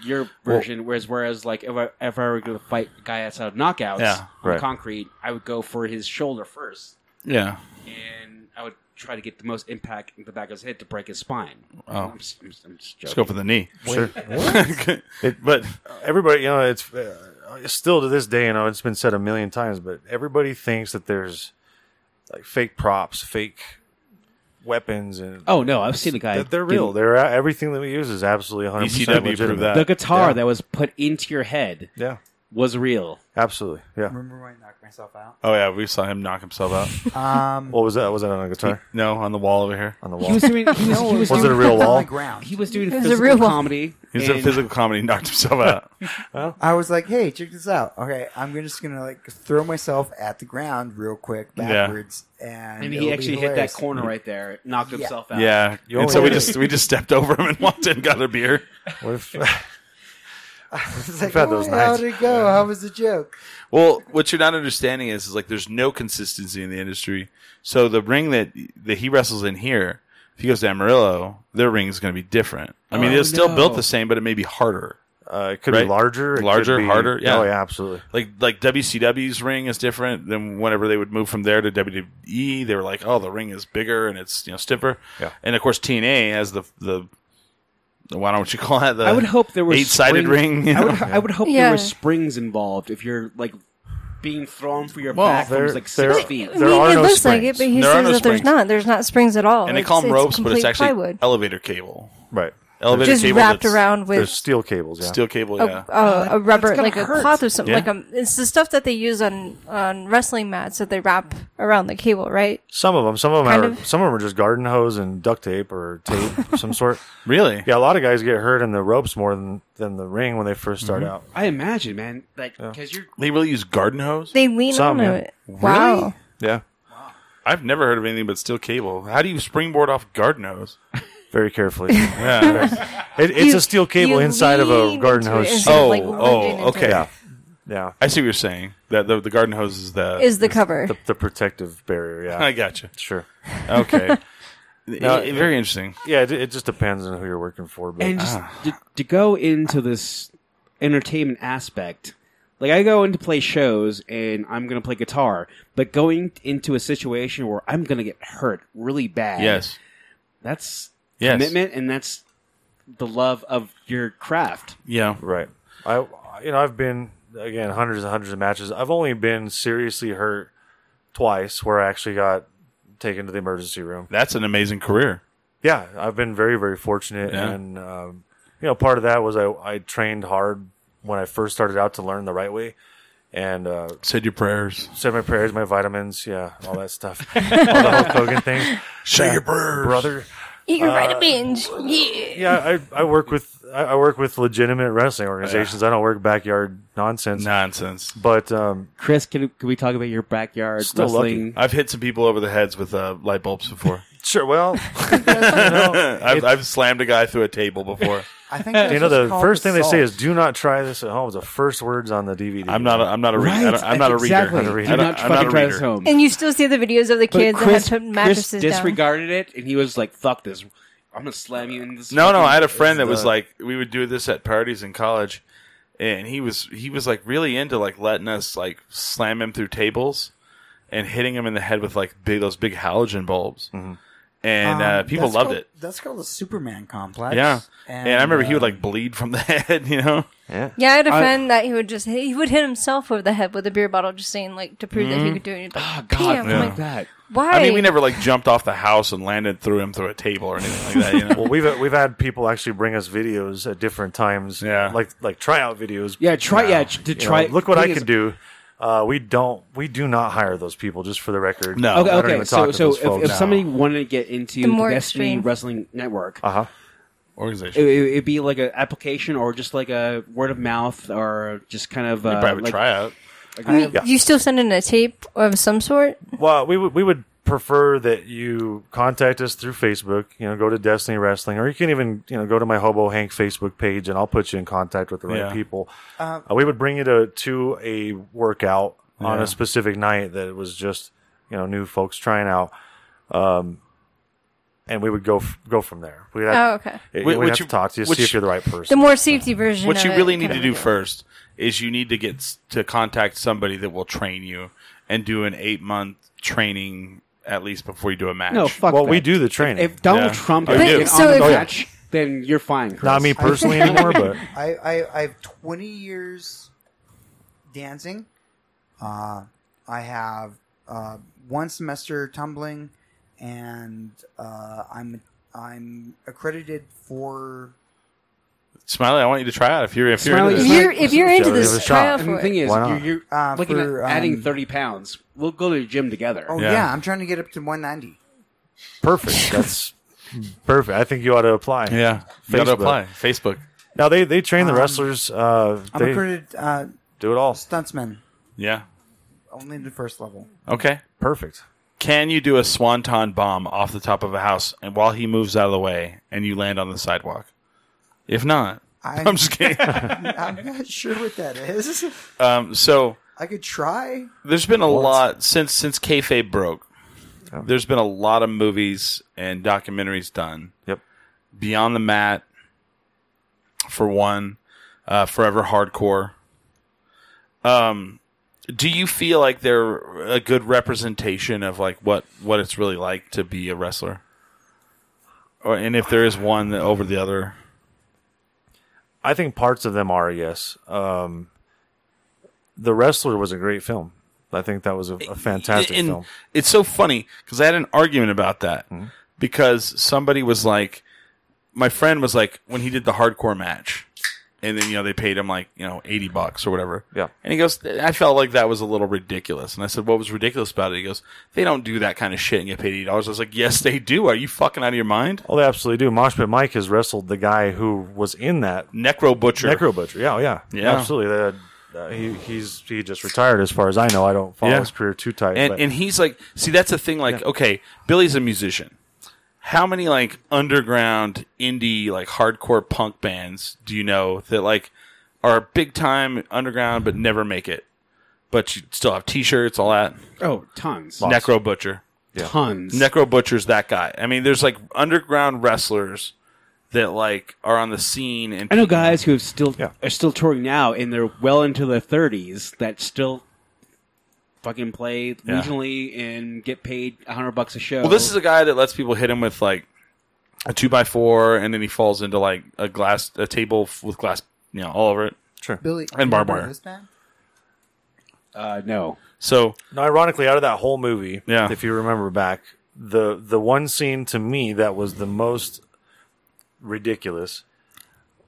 Speaker 3: your version whereas whereas like if I, if I were going to fight a guy outside of knockouts
Speaker 1: Yeah,
Speaker 3: on
Speaker 2: right.
Speaker 3: concrete I would go for his shoulder first
Speaker 1: Yeah,
Speaker 3: and I would try to get the most impact in the back of his head to break his spine.
Speaker 1: Oh.
Speaker 3: I'm just, I'm just- I'm just
Speaker 1: let's
Speaker 3: joking.
Speaker 1: go for the knee.
Speaker 2: Sure.
Speaker 1: but
Speaker 2: Everybody, you know, it's uh, still to this day, you know, it's been said a million times, but everybody thinks that there's like fake props, fake weapons and
Speaker 3: Oh no, I've seen a guy.
Speaker 2: they're, they're
Speaker 3: get-
Speaker 2: real. They're everything that we use is absolutely 100
Speaker 1: ECW
Speaker 2: percent
Speaker 1: proved
Speaker 2: legitimate.
Speaker 1: that.
Speaker 3: The guitar
Speaker 2: Yeah.
Speaker 3: that was put into your head
Speaker 2: Yeah,
Speaker 3: was real.
Speaker 2: absolutely. Yeah.
Speaker 5: Remember when I knocked myself out?
Speaker 1: Oh yeah, we saw him knock himself out.
Speaker 5: Um,
Speaker 2: What was that? Was that on a guitar
Speaker 1: no, on the wall over here.
Speaker 2: on the
Speaker 3: He
Speaker 2: wall?
Speaker 3: was doing. He was, he was,
Speaker 2: Was it
Speaker 3: doing,
Speaker 2: a real
Speaker 5: on
Speaker 2: wall?
Speaker 5: the ground.
Speaker 3: he was doing
Speaker 4: It was a
Speaker 3: physical
Speaker 4: real one.
Speaker 3: comedy.
Speaker 1: He was in
Speaker 3: and-
Speaker 1: physical comedy. He knocked himself out.
Speaker 5: I was like, "Hey, check this out. Okay, I'm gonna- just gonna like throw myself at the ground real quick backwards, and
Speaker 3: And
Speaker 5: it'll
Speaker 3: he
Speaker 5: be
Speaker 3: actually hit that
Speaker 5: hilarious.
Speaker 3: corner right there, knocked
Speaker 5: Yeah.
Speaker 3: himself out.
Speaker 1: yeah,
Speaker 2: You
Speaker 1: and
Speaker 2: only
Speaker 1: so we
Speaker 2: did it.
Speaker 1: just we just stepped over him and walked in, and got a beer.
Speaker 2: What if-
Speaker 5: It's like,
Speaker 2: had those
Speaker 5: "Oh, how
Speaker 2: nights."
Speaker 5: did it go? How was the joke?
Speaker 1: Well, what you're not understanding is, is like there's no consistency in the industry. So the ring that that he wrestles in here, if he goes to Amarillo, their ring is going to be different. I mean,
Speaker 3: Oh,
Speaker 1: it's still
Speaker 3: no.
Speaker 1: built the same, but it may be harder.
Speaker 2: uh, it could
Speaker 1: Right.
Speaker 2: be larger, it could
Speaker 1: Larger,
Speaker 2: be-
Speaker 1: harder, yeah.
Speaker 2: Oh yeah, absolutely.
Speaker 1: Like like WCW's ring is different than whenever they would move from there to WWE. They were like, oh, the ring is bigger and it's you know stiffer.
Speaker 2: Yeah.
Speaker 1: And of course, TNA has the the. Why don't you call that the?
Speaker 3: I would hope there was
Speaker 1: eight-sided
Speaker 3: springs-
Speaker 1: ring. you
Speaker 3: I would,
Speaker 1: know?
Speaker 3: I would hope
Speaker 4: Yeah.
Speaker 3: there were springs involved if you're like being thrown for your
Speaker 1: Well,
Speaker 3: back from
Speaker 2: there-
Speaker 3: like
Speaker 2: there-
Speaker 3: six feet.
Speaker 2: There
Speaker 4: I mean,
Speaker 2: are
Speaker 4: it
Speaker 2: no
Speaker 4: looks like
Speaker 2: springs.
Speaker 4: it, but he
Speaker 1: There are
Speaker 4: says
Speaker 1: no
Speaker 4: that
Speaker 1: springs.
Speaker 4: there's not. There's not springs at all.
Speaker 1: and they call them ropes, but it's
Speaker 4: complete
Speaker 1: actually
Speaker 4: plywood,
Speaker 1: elevator cable.
Speaker 2: Right.
Speaker 1: Elevator
Speaker 4: just
Speaker 1: cable
Speaker 4: wrapped
Speaker 1: that's
Speaker 4: around
Speaker 2: There's
Speaker 4: with
Speaker 2: steel cables. Yeah.
Speaker 1: steel cable.
Speaker 4: a,
Speaker 3: Oh,
Speaker 1: Yeah,
Speaker 4: a, a rubber, like a
Speaker 3: hurt.
Speaker 4: cloth or something.
Speaker 1: Yeah.
Speaker 4: Like a, it's the stuff that they use on on wrestling mats that they wrap around the cable, right?
Speaker 2: Some of them. Some of them
Speaker 4: Kind
Speaker 2: are.
Speaker 4: of.
Speaker 2: Some of them are just garden hose and duct tape or tape of some sort.
Speaker 1: really.
Speaker 2: Yeah, a lot of guys get hurt in the ropes more than than the ring when they first start
Speaker 1: Mm-hmm.
Speaker 2: out.
Speaker 3: I imagine, man, like because you're
Speaker 1: They really use garden hose.
Speaker 4: They lean
Speaker 2: Some,
Speaker 4: on
Speaker 2: yeah.
Speaker 4: it. Wow.
Speaker 2: Yeah.
Speaker 1: I've never heard of anything but steel cable. How do you springboard off garden hose?
Speaker 2: Very carefully. it,
Speaker 1: Yeah.
Speaker 2: it's
Speaker 4: You-
Speaker 2: a steel cable
Speaker 4: you
Speaker 2: inside of
Speaker 4: lean
Speaker 2: a garden
Speaker 4: into it
Speaker 2: hose.
Speaker 4: instead of,
Speaker 1: Oh,
Speaker 4: like,
Speaker 1: oh,
Speaker 4: lunging into
Speaker 1: okay.
Speaker 4: it.
Speaker 2: Yeah. Yeah.
Speaker 1: I see what you're saying. That the, the garden hose is the.
Speaker 4: Is the cover?
Speaker 2: The, the protective barrier.
Speaker 1: I
Speaker 2: Yeah.
Speaker 1: gotcha.
Speaker 2: sure.
Speaker 1: Okay. I- I- very interesting.
Speaker 2: Yeah. It, it just depends on who you're working for. But
Speaker 3: and just
Speaker 1: Ah.
Speaker 3: to, to go into this entertainment aspect like i go in to play shows and i'm gonna play guitar but going into a situation where i'm gonna get hurt really bad
Speaker 1: Yes.
Speaker 3: that's
Speaker 1: Yes.
Speaker 3: commitment and that's the love of your craft
Speaker 1: Yeah.
Speaker 2: Right. I you know I've been again hundreds and hundreds of matches. I've only been seriously hurt twice where I actually got taken to the emergency room.
Speaker 1: That's an amazing career.
Speaker 2: Yeah, I've been very very fortunate
Speaker 1: Yeah.
Speaker 2: and um, you know part of that was I I trained hard when I first started out to learn the right way and uh
Speaker 1: Said your prayers.
Speaker 2: said my prayers, my vitamins, yeah, all that stuff. all the Hulk Hogan thing.
Speaker 1: Say your prayers,
Speaker 2: Brother,
Speaker 4: Eat
Speaker 1: Uh,
Speaker 4: your vitamins. Yeah.
Speaker 2: yeah, I, I work with I I work with legitimate wrestling organizations. I don't work backyard nonsense.
Speaker 1: Nonsense.
Speaker 2: But um,
Speaker 3: chris can, can we talk about your backyard
Speaker 2: Still
Speaker 3: wrestling
Speaker 1: I've hit some people over the heads with uh, light bulbs before.
Speaker 2: sure, well,
Speaker 1: I've, I've slammed a guy through a table before.
Speaker 5: I think that's
Speaker 2: you know
Speaker 5: what's
Speaker 2: the
Speaker 5: called
Speaker 2: first thing they say
Speaker 5: assault.
Speaker 2: is "Do not try this at home." It's the first words on the DVD.
Speaker 1: I'm not. A, I'm not a reader.
Speaker 3: Right,
Speaker 1: I don't, I'm not a reader.
Speaker 3: exactly.
Speaker 1: I'm not a reader.
Speaker 3: Do
Speaker 1: I don't-
Speaker 3: not
Speaker 1: I'm
Speaker 3: fucking
Speaker 1: a
Speaker 3: try
Speaker 1: reader.
Speaker 3: this home.
Speaker 4: And you still see the videos of the
Speaker 3: But
Speaker 4: kids
Speaker 3: Chris,
Speaker 4: that had put
Speaker 3: Chris
Speaker 4: mattresses down.
Speaker 3: disregarded it, and he was like, "Fuck this! I'm gonna slam you in this."
Speaker 1: No, no,
Speaker 3: fucking-
Speaker 1: I had a friend that was
Speaker 2: the-
Speaker 1: like, we would do this at parties in college, and he was he was like really into like letting us like slam him through tables and hitting him in the head with like big those big halogen bulbs, and uh,
Speaker 5: Um,
Speaker 1: people
Speaker 5: that's
Speaker 1: loved
Speaker 5: called-
Speaker 1: it.
Speaker 5: That's called the Superman complex.
Speaker 1: Yeah, and,
Speaker 5: and,
Speaker 1: I remember he would
Speaker 5: uh,
Speaker 1: like bleed from the head, you know.
Speaker 2: Yeah.
Speaker 4: Yeah, I had a friend that he would just he would hit himself over the head with a beer bottle, just saying like to prove that he could do it. And he's like,
Speaker 3: Oh,
Speaker 4: "Damn,"
Speaker 3: God,
Speaker 4: I'm
Speaker 1: Mm. Ah, yeah.
Speaker 4: like,
Speaker 3: like that.
Speaker 4: why?
Speaker 1: I mean, we never like jumped off the house and landed through him through a table or anything like that. You know?
Speaker 2: Well, we've we've had people actually bring us videos at different times.
Speaker 1: Yeah.
Speaker 2: Like like tryout videos.
Speaker 3: Yeah, try. Yeah, to
Speaker 2: You know,
Speaker 3: try.
Speaker 2: look what I
Speaker 3: thing
Speaker 2: can
Speaker 3: is-
Speaker 2: do. Uh, we don't. We do not hire those people. Just for the record.
Speaker 1: No.
Speaker 3: Okay,
Speaker 2: I don't
Speaker 3: okay.
Speaker 2: even
Speaker 3: So,
Speaker 2: talk to
Speaker 3: so
Speaker 2: those
Speaker 3: if,
Speaker 2: folks.
Speaker 3: if somebody wanted to get into the,
Speaker 4: The more
Speaker 3: Destiny
Speaker 4: extreme.
Speaker 3: Wrestling Network,
Speaker 2: Uh huh.
Speaker 3: it,
Speaker 1: Organization,
Speaker 3: it, would be like an application or just like a word of mouth or just kind of uh,
Speaker 1: private
Speaker 3: like,
Speaker 1: tryout.
Speaker 4: I mean, you still send in a tape of some sort.
Speaker 2: Well, we would we would prefer that you contact us through Facebook. You know, go to Destiny Wrestling, or you can even you know go to my Hobo Hank Facebook page, and I'll put you in contact with the right
Speaker 1: Yeah.
Speaker 2: people. Uh, we would bring you to to a workout on a specific night that was just you know new folks trying out. Um, and we would go f- go from there. We'd
Speaker 4: Oh,
Speaker 2: have, eh,
Speaker 4: okay.
Speaker 2: We'd
Speaker 1: What- what
Speaker 2: have
Speaker 1: you-
Speaker 2: to talk to you,
Speaker 1: what
Speaker 2: see if
Speaker 1: you-
Speaker 2: you're the right
Speaker 4: The
Speaker 2: person.
Speaker 4: more safety version.
Speaker 1: What
Speaker 4: of
Speaker 1: you
Speaker 4: it,
Speaker 1: really need
Speaker 4: kind
Speaker 1: to
Speaker 4: of
Speaker 1: do
Speaker 4: deal.
Speaker 1: first is you need to get s- to contact somebody that will train you and do an eight month training at least before you do a match.
Speaker 3: No, fuck.
Speaker 2: well,
Speaker 3: that.
Speaker 2: we do the training.
Speaker 3: If Donald
Speaker 1: Yeah.
Speaker 3: Trump
Speaker 1: I
Speaker 3: is
Speaker 1: do.
Speaker 3: in
Speaker 4: So
Speaker 3: on the
Speaker 4: if-
Speaker 3: match, then you're fine. Chris.
Speaker 2: Not me personally anymore, but
Speaker 5: uh, I, I I have 20 years dancing. Uh, I have uh, one semester tumbling, and uh, I'm I'm accredited for.
Speaker 1: Smiley, I want you to try out if you're if you're
Speaker 3: Smiley,
Speaker 1: into
Speaker 4: If
Speaker 1: this.
Speaker 3: you-
Speaker 4: you're if you're into
Speaker 2: Give it a
Speaker 4: this,
Speaker 2: shot.
Speaker 4: try out
Speaker 3: And the
Speaker 4: for
Speaker 3: thing
Speaker 4: it.
Speaker 3: is,
Speaker 2: Why not?
Speaker 3: you're, you're
Speaker 5: Uh,
Speaker 3: looking
Speaker 5: for,
Speaker 3: at adding
Speaker 5: um,
Speaker 3: thirty pounds. We'll go to the gym together.
Speaker 5: Oh
Speaker 1: Yeah.
Speaker 5: yeah. I'm trying to get up to 190.
Speaker 2: Perfect. That's perfect. I think you ought to apply.
Speaker 1: yeah, you gotta
Speaker 2: Facebook.
Speaker 1: apply Facebook.
Speaker 2: Now they they train the wrestlers. Uh,
Speaker 5: I'm
Speaker 2: they
Speaker 5: accredited uh,
Speaker 2: do it all.
Speaker 5: stuntsman,
Speaker 1: Yeah.
Speaker 5: only the first level.
Speaker 1: Okay.
Speaker 2: Perfect.
Speaker 1: Can you do a swanton bomb off the top of a house and while he moves out of the way and you land on the sidewalk? If not,
Speaker 5: I-
Speaker 1: I'm just kidding.
Speaker 5: I'm not sure what that is.
Speaker 1: um, so
Speaker 5: I could try.
Speaker 1: there's been a lot since since kayfabe broke. There's been a lot of movies and documentaries done.
Speaker 2: Yep.
Speaker 1: Beyond the Mat, for one, uh, Forever Hardcore. Um, do you feel like they're a good representation of like what what it's really like to be a wrestler, or and if there is one that over the other?
Speaker 2: I think parts of them are yes. Um, the wrestler was a great film. I think that was a, a fantastic
Speaker 1: and
Speaker 2: film. Hmm?
Speaker 1: It's so funny because I had an argument about that because somebody was like, my friend was like, when he did the hardcore match, and then you know they paid him like you know eighty bucks or whatever.
Speaker 2: Yeah.
Speaker 1: And he goes, I felt like that was a little ridiculous. And I said, what was ridiculous about it? He goes, they don't do that kind of shit and get paid eighty dollars. I was like, yes, they do. Are you fucking out of your mind?
Speaker 2: Oh, they absolutely do. Mosh Pit Mike has wrestled the guy who was in that
Speaker 1: Necro butcher.
Speaker 2: Necro Butcher. Yeah, oh, yeah,
Speaker 1: Yeah.
Speaker 2: absolutely. That, uh, he he's he just retired, as far as I know. I don't follow
Speaker 1: Yeah.
Speaker 2: his career too tight.
Speaker 1: and
Speaker 2: but
Speaker 1: and he's like, see, that's the thing. Like, okay, Billy's a musician. How many like underground indie like hardcore punk bands do you know that like are big time underground but never make it? But you still have T-shirts, all that.
Speaker 3: Oh, tons,
Speaker 1: Necro Butcher,
Speaker 3: tons.
Speaker 1: Necro Butcher's that guy. I mean, there's like underground wrestlers that like are on the scene and
Speaker 3: I know guys who have still
Speaker 2: Yeah.
Speaker 3: are still touring now, and they're well into their thirties that still fucking play regionally and get paid hundred bucks a show.
Speaker 1: Well, this is a guy that lets people hit him with like a two by four, and then he falls into like a glass, a table f- with glass, you know, all over it.
Speaker 5: Billy
Speaker 1: And barbed wire.
Speaker 5: This man?
Speaker 3: uh, no.
Speaker 1: So
Speaker 2: Now, ironically, out of that whole movie,
Speaker 1: Yeah.
Speaker 2: if you remember back, the the one scene to me that was the most ridiculous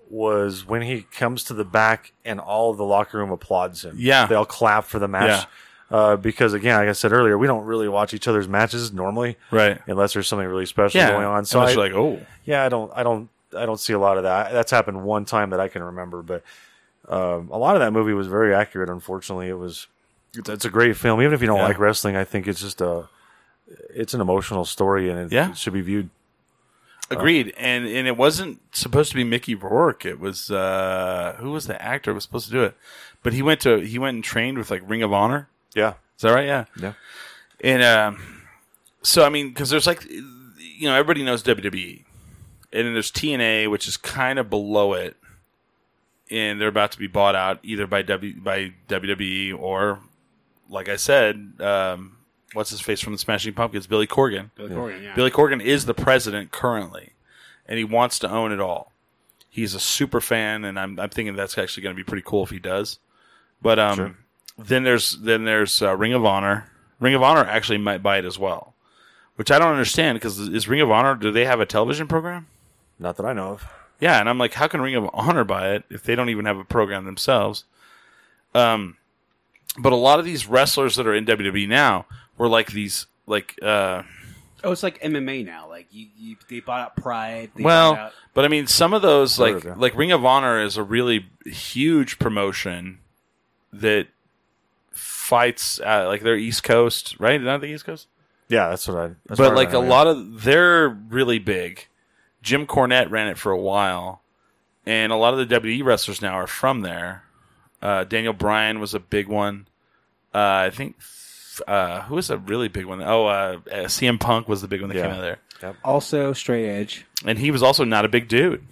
Speaker 2: was when he comes to the back and all of the locker room applauds him.
Speaker 1: Yeah.
Speaker 2: they all clap for the match. Uh, because again, like I said earlier, we don't really watch each other's matches normally,
Speaker 1: Right.
Speaker 2: Unless there's something really special
Speaker 1: yeah,
Speaker 2: going on. So
Speaker 1: Unless
Speaker 2: I-
Speaker 1: you're like, oh,
Speaker 2: yeah, I don't, I don't, I don't see a lot of that. That's happened one time that I can remember, but um, a lot of that movie was very accurate. Unfortunately, it was. It's, it's a great film, even if you don't
Speaker 1: Yeah.
Speaker 2: like wrestling. I think it's just a, it's an emotional story, and it,
Speaker 1: Yeah.
Speaker 2: it should be viewed.
Speaker 1: agreed. And and it wasn't supposed to be Mickey Rourke. It was uh, who was the actor who was supposed to do it, but he went to he went and trained with like Ring of Honor.
Speaker 2: Yeah,
Speaker 1: Is that right? Yeah.
Speaker 2: Yeah.
Speaker 1: And um, so I mean, because there's like, you know, everybody knows WWE, and then there's TNA, which is kind of below it, and they're about to be bought out either by W by WWE or, like I said, um, what's his face from the Smashing Pumpkins, Billy Corgan.
Speaker 3: Billy Corgan, yeah.
Speaker 1: Billy Corgan is the president currently, and he wants to own it all. He's a super fan, and I'm, I'm thinking that's actually going to be pretty cool if he does. But um, then there's then there's uh, Ring of Honor. Ring of Honor actually might buy it as well, which I don't understand because is Ring of Honor do they have a television program?
Speaker 2: not that I know of.
Speaker 1: Yeah, and I'm like, how can Ring of Honor buy it if they don't even have a program themselves? Um, but a lot of these wrestlers that are in WWE now were like these like. Uh,
Speaker 3: Oh, it's like MMA now. Like you, you they bought out Pride. They
Speaker 1: well,
Speaker 3: bought out,
Speaker 1: but I mean, some of those
Speaker 2: Sort
Speaker 1: like
Speaker 2: of, yeah.
Speaker 1: like Ring of Honor is a really huge promotion that fights uh, like they're East Coast, right? Not the East Coast,
Speaker 2: Yeah, that's what I. That's what
Speaker 1: but
Speaker 2: I
Speaker 1: like a
Speaker 2: remember, yeah.
Speaker 1: lot of they're really big. Jim Cornette ran it for a while, and a lot of the WWE wrestlers now are from there. Uh, Daniel Bryan was a big one. Uh, I think uh, who was a really big one? Oh, uh, uh, CM Punk was the big one that came
Speaker 2: Yeah.
Speaker 1: out of there.
Speaker 3: also straight edge.
Speaker 1: and he was also not a big dude.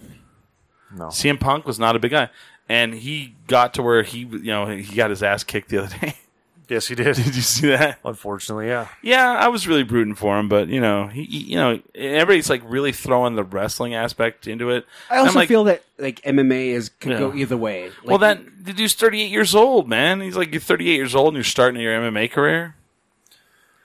Speaker 2: No.
Speaker 1: CM Punk was not a big guy, and he got to where he, you know, he got his ass kicked the other day.
Speaker 2: Yes, he did.
Speaker 1: Did you see that?
Speaker 2: Unfortunately, yeah.
Speaker 1: Yeah, I was really rooting for him, but you know, he, he- you know, everybody's like really throwing the wrestling aspect into it.
Speaker 3: I
Speaker 1: And I'm
Speaker 3: also
Speaker 1: like,
Speaker 3: feel that like MMA is could
Speaker 1: Yeah.
Speaker 3: go either way. Like,
Speaker 1: well, that the dude's 38 years old, man. He's like, you're 38 years old and you're starting your MMA career.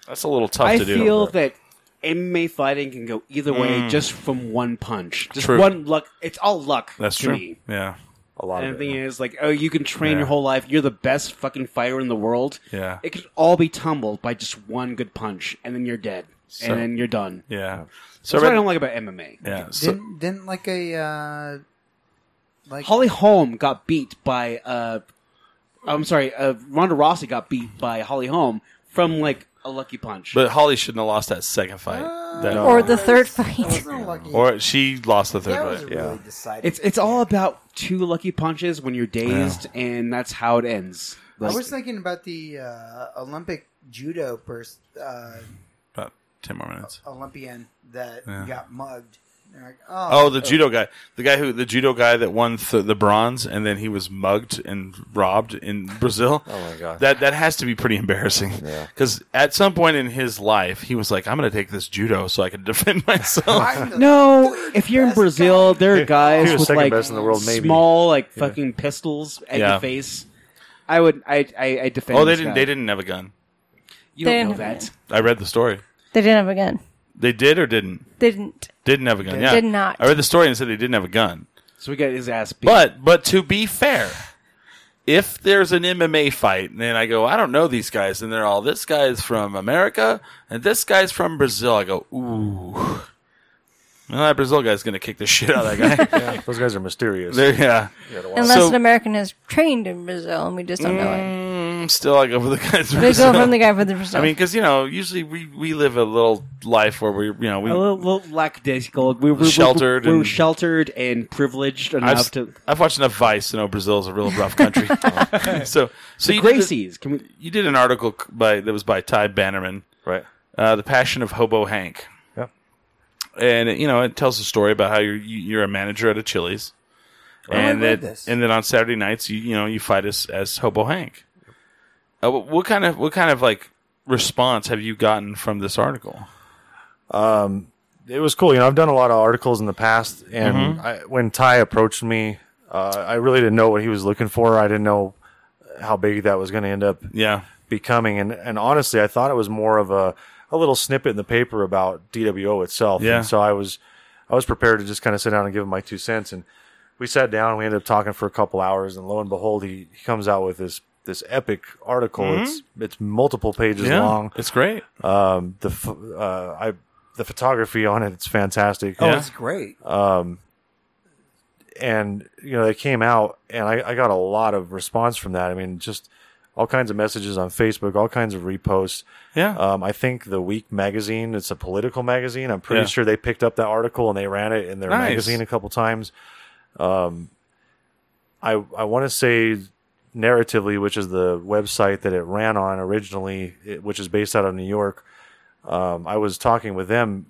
Speaker 1: That's a little tough
Speaker 3: I
Speaker 1: to do. Mm.
Speaker 3: feel that MMA fighting can go either way just from one punch. Just
Speaker 1: True.
Speaker 3: one luck. It's all luck.
Speaker 1: That's
Speaker 3: to
Speaker 1: true.
Speaker 3: me.
Speaker 1: Yeah.
Speaker 2: A lot
Speaker 3: And
Speaker 2: of
Speaker 3: the
Speaker 2: it.
Speaker 3: thing is, like, oh, you can train
Speaker 1: Yeah.
Speaker 3: your whole life. You're the best fucking fighter in the world.
Speaker 1: Yeah.
Speaker 3: It could all be tumbled by just one good punch, and then you're dead.
Speaker 1: So-
Speaker 3: and then you're done.
Speaker 1: Yeah. So
Speaker 3: That's
Speaker 1: I
Speaker 3: what I
Speaker 1: read-
Speaker 3: don't like about MMA.
Speaker 1: yeah. So,
Speaker 5: Didn't didn't like a uh, like
Speaker 3: Holly Holm got beat by uh I'm sorry, uh Ronda Rousey got beat by Holly Holm from like a lucky punch.
Speaker 1: but Holly shouldn't have lost that second fight.
Speaker 3: Uh,
Speaker 1: That-
Speaker 4: Or the third
Speaker 5: That
Speaker 4: fight.
Speaker 5: was no lucky.
Speaker 1: or she lost the third
Speaker 5: that was a
Speaker 1: fight.
Speaker 5: really
Speaker 2: Yeah.
Speaker 5: decided.
Speaker 3: it's it's all about two lucky punches when you're dazed and that's how it ends.
Speaker 5: I
Speaker 3: Like,
Speaker 5: was thinking about the uh, Olympic judo person, uh,
Speaker 1: About ten more minutes.
Speaker 5: Olympian that
Speaker 1: Yeah.
Speaker 5: got mugged. They're like,
Speaker 1: Oh,
Speaker 5: oh,
Speaker 1: the judo guy, the guy who the judo guy that won th- the bronze, and then he was mugged and robbed in Brazil.
Speaker 2: Oh my God.
Speaker 1: that that has to be pretty embarrassing. because at some point in his life, he was like, "I'm going to take this judo so I can defend myself."
Speaker 5: I'm the
Speaker 3: no, if you're in
Speaker 5: best guy.
Speaker 3: Brazil, there are
Speaker 2: He
Speaker 3: guys
Speaker 2: was
Speaker 3: with
Speaker 2: second
Speaker 3: like
Speaker 2: best in the world, maybe.
Speaker 3: small like fucking pistols at
Speaker 1: Yeah.
Speaker 3: your face. I would I I, I defend.
Speaker 1: oh, they
Speaker 3: this
Speaker 1: didn't.
Speaker 3: guy.
Speaker 1: They didn't have a gun.
Speaker 3: You
Speaker 4: They
Speaker 3: don't know
Speaker 4: didn't-
Speaker 3: that.
Speaker 1: I read the story.
Speaker 4: They didn't have a gun.
Speaker 1: They did or didn't.
Speaker 4: They didn't.
Speaker 1: Didn't have a gun. Yeah,
Speaker 4: Did not.
Speaker 1: I read the story and it said they didn't have a gun.
Speaker 3: So we got his ass beat.
Speaker 1: But but to be fair, if there's an MMA fight and then I go, I don't know these guys, and they're all this guy is from America and this guy's from Brazil, I go, ooh. Well, that Brazil guy's gonna kick the shit out of that guy.
Speaker 2: Yeah, those guys are mysterious.
Speaker 1: They're- yeah.
Speaker 4: Unless
Speaker 1: So-
Speaker 4: an American is trained in Brazil and we just don't know it.
Speaker 1: Mm, still, I go for the guys from
Speaker 4: They
Speaker 1: Brazil.
Speaker 4: go from the guy for the Brazil.
Speaker 1: I mean, because you know, usually we, we live a little life where we you know we
Speaker 3: a little, little lackadaisical. We were
Speaker 1: Sheltered
Speaker 3: We were,
Speaker 1: and-
Speaker 3: sheltered and privileged enough
Speaker 1: I've, s-
Speaker 3: to.
Speaker 1: I've watched enough Vice to know Brazil is a real rough country. so so you did, the-
Speaker 3: Gracie's. Can we?
Speaker 1: you did an article c- by that was by Ty Bannerman.
Speaker 2: right.
Speaker 1: uh, the Passion of Hobo Hank,
Speaker 2: Yep.
Speaker 1: and it, you know it tells a story about how you're you- you're a manager at a Chili's, and that
Speaker 5: I read this.
Speaker 1: and then on Saturday nights you you know you fight as as Hobo Hank. Uh, wh- what kind of what kind of like response have you gotten from this article?
Speaker 2: it was cool. You know, I've done a lot of articles in the past, and
Speaker 1: Mm-hmm.
Speaker 2: I, when Ty approached me, uh, I really didn't know what he was looking for. I didn't know how big that was going to end up
Speaker 1: Yeah,
Speaker 2: becoming, and and honestly, I thought it was more of a a little snippet in the paper about DWO itself.
Speaker 1: Yeah.
Speaker 2: And so I was I was prepared to just kind of sit down and give him my two cents, and we sat down. and We ended up talking for a couple hours, and lo and behold, he, he comes out with this this epic article. It's it's multiple pages
Speaker 1: Mm-hmm. yeah,
Speaker 2: long.
Speaker 1: it's great.
Speaker 2: Um, the ph- uh, I the photography on it, it's fantastic
Speaker 5: oh,
Speaker 1: yeah.
Speaker 5: it's great.
Speaker 2: and you know they came out and I, I got a lot of response from that i mean just all kinds of messages on facebook all kinds of reposts
Speaker 1: Yeah,
Speaker 2: um, i think the week magazine it's a political magazine i'm pretty
Speaker 1: Yeah.
Speaker 2: sure they picked up that article and they ran it in their
Speaker 1: Nice.
Speaker 2: magazine a couple times um, i, I want to say narratively which is the website that it ran on originally it, which is based out of new york um, i was talking with them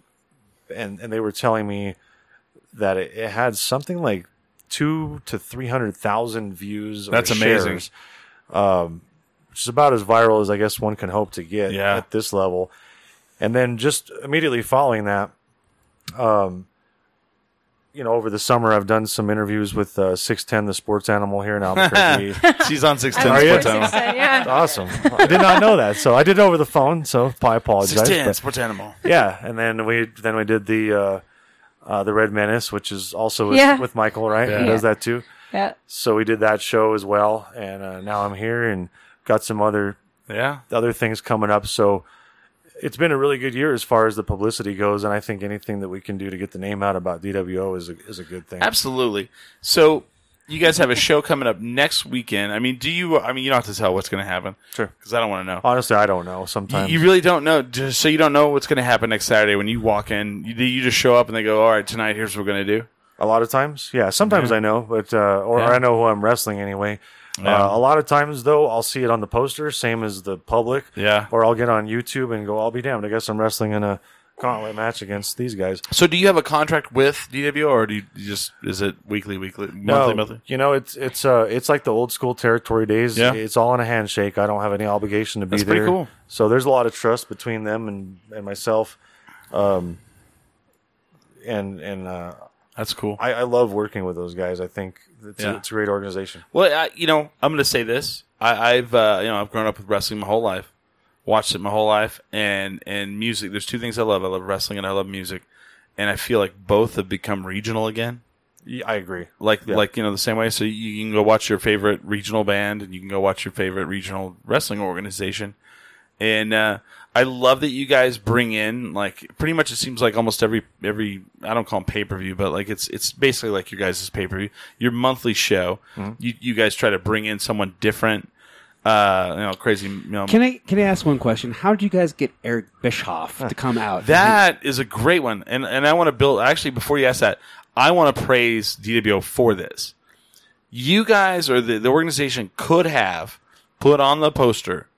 Speaker 2: and, and they were telling me that it, it had something like two to three hundred thousand views. Or
Speaker 1: That's amazing.
Speaker 2: shares, um, which is about as viral as I guess one can hope to get
Speaker 1: Yeah.
Speaker 2: at this level. And then just immediately following that, um, you know, over the summer I've done some interviews with uh, Six Ten, the sports animal here in Albuquerque.
Speaker 1: she's on six
Speaker 4: I
Speaker 1: ten.
Speaker 4: was
Speaker 2: Are you?
Speaker 4: forced to say, yeah.
Speaker 2: awesome! I did not know that, so I did it over the phone. So I apologize.
Speaker 1: Six ten
Speaker 2: but-
Speaker 1: sports animal.
Speaker 2: yeah, and then we then we did the uh, uh, the Red Menace, which is also with,
Speaker 4: Yeah.
Speaker 2: with Michael, right? He
Speaker 1: Yeah.
Speaker 2: does that too.
Speaker 4: yeah.
Speaker 2: So we did that show as well, and uh, now I'm here and got some other
Speaker 1: Yeah,
Speaker 2: other things coming up. So it's been a really good year as far as the publicity goes, and I think anything that we can do to get the name out about DWO is a, is a good thing.
Speaker 1: absolutely. So. You guys have a show coming up next weekend. I mean, do you? I mean, you don't have to tell what's going to happen.
Speaker 2: Sure.
Speaker 1: because I don't want to know.
Speaker 2: Honestly, I don't know.
Speaker 1: You-
Speaker 2: Sometimes
Speaker 1: You really don't know. Just so you don't know what's going to happen next Saturday when you walk in. You, you just show up and they go, "All right, tonight here's what we're going to do."
Speaker 2: A lot of times, yeah. Sometimes I know, but uh, or
Speaker 1: Yeah.
Speaker 2: I know who I'm wrestling anyway.
Speaker 1: Yeah.
Speaker 2: Uh, a lot of times, though, I'll see it on the poster, same as the public.
Speaker 1: Yeah.
Speaker 2: Or I'll get on YouTube and go, "I'll be damned! I guess I'm wrestling in a gauntlet match against these guys."
Speaker 1: So, do you have a contract with DWO, or do you you just is it weekly, weekly, monthly,
Speaker 2: No,
Speaker 1: monthly?
Speaker 2: you know, it's it's uh it's like the old school territory days.
Speaker 1: Yeah.
Speaker 2: It's all in a handshake. I don't have any obligation to be
Speaker 1: That's
Speaker 2: there.
Speaker 1: pretty cool.
Speaker 2: So there's a lot of trust between them and and myself. Um. And and uh,
Speaker 1: That's cool.
Speaker 2: I, I love working with those guys. I think it's,
Speaker 1: Yeah.
Speaker 2: a, it's a great organization.
Speaker 1: well, I, you know, I'm going to say this. I, I've uh, you know I've grown up with wrestling my whole life. watched it my whole life, and and music. There's two things I love. I love wrestling and I love music, and I feel like both have become regional again.
Speaker 2: Yeah, I agree.
Speaker 1: Like
Speaker 2: Yeah.
Speaker 1: like you know the same way. So you- you can go watch your favorite regional band, and you can go watch your favorite regional wrestling organization, and uh, I love that you guys bring in like pretty much it seems like almost every every I don't call them pay per view, but like it's it's basically like your guys' pay per view, your monthly show. You you guys try to bring in someone different. Uh, you know, crazy. You know,
Speaker 3: Can I can I ask one question? How did you guys get Eric Bischoff to come out?
Speaker 1: That is a great one, and and I want to build. Actually, before you ask that, I want to praise DWO for this. You guys or the, the organization could have put on the poster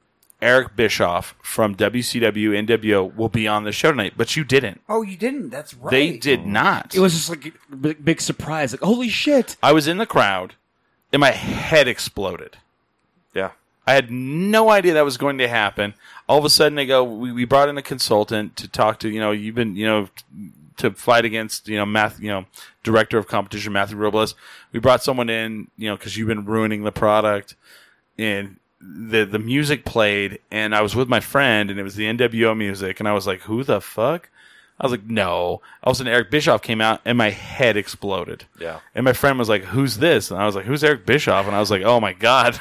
Speaker 1: Eric Bischoff from WCW NWO will be on the show tonight, but you didn't.
Speaker 5: Oh, you didn't. That's right.
Speaker 1: They did not.
Speaker 3: it was just like a big, big surprise. Like holy shit!
Speaker 1: I was in the crowd, and my head exploded.
Speaker 2: Yeah.
Speaker 1: I had no idea that was going to happen. All of a sudden, they go, we, we brought in a consultant to talk to, you know, you've been, you know, to fight against, you know, math, you know, director of competition, Matthew Robles. We brought someone in, you know, because you've been ruining the product. And the, the music played, and I was with my friend, and it was the NWO music. And I was like, who the fuck? I was like, no. All of a sudden, Eric Bischoff came out, and my head exploded.
Speaker 2: Yeah.
Speaker 1: And my friend was like, who's this? And I was like, who's Eric Bischoff? And I was like, oh my God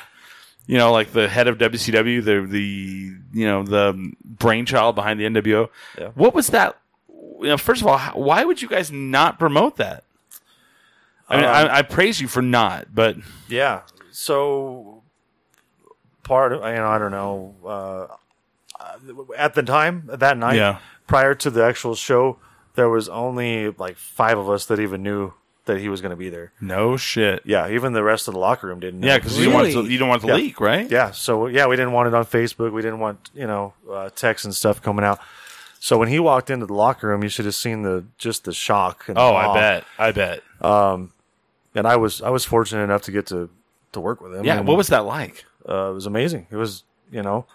Speaker 1: you know, like the head of WCW, the the you know the brainchild behind the NWO.
Speaker 2: Yeah.
Speaker 1: What was that? You know, first of all, how- why would you guys not promote that? I
Speaker 2: Um,
Speaker 1: mean, I, I praise you for not, but
Speaker 2: Yeah. So part of, you know, I don't know, uh, at the time that night,
Speaker 1: Yeah.
Speaker 2: prior to the actual show, there was only like five of us that even knew that he was going to be there.
Speaker 1: no shit.
Speaker 2: Yeah. Even the rest of the locker room didn't. know.
Speaker 1: Yeah, because you don't want it to,
Speaker 3: Really?
Speaker 1: you don't want it to
Speaker 2: Yeah.
Speaker 1: leak, right?
Speaker 2: Yeah. So yeah, we didn't want it on Facebook. We didn't want you know uh, texts and stuff coming out. So when he walked into the locker room, you should have seen the just the shock. And
Speaker 1: Oh,
Speaker 2: awe.
Speaker 1: I bet. I bet.
Speaker 2: And I was I was fortunate enough to get to to work with him.
Speaker 1: yeah.
Speaker 2: And,
Speaker 1: What was that like?
Speaker 2: uh, it was amazing. It was you know,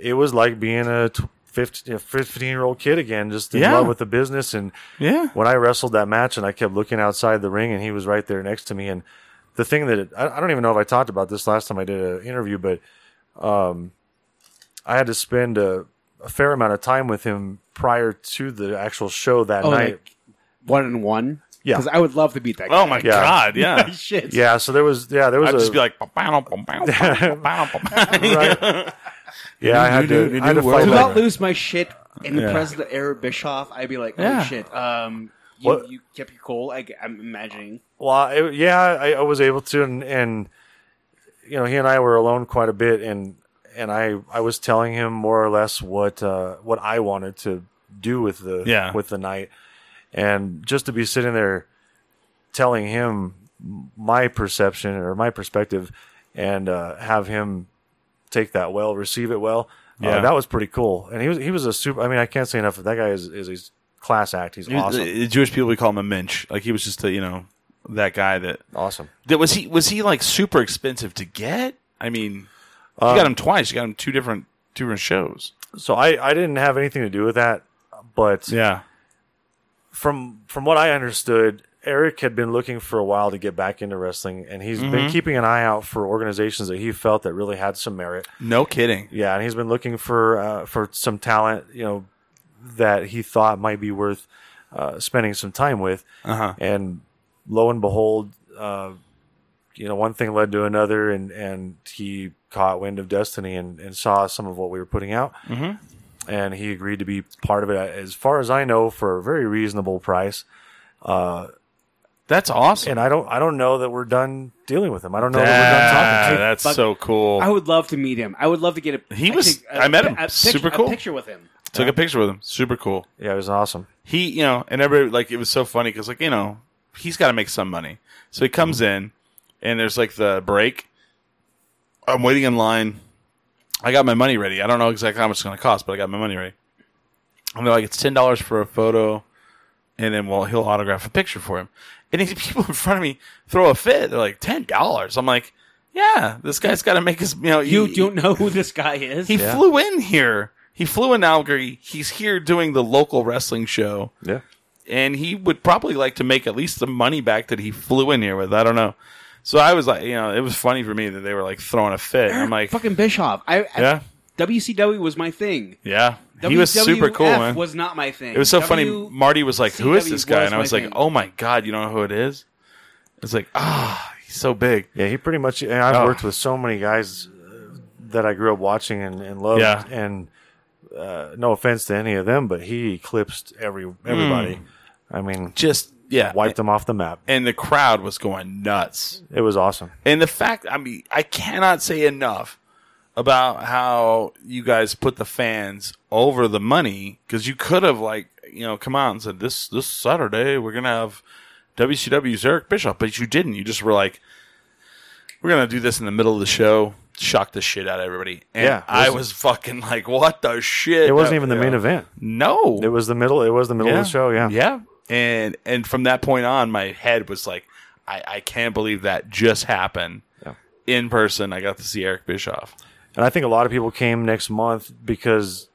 Speaker 2: it was like being a tw- 15, year old kid again, just in
Speaker 1: Yeah.
Speaker 2: love with the business. And
Speaker 1: Yeah.
Speaker 2: when I wrestled that match, and I kept looking outside the ring, and he was right there next to me. And the thing that it, I, I don't even know if I talked about this last time I did an interview, but um, I had to spend a, a fair amount of time with him prior to the actual show that
Speaker 3: Oh,
Speaker 2: night.
Speaker 3: like one and one.
Speaker 2: Yeah.
Speaker 3: because I would love to beat that.
Speaker 1: Oh
Speaker 3: guy.
Speaker 1: my
Speaker 2: Yeah.
Speaker 1: god. Yeah.
Speaker 3: shit!
Speaker 2: yeah, so there was yeah there was
Speaker 1: I'd
Speaker 2: a,
Speaker 1: just be like, "Ba-bow, ba-bow, ba-bow, ba-bow, ba-bow."
Speaker 2: right? yeah, I had to, I had to
Speaker 3: Do
Speaker 1: oh
Speaker 2: fight back.
Speaker 3: not lose my shit in the presence of Eric Bischoff. I'd be like, oh
Speaker 1: Yeah.
Speaker 3: shit. Um, you,
Speaker 2: What-
Speaker 3: you kept your cool. I, am imagining.
Speaker 2: Well, I, yeah, I, I was able to, and, and you know, he and I were alone quite a bit, and and I I was telling him more or less what uh, what I wanted to do with the
Speaker 1: Yeah.
Speaker 2: with the night, and just to be sitting there telling him my perception or my perspective, and uh, have him take that well, receive it well. uh,
Speaker 1: Yeah.
Speaker 2: that was pretty cool, and he was he was a super. I mean, I can't say enough. That guy is is a class act. He's awesome,
Speaker 1: The- the Jewish people we call him a minch. Like he was just a you know that guy that
Speaker 2: awesome.
Speaker 1: That was he was he like super expensive to get? I mean, you
Speaker 2: Uh,
Speaker 1: got him twice. You got him two different two different shows.
Speaker 2: So I, I didn't have anything to do with that, but
Speaker 1: Yeah,
Speaker 2: from from what I understood, Eric had been looking for a while to get back into wrestling, and he's been keeping an eye out for organizations that he felt that really had some merit.
Speaker 1: no kidding.
Speaker 2: Yeah, and he's been looking for uh, for some talent, you know, that he thought might be worth uh, spending some time with.
Speaker 1: Uh-huh.
Speaker 2: And lo and behold, uh, you know, one thing led to another, and and he caught wind of destiny and, and saw some of what we were putting out, mm-hmm. and he agreed to be part of it. As far as I know, for a very reasonable price.
Speaker 1: That's awesome.
Speaker 2: And I don't I don't know that we're done dealing with him. I don't know
Speaker 1: Ah,
Speaker 2: that we're done talking.
Speaker 1: that's
Speaker 3: Fuck.
Speaker 1: so cool.
Speaker 3: I would love to meet him. I would love to get a.
Speaker 1: He
Speaker 3: I
Speaker 1: was-
Speaker 3: think, a-
Speaker 1: I met him.
Speaker 3: a picture-
Speaker 1: Super
Speaker 3: a
Speaker 1: cool.
Speaker 3: picture with him.
Speaker 1: Took a picture with him. Super cool.
Speaker 2: To. Yeah, it was awesome.
Speaker 1: He, you know, and everybody like it was so funny because like you know he's got to make some money, so he comes
Speaker 3: Mm-hmm.
Speaker 1: in and there's like the break. I'm waiting in line. I got my money ready. I don't know exactly how much it's going to cost, but I got my money ready. And they're like, it's ten dollars for a photo, and then well, he'll autograph a picture for him. And these people in front of me throw a fit. They're like, ten dollars. I'm like, yeah, this guy's got to make his. You know,
Speaker 3: You
Speaker 1: he,
Speaker 3: don't know who this guy is.
Speaker 1: He flew in here. He flew in Calgary. He's here doing the local wrestling show,
Speaker 2: Yeah.
Speaker 1: and he would probably like to make at least the money back that he flew in here with. I don't know. So I was like, you know, it was funny for me that they were like throwing a fit. I'm like,
Speaker 3: fucking Bischoff. I, I
Speaker 1: yeah,
Speaker 3: WCW was my thing.
Speaker 1: Yeah, he was super cool,
Speaker 3: WWF
Speaker 1: man.
Speaker 3: Was not my thing.
Speaker 1: it was so funny.
Speaker 3: W-
Speaker 1: Marty was like, "Who is
Speaker 3: CW
Speaker 1: this guy?"
Speaker 3: was
Speaker 1: and I
Speaker 3: my
Speaker 1: was like,
Speaker 3: thing.
Speaker 1: "Oh my god, you don't know who it is?" It's like, ah, he's so big.
Speaker 2: Yeah, he pretty much. And I've
Speaker 1: Oh.
Speaker 2: worked with so many guys uh, that I grew up watching and, and loved.
Speaker 1: Yeah.
Speaker 2: And uh, no offense to any of them, but he eclipsed every everybody. I mean,
Speaker 1: Just yeah,
Speaker 2: wiped them off the map.
Speaker 1: and the crowd was going nuts.
Speaker 2: It was awesome.
Speaker 1: And the fact, I mean, I cannot say enough about how you guys put the fans over the money because you could have like you know come out and said this this Saturday we're gonna have WCW's Eric Bischoff, but you didn't. You just were like, we're gonna do this in the middle of the show, shock the shit out of everybody. And
Speaker 2: Yeah, it
Speaker 1: I
Speaker 2: wasn't-
Speaker 1: was fucking like, what the shit?
Speaker 2: It wasn't
Speaker 1: Uh,
Speaker 2: even the
Speaker 1: yeah.
Speaker 2: main event.
Speaker 1: No,
Speaker 2: It was the middle. It was the middle of the show. Yeah.
Speaker 1: yeah. And and from that point on, my head was like, I, I can't believe that just happened
Speaker 2: Yeah.
Speaker 1: in person. I got to see Eric Bischoff.
Speaker 2: And I think a lot of people came next month because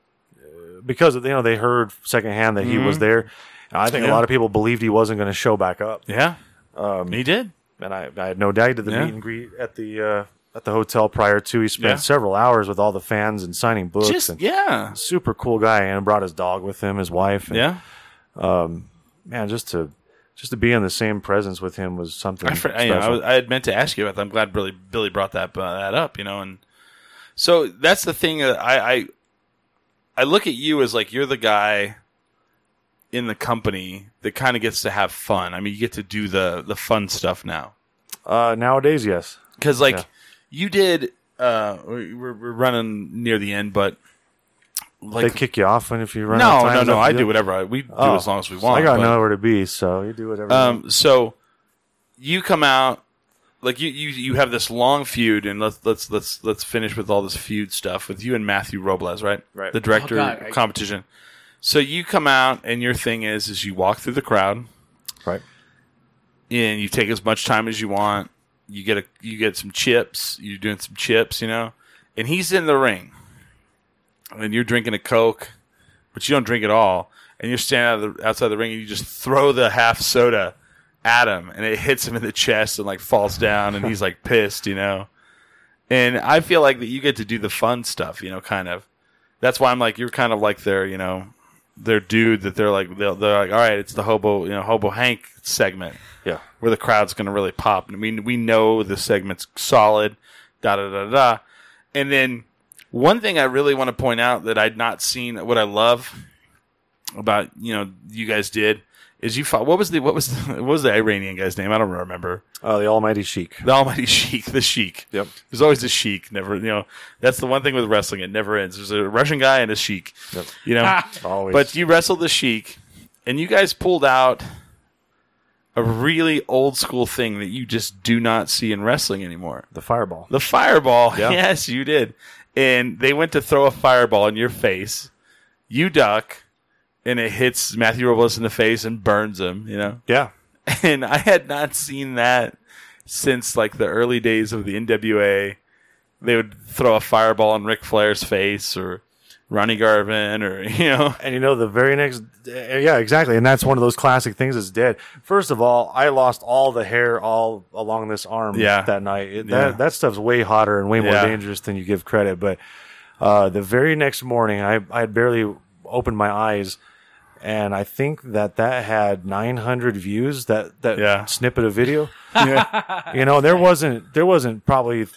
Speaker 2: uh, because you know they heard secondhand that he was there. And I think a
Speaker 1: Mm-hmm. Yeah.
Speaker 2: lot of people believed he wasn't going to show back up.
Speaker 1: Yeah, um, he did.
Speaker 2: and I, I had no doubt. He did the
Speaker 1: Yeah.
Speaker 2: meet and greet at the uh, at the hotel prior to. He spent
Speaker 1: Yeah.
Speaker 2: several hours with all the fans and signing books.
Speaker 1: Just
Speaker 2: and
Speaker 1: yeah,
Speaker 2: super cool guy, and brought his dog with him, his wife. And,
Speaker 1: yeah.
Speaker 2: man, just to just to be in the same presence with him was something.
Speaker 1: I, fr- I,
Speaker 2: special.
Speaker 1: you know, I, was, I had meant to ask you about that. I'm glad Billy Billy brought that uh, that up. You know, and so that's the thing that I, I I look at you as like you're the guy in the company that kind of gets to have fun. I mean, you get to do the the fun stuff now.
Speaker 2: uh, nowadays, yes,
Speaker 1: because like
Speaker 2: Yeah.
Speaker 1: you did uh we- we're, we're running near the end but
Speaker 2: they
Speaker 1: like
Speaker 2: kick you off, and if you run, out
Speaker 1: no
Speaker 2: of time,
Speaker 1: no
Speaker 2: is
Speaker 1: no
Speaker 2: that
Speaker 1: i
Speaker 2: the
Speaker 1: do
Speaker 2: deal?
Speaker 1: whatever I, we do
Speaker 2: Oh.
Speaker 1: as long as we
Speaker 2: So
Speaker 1: want
Speaker 2: I got
Speaker 1: but-
Speaker 2: nowhere to be, so you do whatever. you
Speaker 1: um so you come out like you, you you have this long feud and let's let's let's let's finish with all this feud stuff with you and Matthew Robles right
Speaker 2: Right.
Speaker 1: the director
Speaker 3: Oh, God, I-
Speaker 1: of competition so you come out and your thing is is you walk through the crowd
Speaker 2: want. right.
Speaker 1: and you take as much time as you want. You get a you get some chips. You're doing some chips, you know. And he's in the ring, and you're drinking a coke, but you don't drink at all. And you're standing out of the, outside the ring, and you just throw the half soda at him, and it hits him in the chest, and like falls down, and he's like pissed, you know. And I feel like that you get to do the fun stuff, you know, kind of. That's why I'm like you're kind of like their, you know, their dude that they're like they're, they're like all right, it's the hobo, you know, hobo Hank segment
Speaker 2: Yeah,
Speaker 1: where the crowd's going to really pop. And we we know the segment's solid, da da da da. And then one thing I really want to point out that I'd not seen, what I love about you know you guys did is you fought. What was the what was the, what was the Iranian guy's name? I don't remember.
Speaker 2: uh, the Almighty Sheik.
Speaker 1: The Almighty Sheik, the Sheik.
Speaker 2: Yep.
Speaker 1: There's always a Sheik. Never, you know, that's the one thing with wrestling. It never ends. There's a Russian guy and a Sheik.
Speaker 2: Yep.
Speaker 1: You know,
Speaker 2: Always,
Speaker 1: but you wrestled the Sheik, and you guys pulled out a really old school thing that you just do not see in wrestling anymore.
Speaker 2: the Fireball.
Speaker 1: The fireball.
Speaker 2: Yeah.
Speaker 1: Yes, you did. And they went to throw a fireball in your face. You duck, and it hits Matthew Robles in the face and burns him, you know?
Speaker 2: yeah,
Speaker 1: And I had not seen that since like the early days of the NWA. They would throw a fireball in Ric Flair's face or Ronnie Garvin or, you know.
Speaker 2: And you know, the very next, uh, yeah, exactly. And that's one of those classic things that's dead. First of all, I lost all the hair all along this arm
Speaker 1: Yeah.
Speaker 2: that night. It,
Speaker 1: Yeah.
Speaker 2: that, that stuff's way hotter and way more
Speaker 1: Yeah.
Speaker 2: dangerous than you give credit. But uh, the very next morning, I, I had barely opened my eyes. And I think that that had 900 views. That that
Speaker 1: Yeah.
Speaker 2: snippet of video, you know, there wasn't there wasn't probably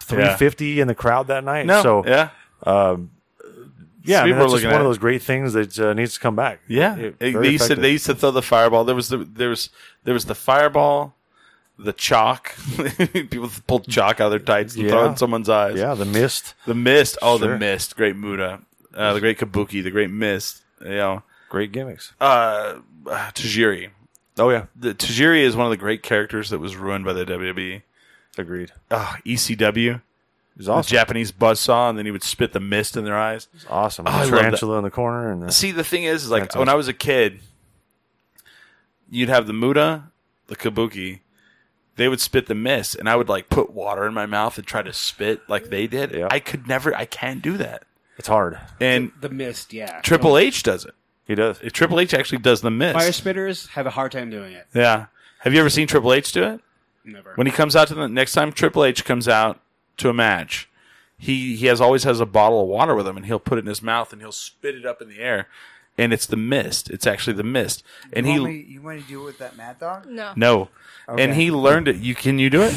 Speaker 2: 350 in the crowd that night.
Speaker 1: No.
Speaker 2: so
Speaker 1: yeah.
Speaker 2: yeah, I mean,
Speaker 1: People are
Speaker 2: that's just
Speaker 1: looking
Speaker 2: one
Speaker 1: at
Speaker 2: of
Speaker 1: it.
Speaker 2: those great things that uh, needs to come back.
Speaker 1: Yeah,
Speaker 2: It-
Speaker 1: they
Speaker 2: very
Speaker 1: they used to
Speaker 2: effective.
Speaker 1: they used to throw the fireball. There was the there was there was the fireball, the chalk. People pulled chalk out of their tights and throw it
Speaker 2: Yeah.
Speaker 1: in someone's eyes.
Speaker 2: yeah, the mist,
Speaker 1: the mist. Oh,
Speaker 2: Sure.
Speaker 1: the mist. Great Muda, uh, the great Kabuki, the great mist. You know,
Speaker 2: great gimmicks.
Speaker 1: uh, Tajiri.
Speaker 2: Oh yeah,
Speaker 1: The Tajiri is one of the great characters that was ruined by the E. WWE.
Speaker 2: agreed.
Speaker 1: Oh, ECW,
Speaker 2: It's
Speaker 1: the
Speaker 2: awesome.
Speaker 1: Japanese buzzsaw, and then he would spit the mist in their eyes.
Speaker 2: awesome.
Speaker 1: Oh, I
Speaker 2: The
Speaker 1: love that.
Speaker 2: tarantula in the corner and the,
Speaker 1: See, the thing is, is like
Speaker 2: That's
Speaker 1: when
Speaker 2: awesome.
Speaker 1: I was a kid, you'd have the muda, the kabuki. They would spit the mist, and I would like put water in my mouth and try to spit like they did.
Speaker 2: Yeah.
Speaker 1: I could never. I can't do that.
Speaker 2: it's hard.
Speaker 1: And
Speaker 3: the mist, yeah.
Speaker 1: Triple H does it.
Speaker 2: He does.
Speaker 1: Triple H actually does the mist.
Speaker 3: Fire spitters have a hard time doing it.
Speaker 1: yeah. Have you ever seen Triple H do it?
Speaker 3: Never.
Speaker 1: When he comes out to the next time Triple H comes out to a match, he he has always has a bottle of water with him, and he'll put it in his mouth and he'll spit it up in the air, and it's the mist. It's actually the mist, and
Speaker 5: you,
Speaker 1: he
Speaker 5: want me, you want to do it with that mad dog?
Speaker 4: No.
Speaker 1: no, and
Speaker 5: Okay.
Speaker 1: he learned it. You can you do it?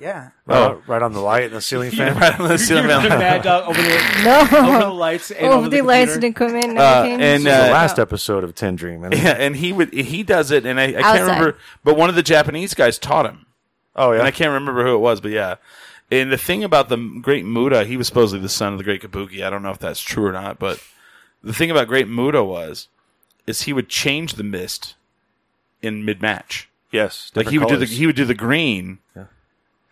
Speaker 5: Yeah.
Speaker 1: Oh.
Speaker 2: right on the light and the ceiling fan.
Speaker 1: right on the ceiling fan.
Speaker 3: Mad Dog over the, over the
Speaker 4: No.
Speaker 3: Oh. lights and
Speaker 4: Over
Speaker 3: over
Speaker 4: the lights and equipment and
Speaker 1: Uh,
Speaker 4: everything.
Speaker 1: and,
Speaker 4: It's just
Speaker 1: uh,
Speaker 4: like,
Speaker 2: Last
Speaker 4: no.
Speaker 2: episode of Ten Dream. And,
Speaker 1: Yeah, and he would he does it, and I, I can't
Speaker 4: Outside.
Speaker 1: remember. But one of the Japanese guys taught him,
Speaker 2: Oh
Speaker 1: and I
Speaker 2: yeah,
Speaker 1: can't remember who it was, but yeah. And the thing about the Great Muda, he was supposedly the son of the Great Kabuki. I don't know if that's true or not, but the thing about Great Muda was, is he would change the mist in mid match.
Speaker 2: yes.
Speaker 1: Like he would do the he would do the green,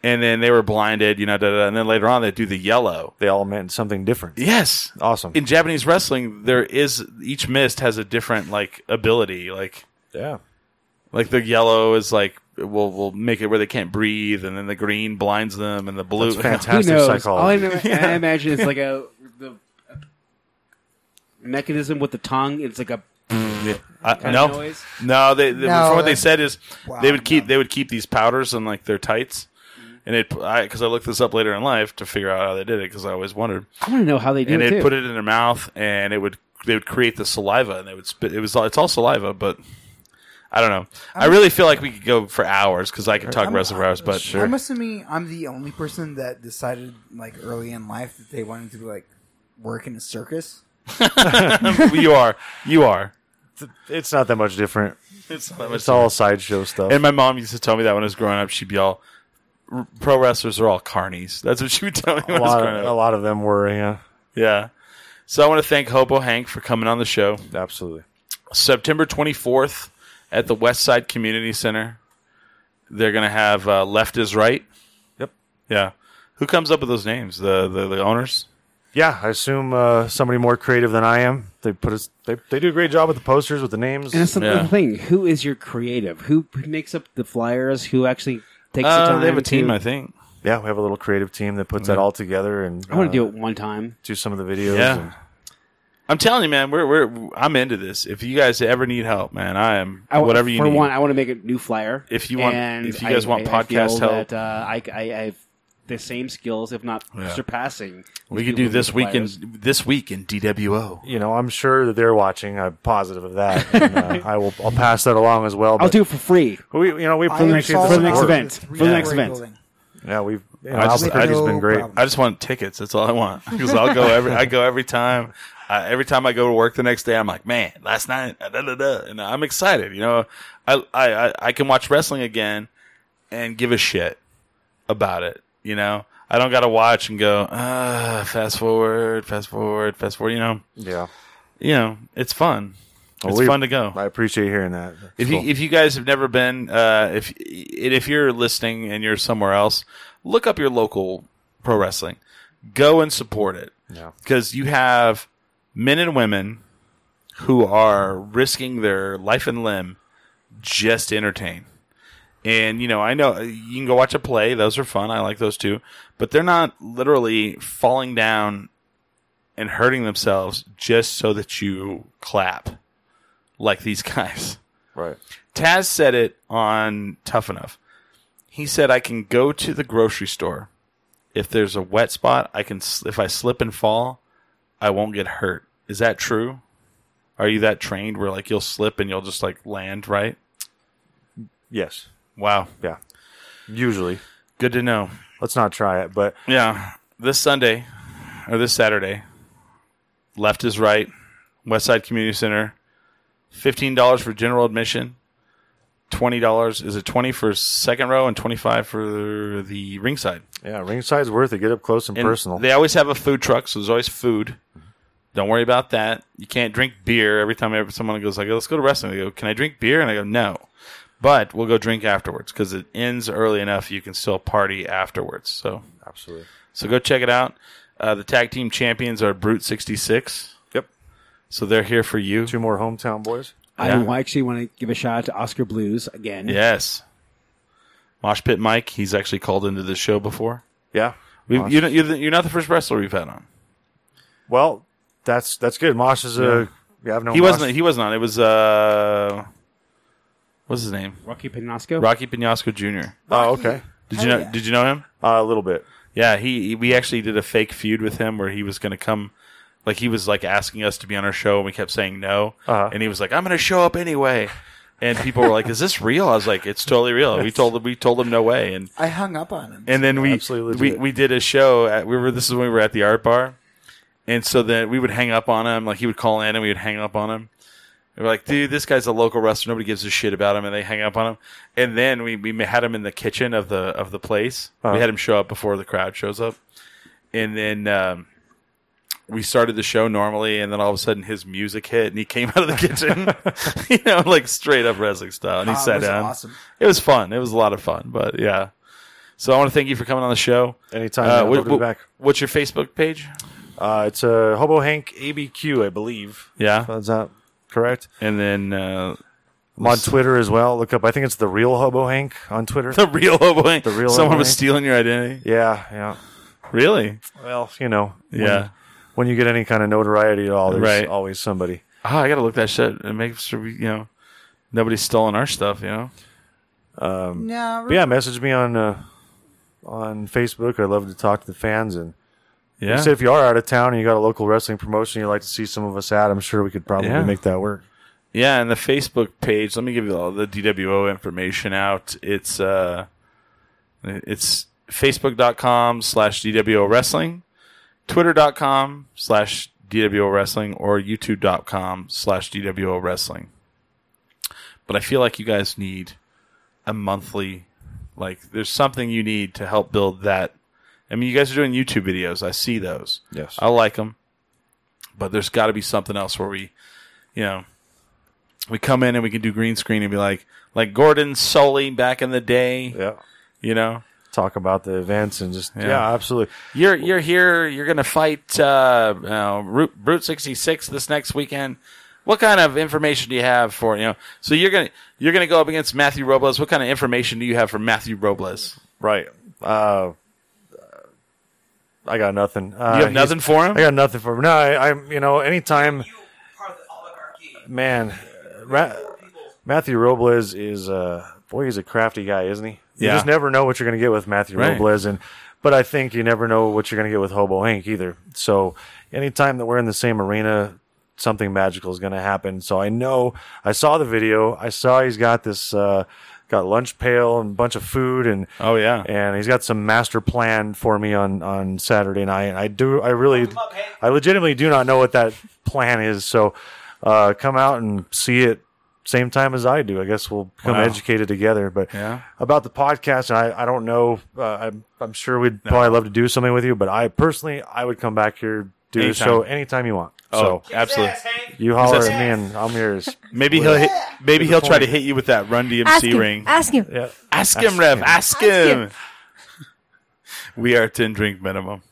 Speaker 1: and then they were blinded, you know, da, da, da, and then later on they'd do the yellow.
Speaker 2: they all meant something different.
Speaker 1: Yes,
Speaker 2: Awesome.
Speaker 1: in Japanese wrestling, there is each mist has a different like ability, like.
Speaker 2: yeah.
Speaker 1: Like the yellow is like will will make it where they can't breathe, and then the green blinds them, and the blue.
Speaker 2: That's fantastic.
Speaker 3: Who
Speaker 2: Fantastic
Speaker 3: knows?
Speaker 2: psychology.
Speaker 3: All I, ima- I imagine it's like a the a mechanism with the tongue. It's like a
Speaker 1: Uh,
Speaker 3: kind
Speaker 1: no,
Speaker 3: of noise.
Speaker 1: no. They, they-
Speaker 5: No,
Speaker 1: from what they
Speaker 5: that's-
Speaker 1: said is
Speaker 5: Wow,
Speaker 1: they would keep
Speaker 5: no.
Speaker 1: they would keep these powders in like their tights, and it because I, looked this up later in life to figure out how they did it because I always wondered.
Speaker 3: I want to know how they do
Speaker 1: and
Speaker 3: it
Speaker 1: they'd
Speaker 3: too.
Speaker 1: put it in their mouth, and it would they would create the saliva, and they would spit. It was all- it's all saliva, but. I don't know. i really feel like we could go for hours because I could talk
Speaker 5: I'm-
Speaker 1: wrestling for hours, but
Speaker 5: I'm assuming I'm the only person that decided, like early in life, that they wanted to like work in a circus.
Speaker 1: you are, you are.
Speaker 2: It's not that much different.
Speaker 1: It's not that much
Speaker 2: It's all sideshow stuff.
Speaker 1: And my mom used to tell me that when I was growing up, she'd be all, "R- "Pro wrestlers are all carnies." That's what she would tell me
Speaker 2: a
Speaker 1: when I was
Speaker 2: lot,
Speaker 1: growing
Speaker 2: a
Speaker 1: up.
Speaker 2: lot of them were. Yeah,
Speaker 1: Yeah. So I want to thank Hobo Hank for coming on the show.
Speaker 2: absolutely.
Speaker 1: September 24th at the West Side Community Center. They're going to have uh, Left is Right.
Speaker 2: Yep.
Speaker 1: Yeah. Who comes up with those names? The the, the owners?
Speaker 2: Yeah, I assume uh, somebody more creative than I am. They put us. They, they do a great job with the posters with the names.
Speaker 3: and that's the
Speaker 1: Yeah.
Speaker 3: thing. Who is your creative? Who who makes up the flyers? Who actually takes the
Speaker 1: Uh,
Speaker 3: time?
Speaker 1: they have a team,
Speaker 3: To,
Speaker 1: I think.
Speaker 2: yeah, we have a little creative team that puts that all together and
Speaker 3: I want
Speaker 2: uh,
Speaker 3: to do it one time.
Speaker 2: do some of the videos.
Speaker 1: Yeah.
Speaker 2: and-
Speaker 1: I'm telling you, man, we're we're I'm into this. If you guys ever need help, man, I am
Speaker 3: I, w-
Speaker 1: whatever you
Speaker 3: for
Speaker 1: need.
Speaker 3: one, I want to make a new flyer.
Speaker 1: If you want-
Speaker 3: and
Speaker 1: if you guys
Speaker 3: I-
Speaker 1: want
Speaker 3: I- I
Speaker 1: podcast
Speaker 3: feel
Speaker 1: help.
Speaker 3: that, uh, I, I, I have the same skills, if not
Speaker 1: Yeah.
Speaker 3: surpassing.
Speaker 1: we
Speaker 3: the
Speaker 1: could
Speaker 3: people
Speaker 1: do
Speaker 3: with the
Speaker 1: this week in
Speaker 3: flyers.
Speaker 1: this week in DWO.
Speaker 2: you know, I'm sure that they're watching. I'm positive of that. And, uh, I will. I'll pass that along as well.
Speaker 3: I'll
Speaker 2: but
Speaker 3: do it for free.
Speaker 2: We, you know, we
Speaker 5: I am
Speaker 2: appreciate
Speaker 5: following
Speaker 3: for the next
Speaker 5: up
Speaker 2: support.
Speaker 3: event.
Speaker 5: the
Speaker 3: For the
Speaker 5: three-story
Speaker 3: next event.
Speaker 5: building.
Speaker 2: Yeah, we've. You know,
Speaker 1: I just-
Speaker 2: Alpha Freddy's
Speaker 5: no
Speaker 2: been great.
Speaker 5: problem.
Speaker 1: I just want tickets. That's all I want because I'll go every. I go every time. I, every time I go to work the next day, I'm like, man, last night, uh, da, da, da, and I'm excited. You know, I, I I I can watch wrestling again and give a shit about it. You know, I don't got to watch and go ah, fast forward, fast forward, fast forward. You know,
Speaker 2: Yeah,
Speaker 1: you know, it's fun.
Speaker 2: Well,
Speaker 1: it's
Speaker 2: we-
Speaker 1: fun to go.
Speaker 2: I appreciate hearing that.
Speaker 1: If
Speaker 2: Cool.
Speaker 1: you if you guys have never been, uh, if and if you're listening and you're somewhere else, look up your local pro wrestling. Go and support it
Speaker 2: Yeah.
Speaker 1: because you have men and women who are risking their life and limb just to entertain. And you know, I know you can go watch a play; those are fun. I like those too, but they're not literally falling down and hurting themselves just so that you clap like these guys.
Speaker 2: right.
Speaker 1: Taz said it on Tough Enough. He said, "I can go to the grocery store. If there's a wet spot, I can. s- If I slip and fall, I won't get hurt. Is that true? Are you that trained where like you'll slip and you'll just like land right?
Speaker 2: Yes.
Speaker 1: Wow,
Speaker 2: Yeah. Usually,
Speaker 1: good to know.
Speaker 2: let's not try it, but
Speaker 1: Yeah, this Sunday or this Saturday, left is right. Westside Community Center, fifteen dollars for general admission. Twenty dollars is it twenty for second row and twenty five for the ringside.
Speaker 2: yeah, ringside's worth it. Get up close and,
Speaker 1: And
Speaker 2: personal.
Speaker 1: They always have a food truck, so there's always food. Don't worry about that. You can't drink beer every time ever- someone goes like, "Oh, "Let's go to wrestling." They go, "Can I drink beer?" And I go, "No." But we'll go drink afterwards because it ends early enough. You can still party afterwards. So,
Speaker 2: Absolutely.
Speaker 1: so go check it out. Uh, the tag team champions are Brute sixty six,
Speaker 2: Yep.
Speaker 1: so they're here for you.
Speaker 2: Two more hometown boys.
Speaker 3: I
Speaker 1: Yeah.
Speaker 3: wa- actually want to give a shout out to Oscar Blues again.
Speaker 1: Yes, Mosh Pit Mike. He's actually called into the show before.
Speaker 2: Yeah.
Speaker 1: We,
Speaker 2: Mosh.
Speaker 1: you know, you're, the, you're not the first wrestler we've had on.
Speaker 2: Well, that's that's good. Mosh is a. Yeah, I've known
Speaker 1: He
Speaker 2: Mosh.
Speaker 1: wasn't. He wasn't on. It was uh, what's his name?
Speaker 3: Rocky Penasco.
Speaker 1: Rocky Pinasco Jr.
Speaker 2: Oh, okay.
Speaker 1: Did you know?
Speaker 5: yeah.
Speaker 1: Did you know him?
Speaker 2: Uh, a little bit.
Speaker 1: Yeah, he we actually did a fake feud with him where he was going to come, like he was like asking us to be on our show, and we kept saying no,
Speaker 2: Uh-huh.
Speaker 1: and he was like, "I'm going to show up anyway," and people were like, "Is this real?" I was like, "It's totally real." We told him we told him no way, and
Speaker 5: I hung up on him.
Speaker 1: and then we
Speaker 2: Absolutely
Speaker 1: we,
Speaker 2: legit.
Speaker 1: we did a show. At, we were this is when we were at the art bar, and so then we would hang up on him. Like he would call in, and we would hang up on him. And we're like, dude, this guy's a local wrestler. Nobody gives a shit about him, and they hang up on him. And then we, we had him in the kitchen of the of the place.
Speaker 2: Uh-huh.
Speaker 1: We had him show up before the crowd shows up, and then um, we started the show normally. And then all of a sudden, his music hit, and he came out of the kitchen, you know, like straight up wrestling style. And he
Speaker 5: Ah, it
Speaker 1: sat
Speaker 5: was
Speaker 1: down.
Speaker 5: awesome.
Speaker 1: It was fun. It was a lot of fun. But yeah, so I want to thank you for coming on the show.
Speaker 2: Anytime.
Speaker 1: Uh,
Speaker 2: man,
Speaker 1: what-
Speaker 2: love to be
Speaker 1: what-
Speaker 2: back.
Speaker 1: What's your Facebook page?
Speaker 2: Uh, it's a Hobo Hank ABQ, I believe.
Speaker 1: Yeah,
Speaker 2: That's not correct.
Speaker 1: and then uh,
Speaker 2: I'm on Twitter as well. Look up. I think it's the real Hobo Hank on Twitter.
Speaker 1: the real Hobo Hank.
Speaker 2: The real
Speaker 1: Someone
Speaker 2: Hobo
Speaker 1: was
Speaker 2: Hank.
Speaker 1: stealing your identity.
Speaker 2: yeah, yeah.
Speaker 1: Really?
Speaker 2: Well, you know. when-
Speaker 1: Yeah.
Speaker 2: When, you get any kind of notoriety at all, there's
Speaker 1: Right.
Speaker 2: always somebody.
Speaker 1: Oh, I gotta look that shit and make sure we, you know nobody's stolen our stuff. You know.
Speaker 5: No,
Speaker 2: But yeah, message me on uh, on Facebook. I love to talk to the fans and.
Speaker 1: Yeah.
Speaker 2: So if you are out of town and you got a local wrestling promotion you'd like to see some of us at, I'm sure we could probably
Speaker 1: Yeah.
Speaker 2: make that work.
Speaker 1: Yeah, and the Facebook page. Let me give you all the DWO information out. It's uh, it's facebook.com slash DWO wrestling, twitter.com slash DWO wrestling, or youtube.com slash DWO wrestling. But I feel like you guys need a monthly, like, there's something you need to help build that. I mean, you guys are doing YouTube videos. I see those.
Speaker 2: Yes.
Speaker 1: I like them. But there's got to be something else where we, you know, we come in and we can do green screen and be like, like Gordon Sully back in the day,
Speaker 2: yeah.
Speaker 1: you know.
Speaker 2: Talk about the events and just yeah, absolutely.
Speaker 1: You're you're here. You're gonna fight uh, uh, Root, Brute sixty six this next weekend. What kind of information do you have for you know? So you're gonna you're gonna go up against Matthew Robles. What kind of information do you have for Matthew Robles?
Speaker 2: Right. Uh, I got nothing. Uh,
Speaker 1: You have
Speaker 2: he's-
Speaker 1: nothing for
Speaker 2: I
Speaker 1: him.
Speaker 2: got nothing for him. No, I, I'm you know anytime,
Speaker 6: part of the oligarchy.
Speaker 2: man. Ra- Matthew Robles is uh boy, he's a crafty guy, isn't he? You
Speaker 1: Yeah.
Speaker 2: just never know what you're going to get with Matthew
Speaker 1: Right.
Speaker 2: Robles, and but I think you never know what you're going to get with Hobo Hank either. So anytime that we're in the same arena, something magical is going to happen. So I know I saw the video. I saw he's got this uh, got lunch pail and a bunch of food and
Speaker 1: Oh yeah,
Speaker 2: and he's got some master plan for me on on Saturday night. I do, I really, I legitimately do not know what that plan is. So, uh, come out and see it same time as I do. I guess we'll become
Speaker 1: Wow.
Speaker 2: educated together. But
Speaker 1: Yeah.
Speaker 2: about the podcast, and I, I don't know. Uh, I'm I'm sure we'd probably love to do something with you, but I personally, I would come back here do the
Speaker 1: Anytime.
Speaker 2: show anytime you want.
Speaker 1: oh
Speaker 2: So
Speaker 1: absolutely.
Speaker 2: you holler
Speaker 1: Yes.
Speaker 2: at me and I'm yours.
Speaker 1: Maybe he'll hit, maybe he'll try to hit you with that Run DMC
Speaker 4: Ask him.
Speaker 1: ring.
Speaker 4: Ask him.
Speaker 2: Yeah.
Speaker 1: Ask him, Rev. Ask him. we are ten drink minimum.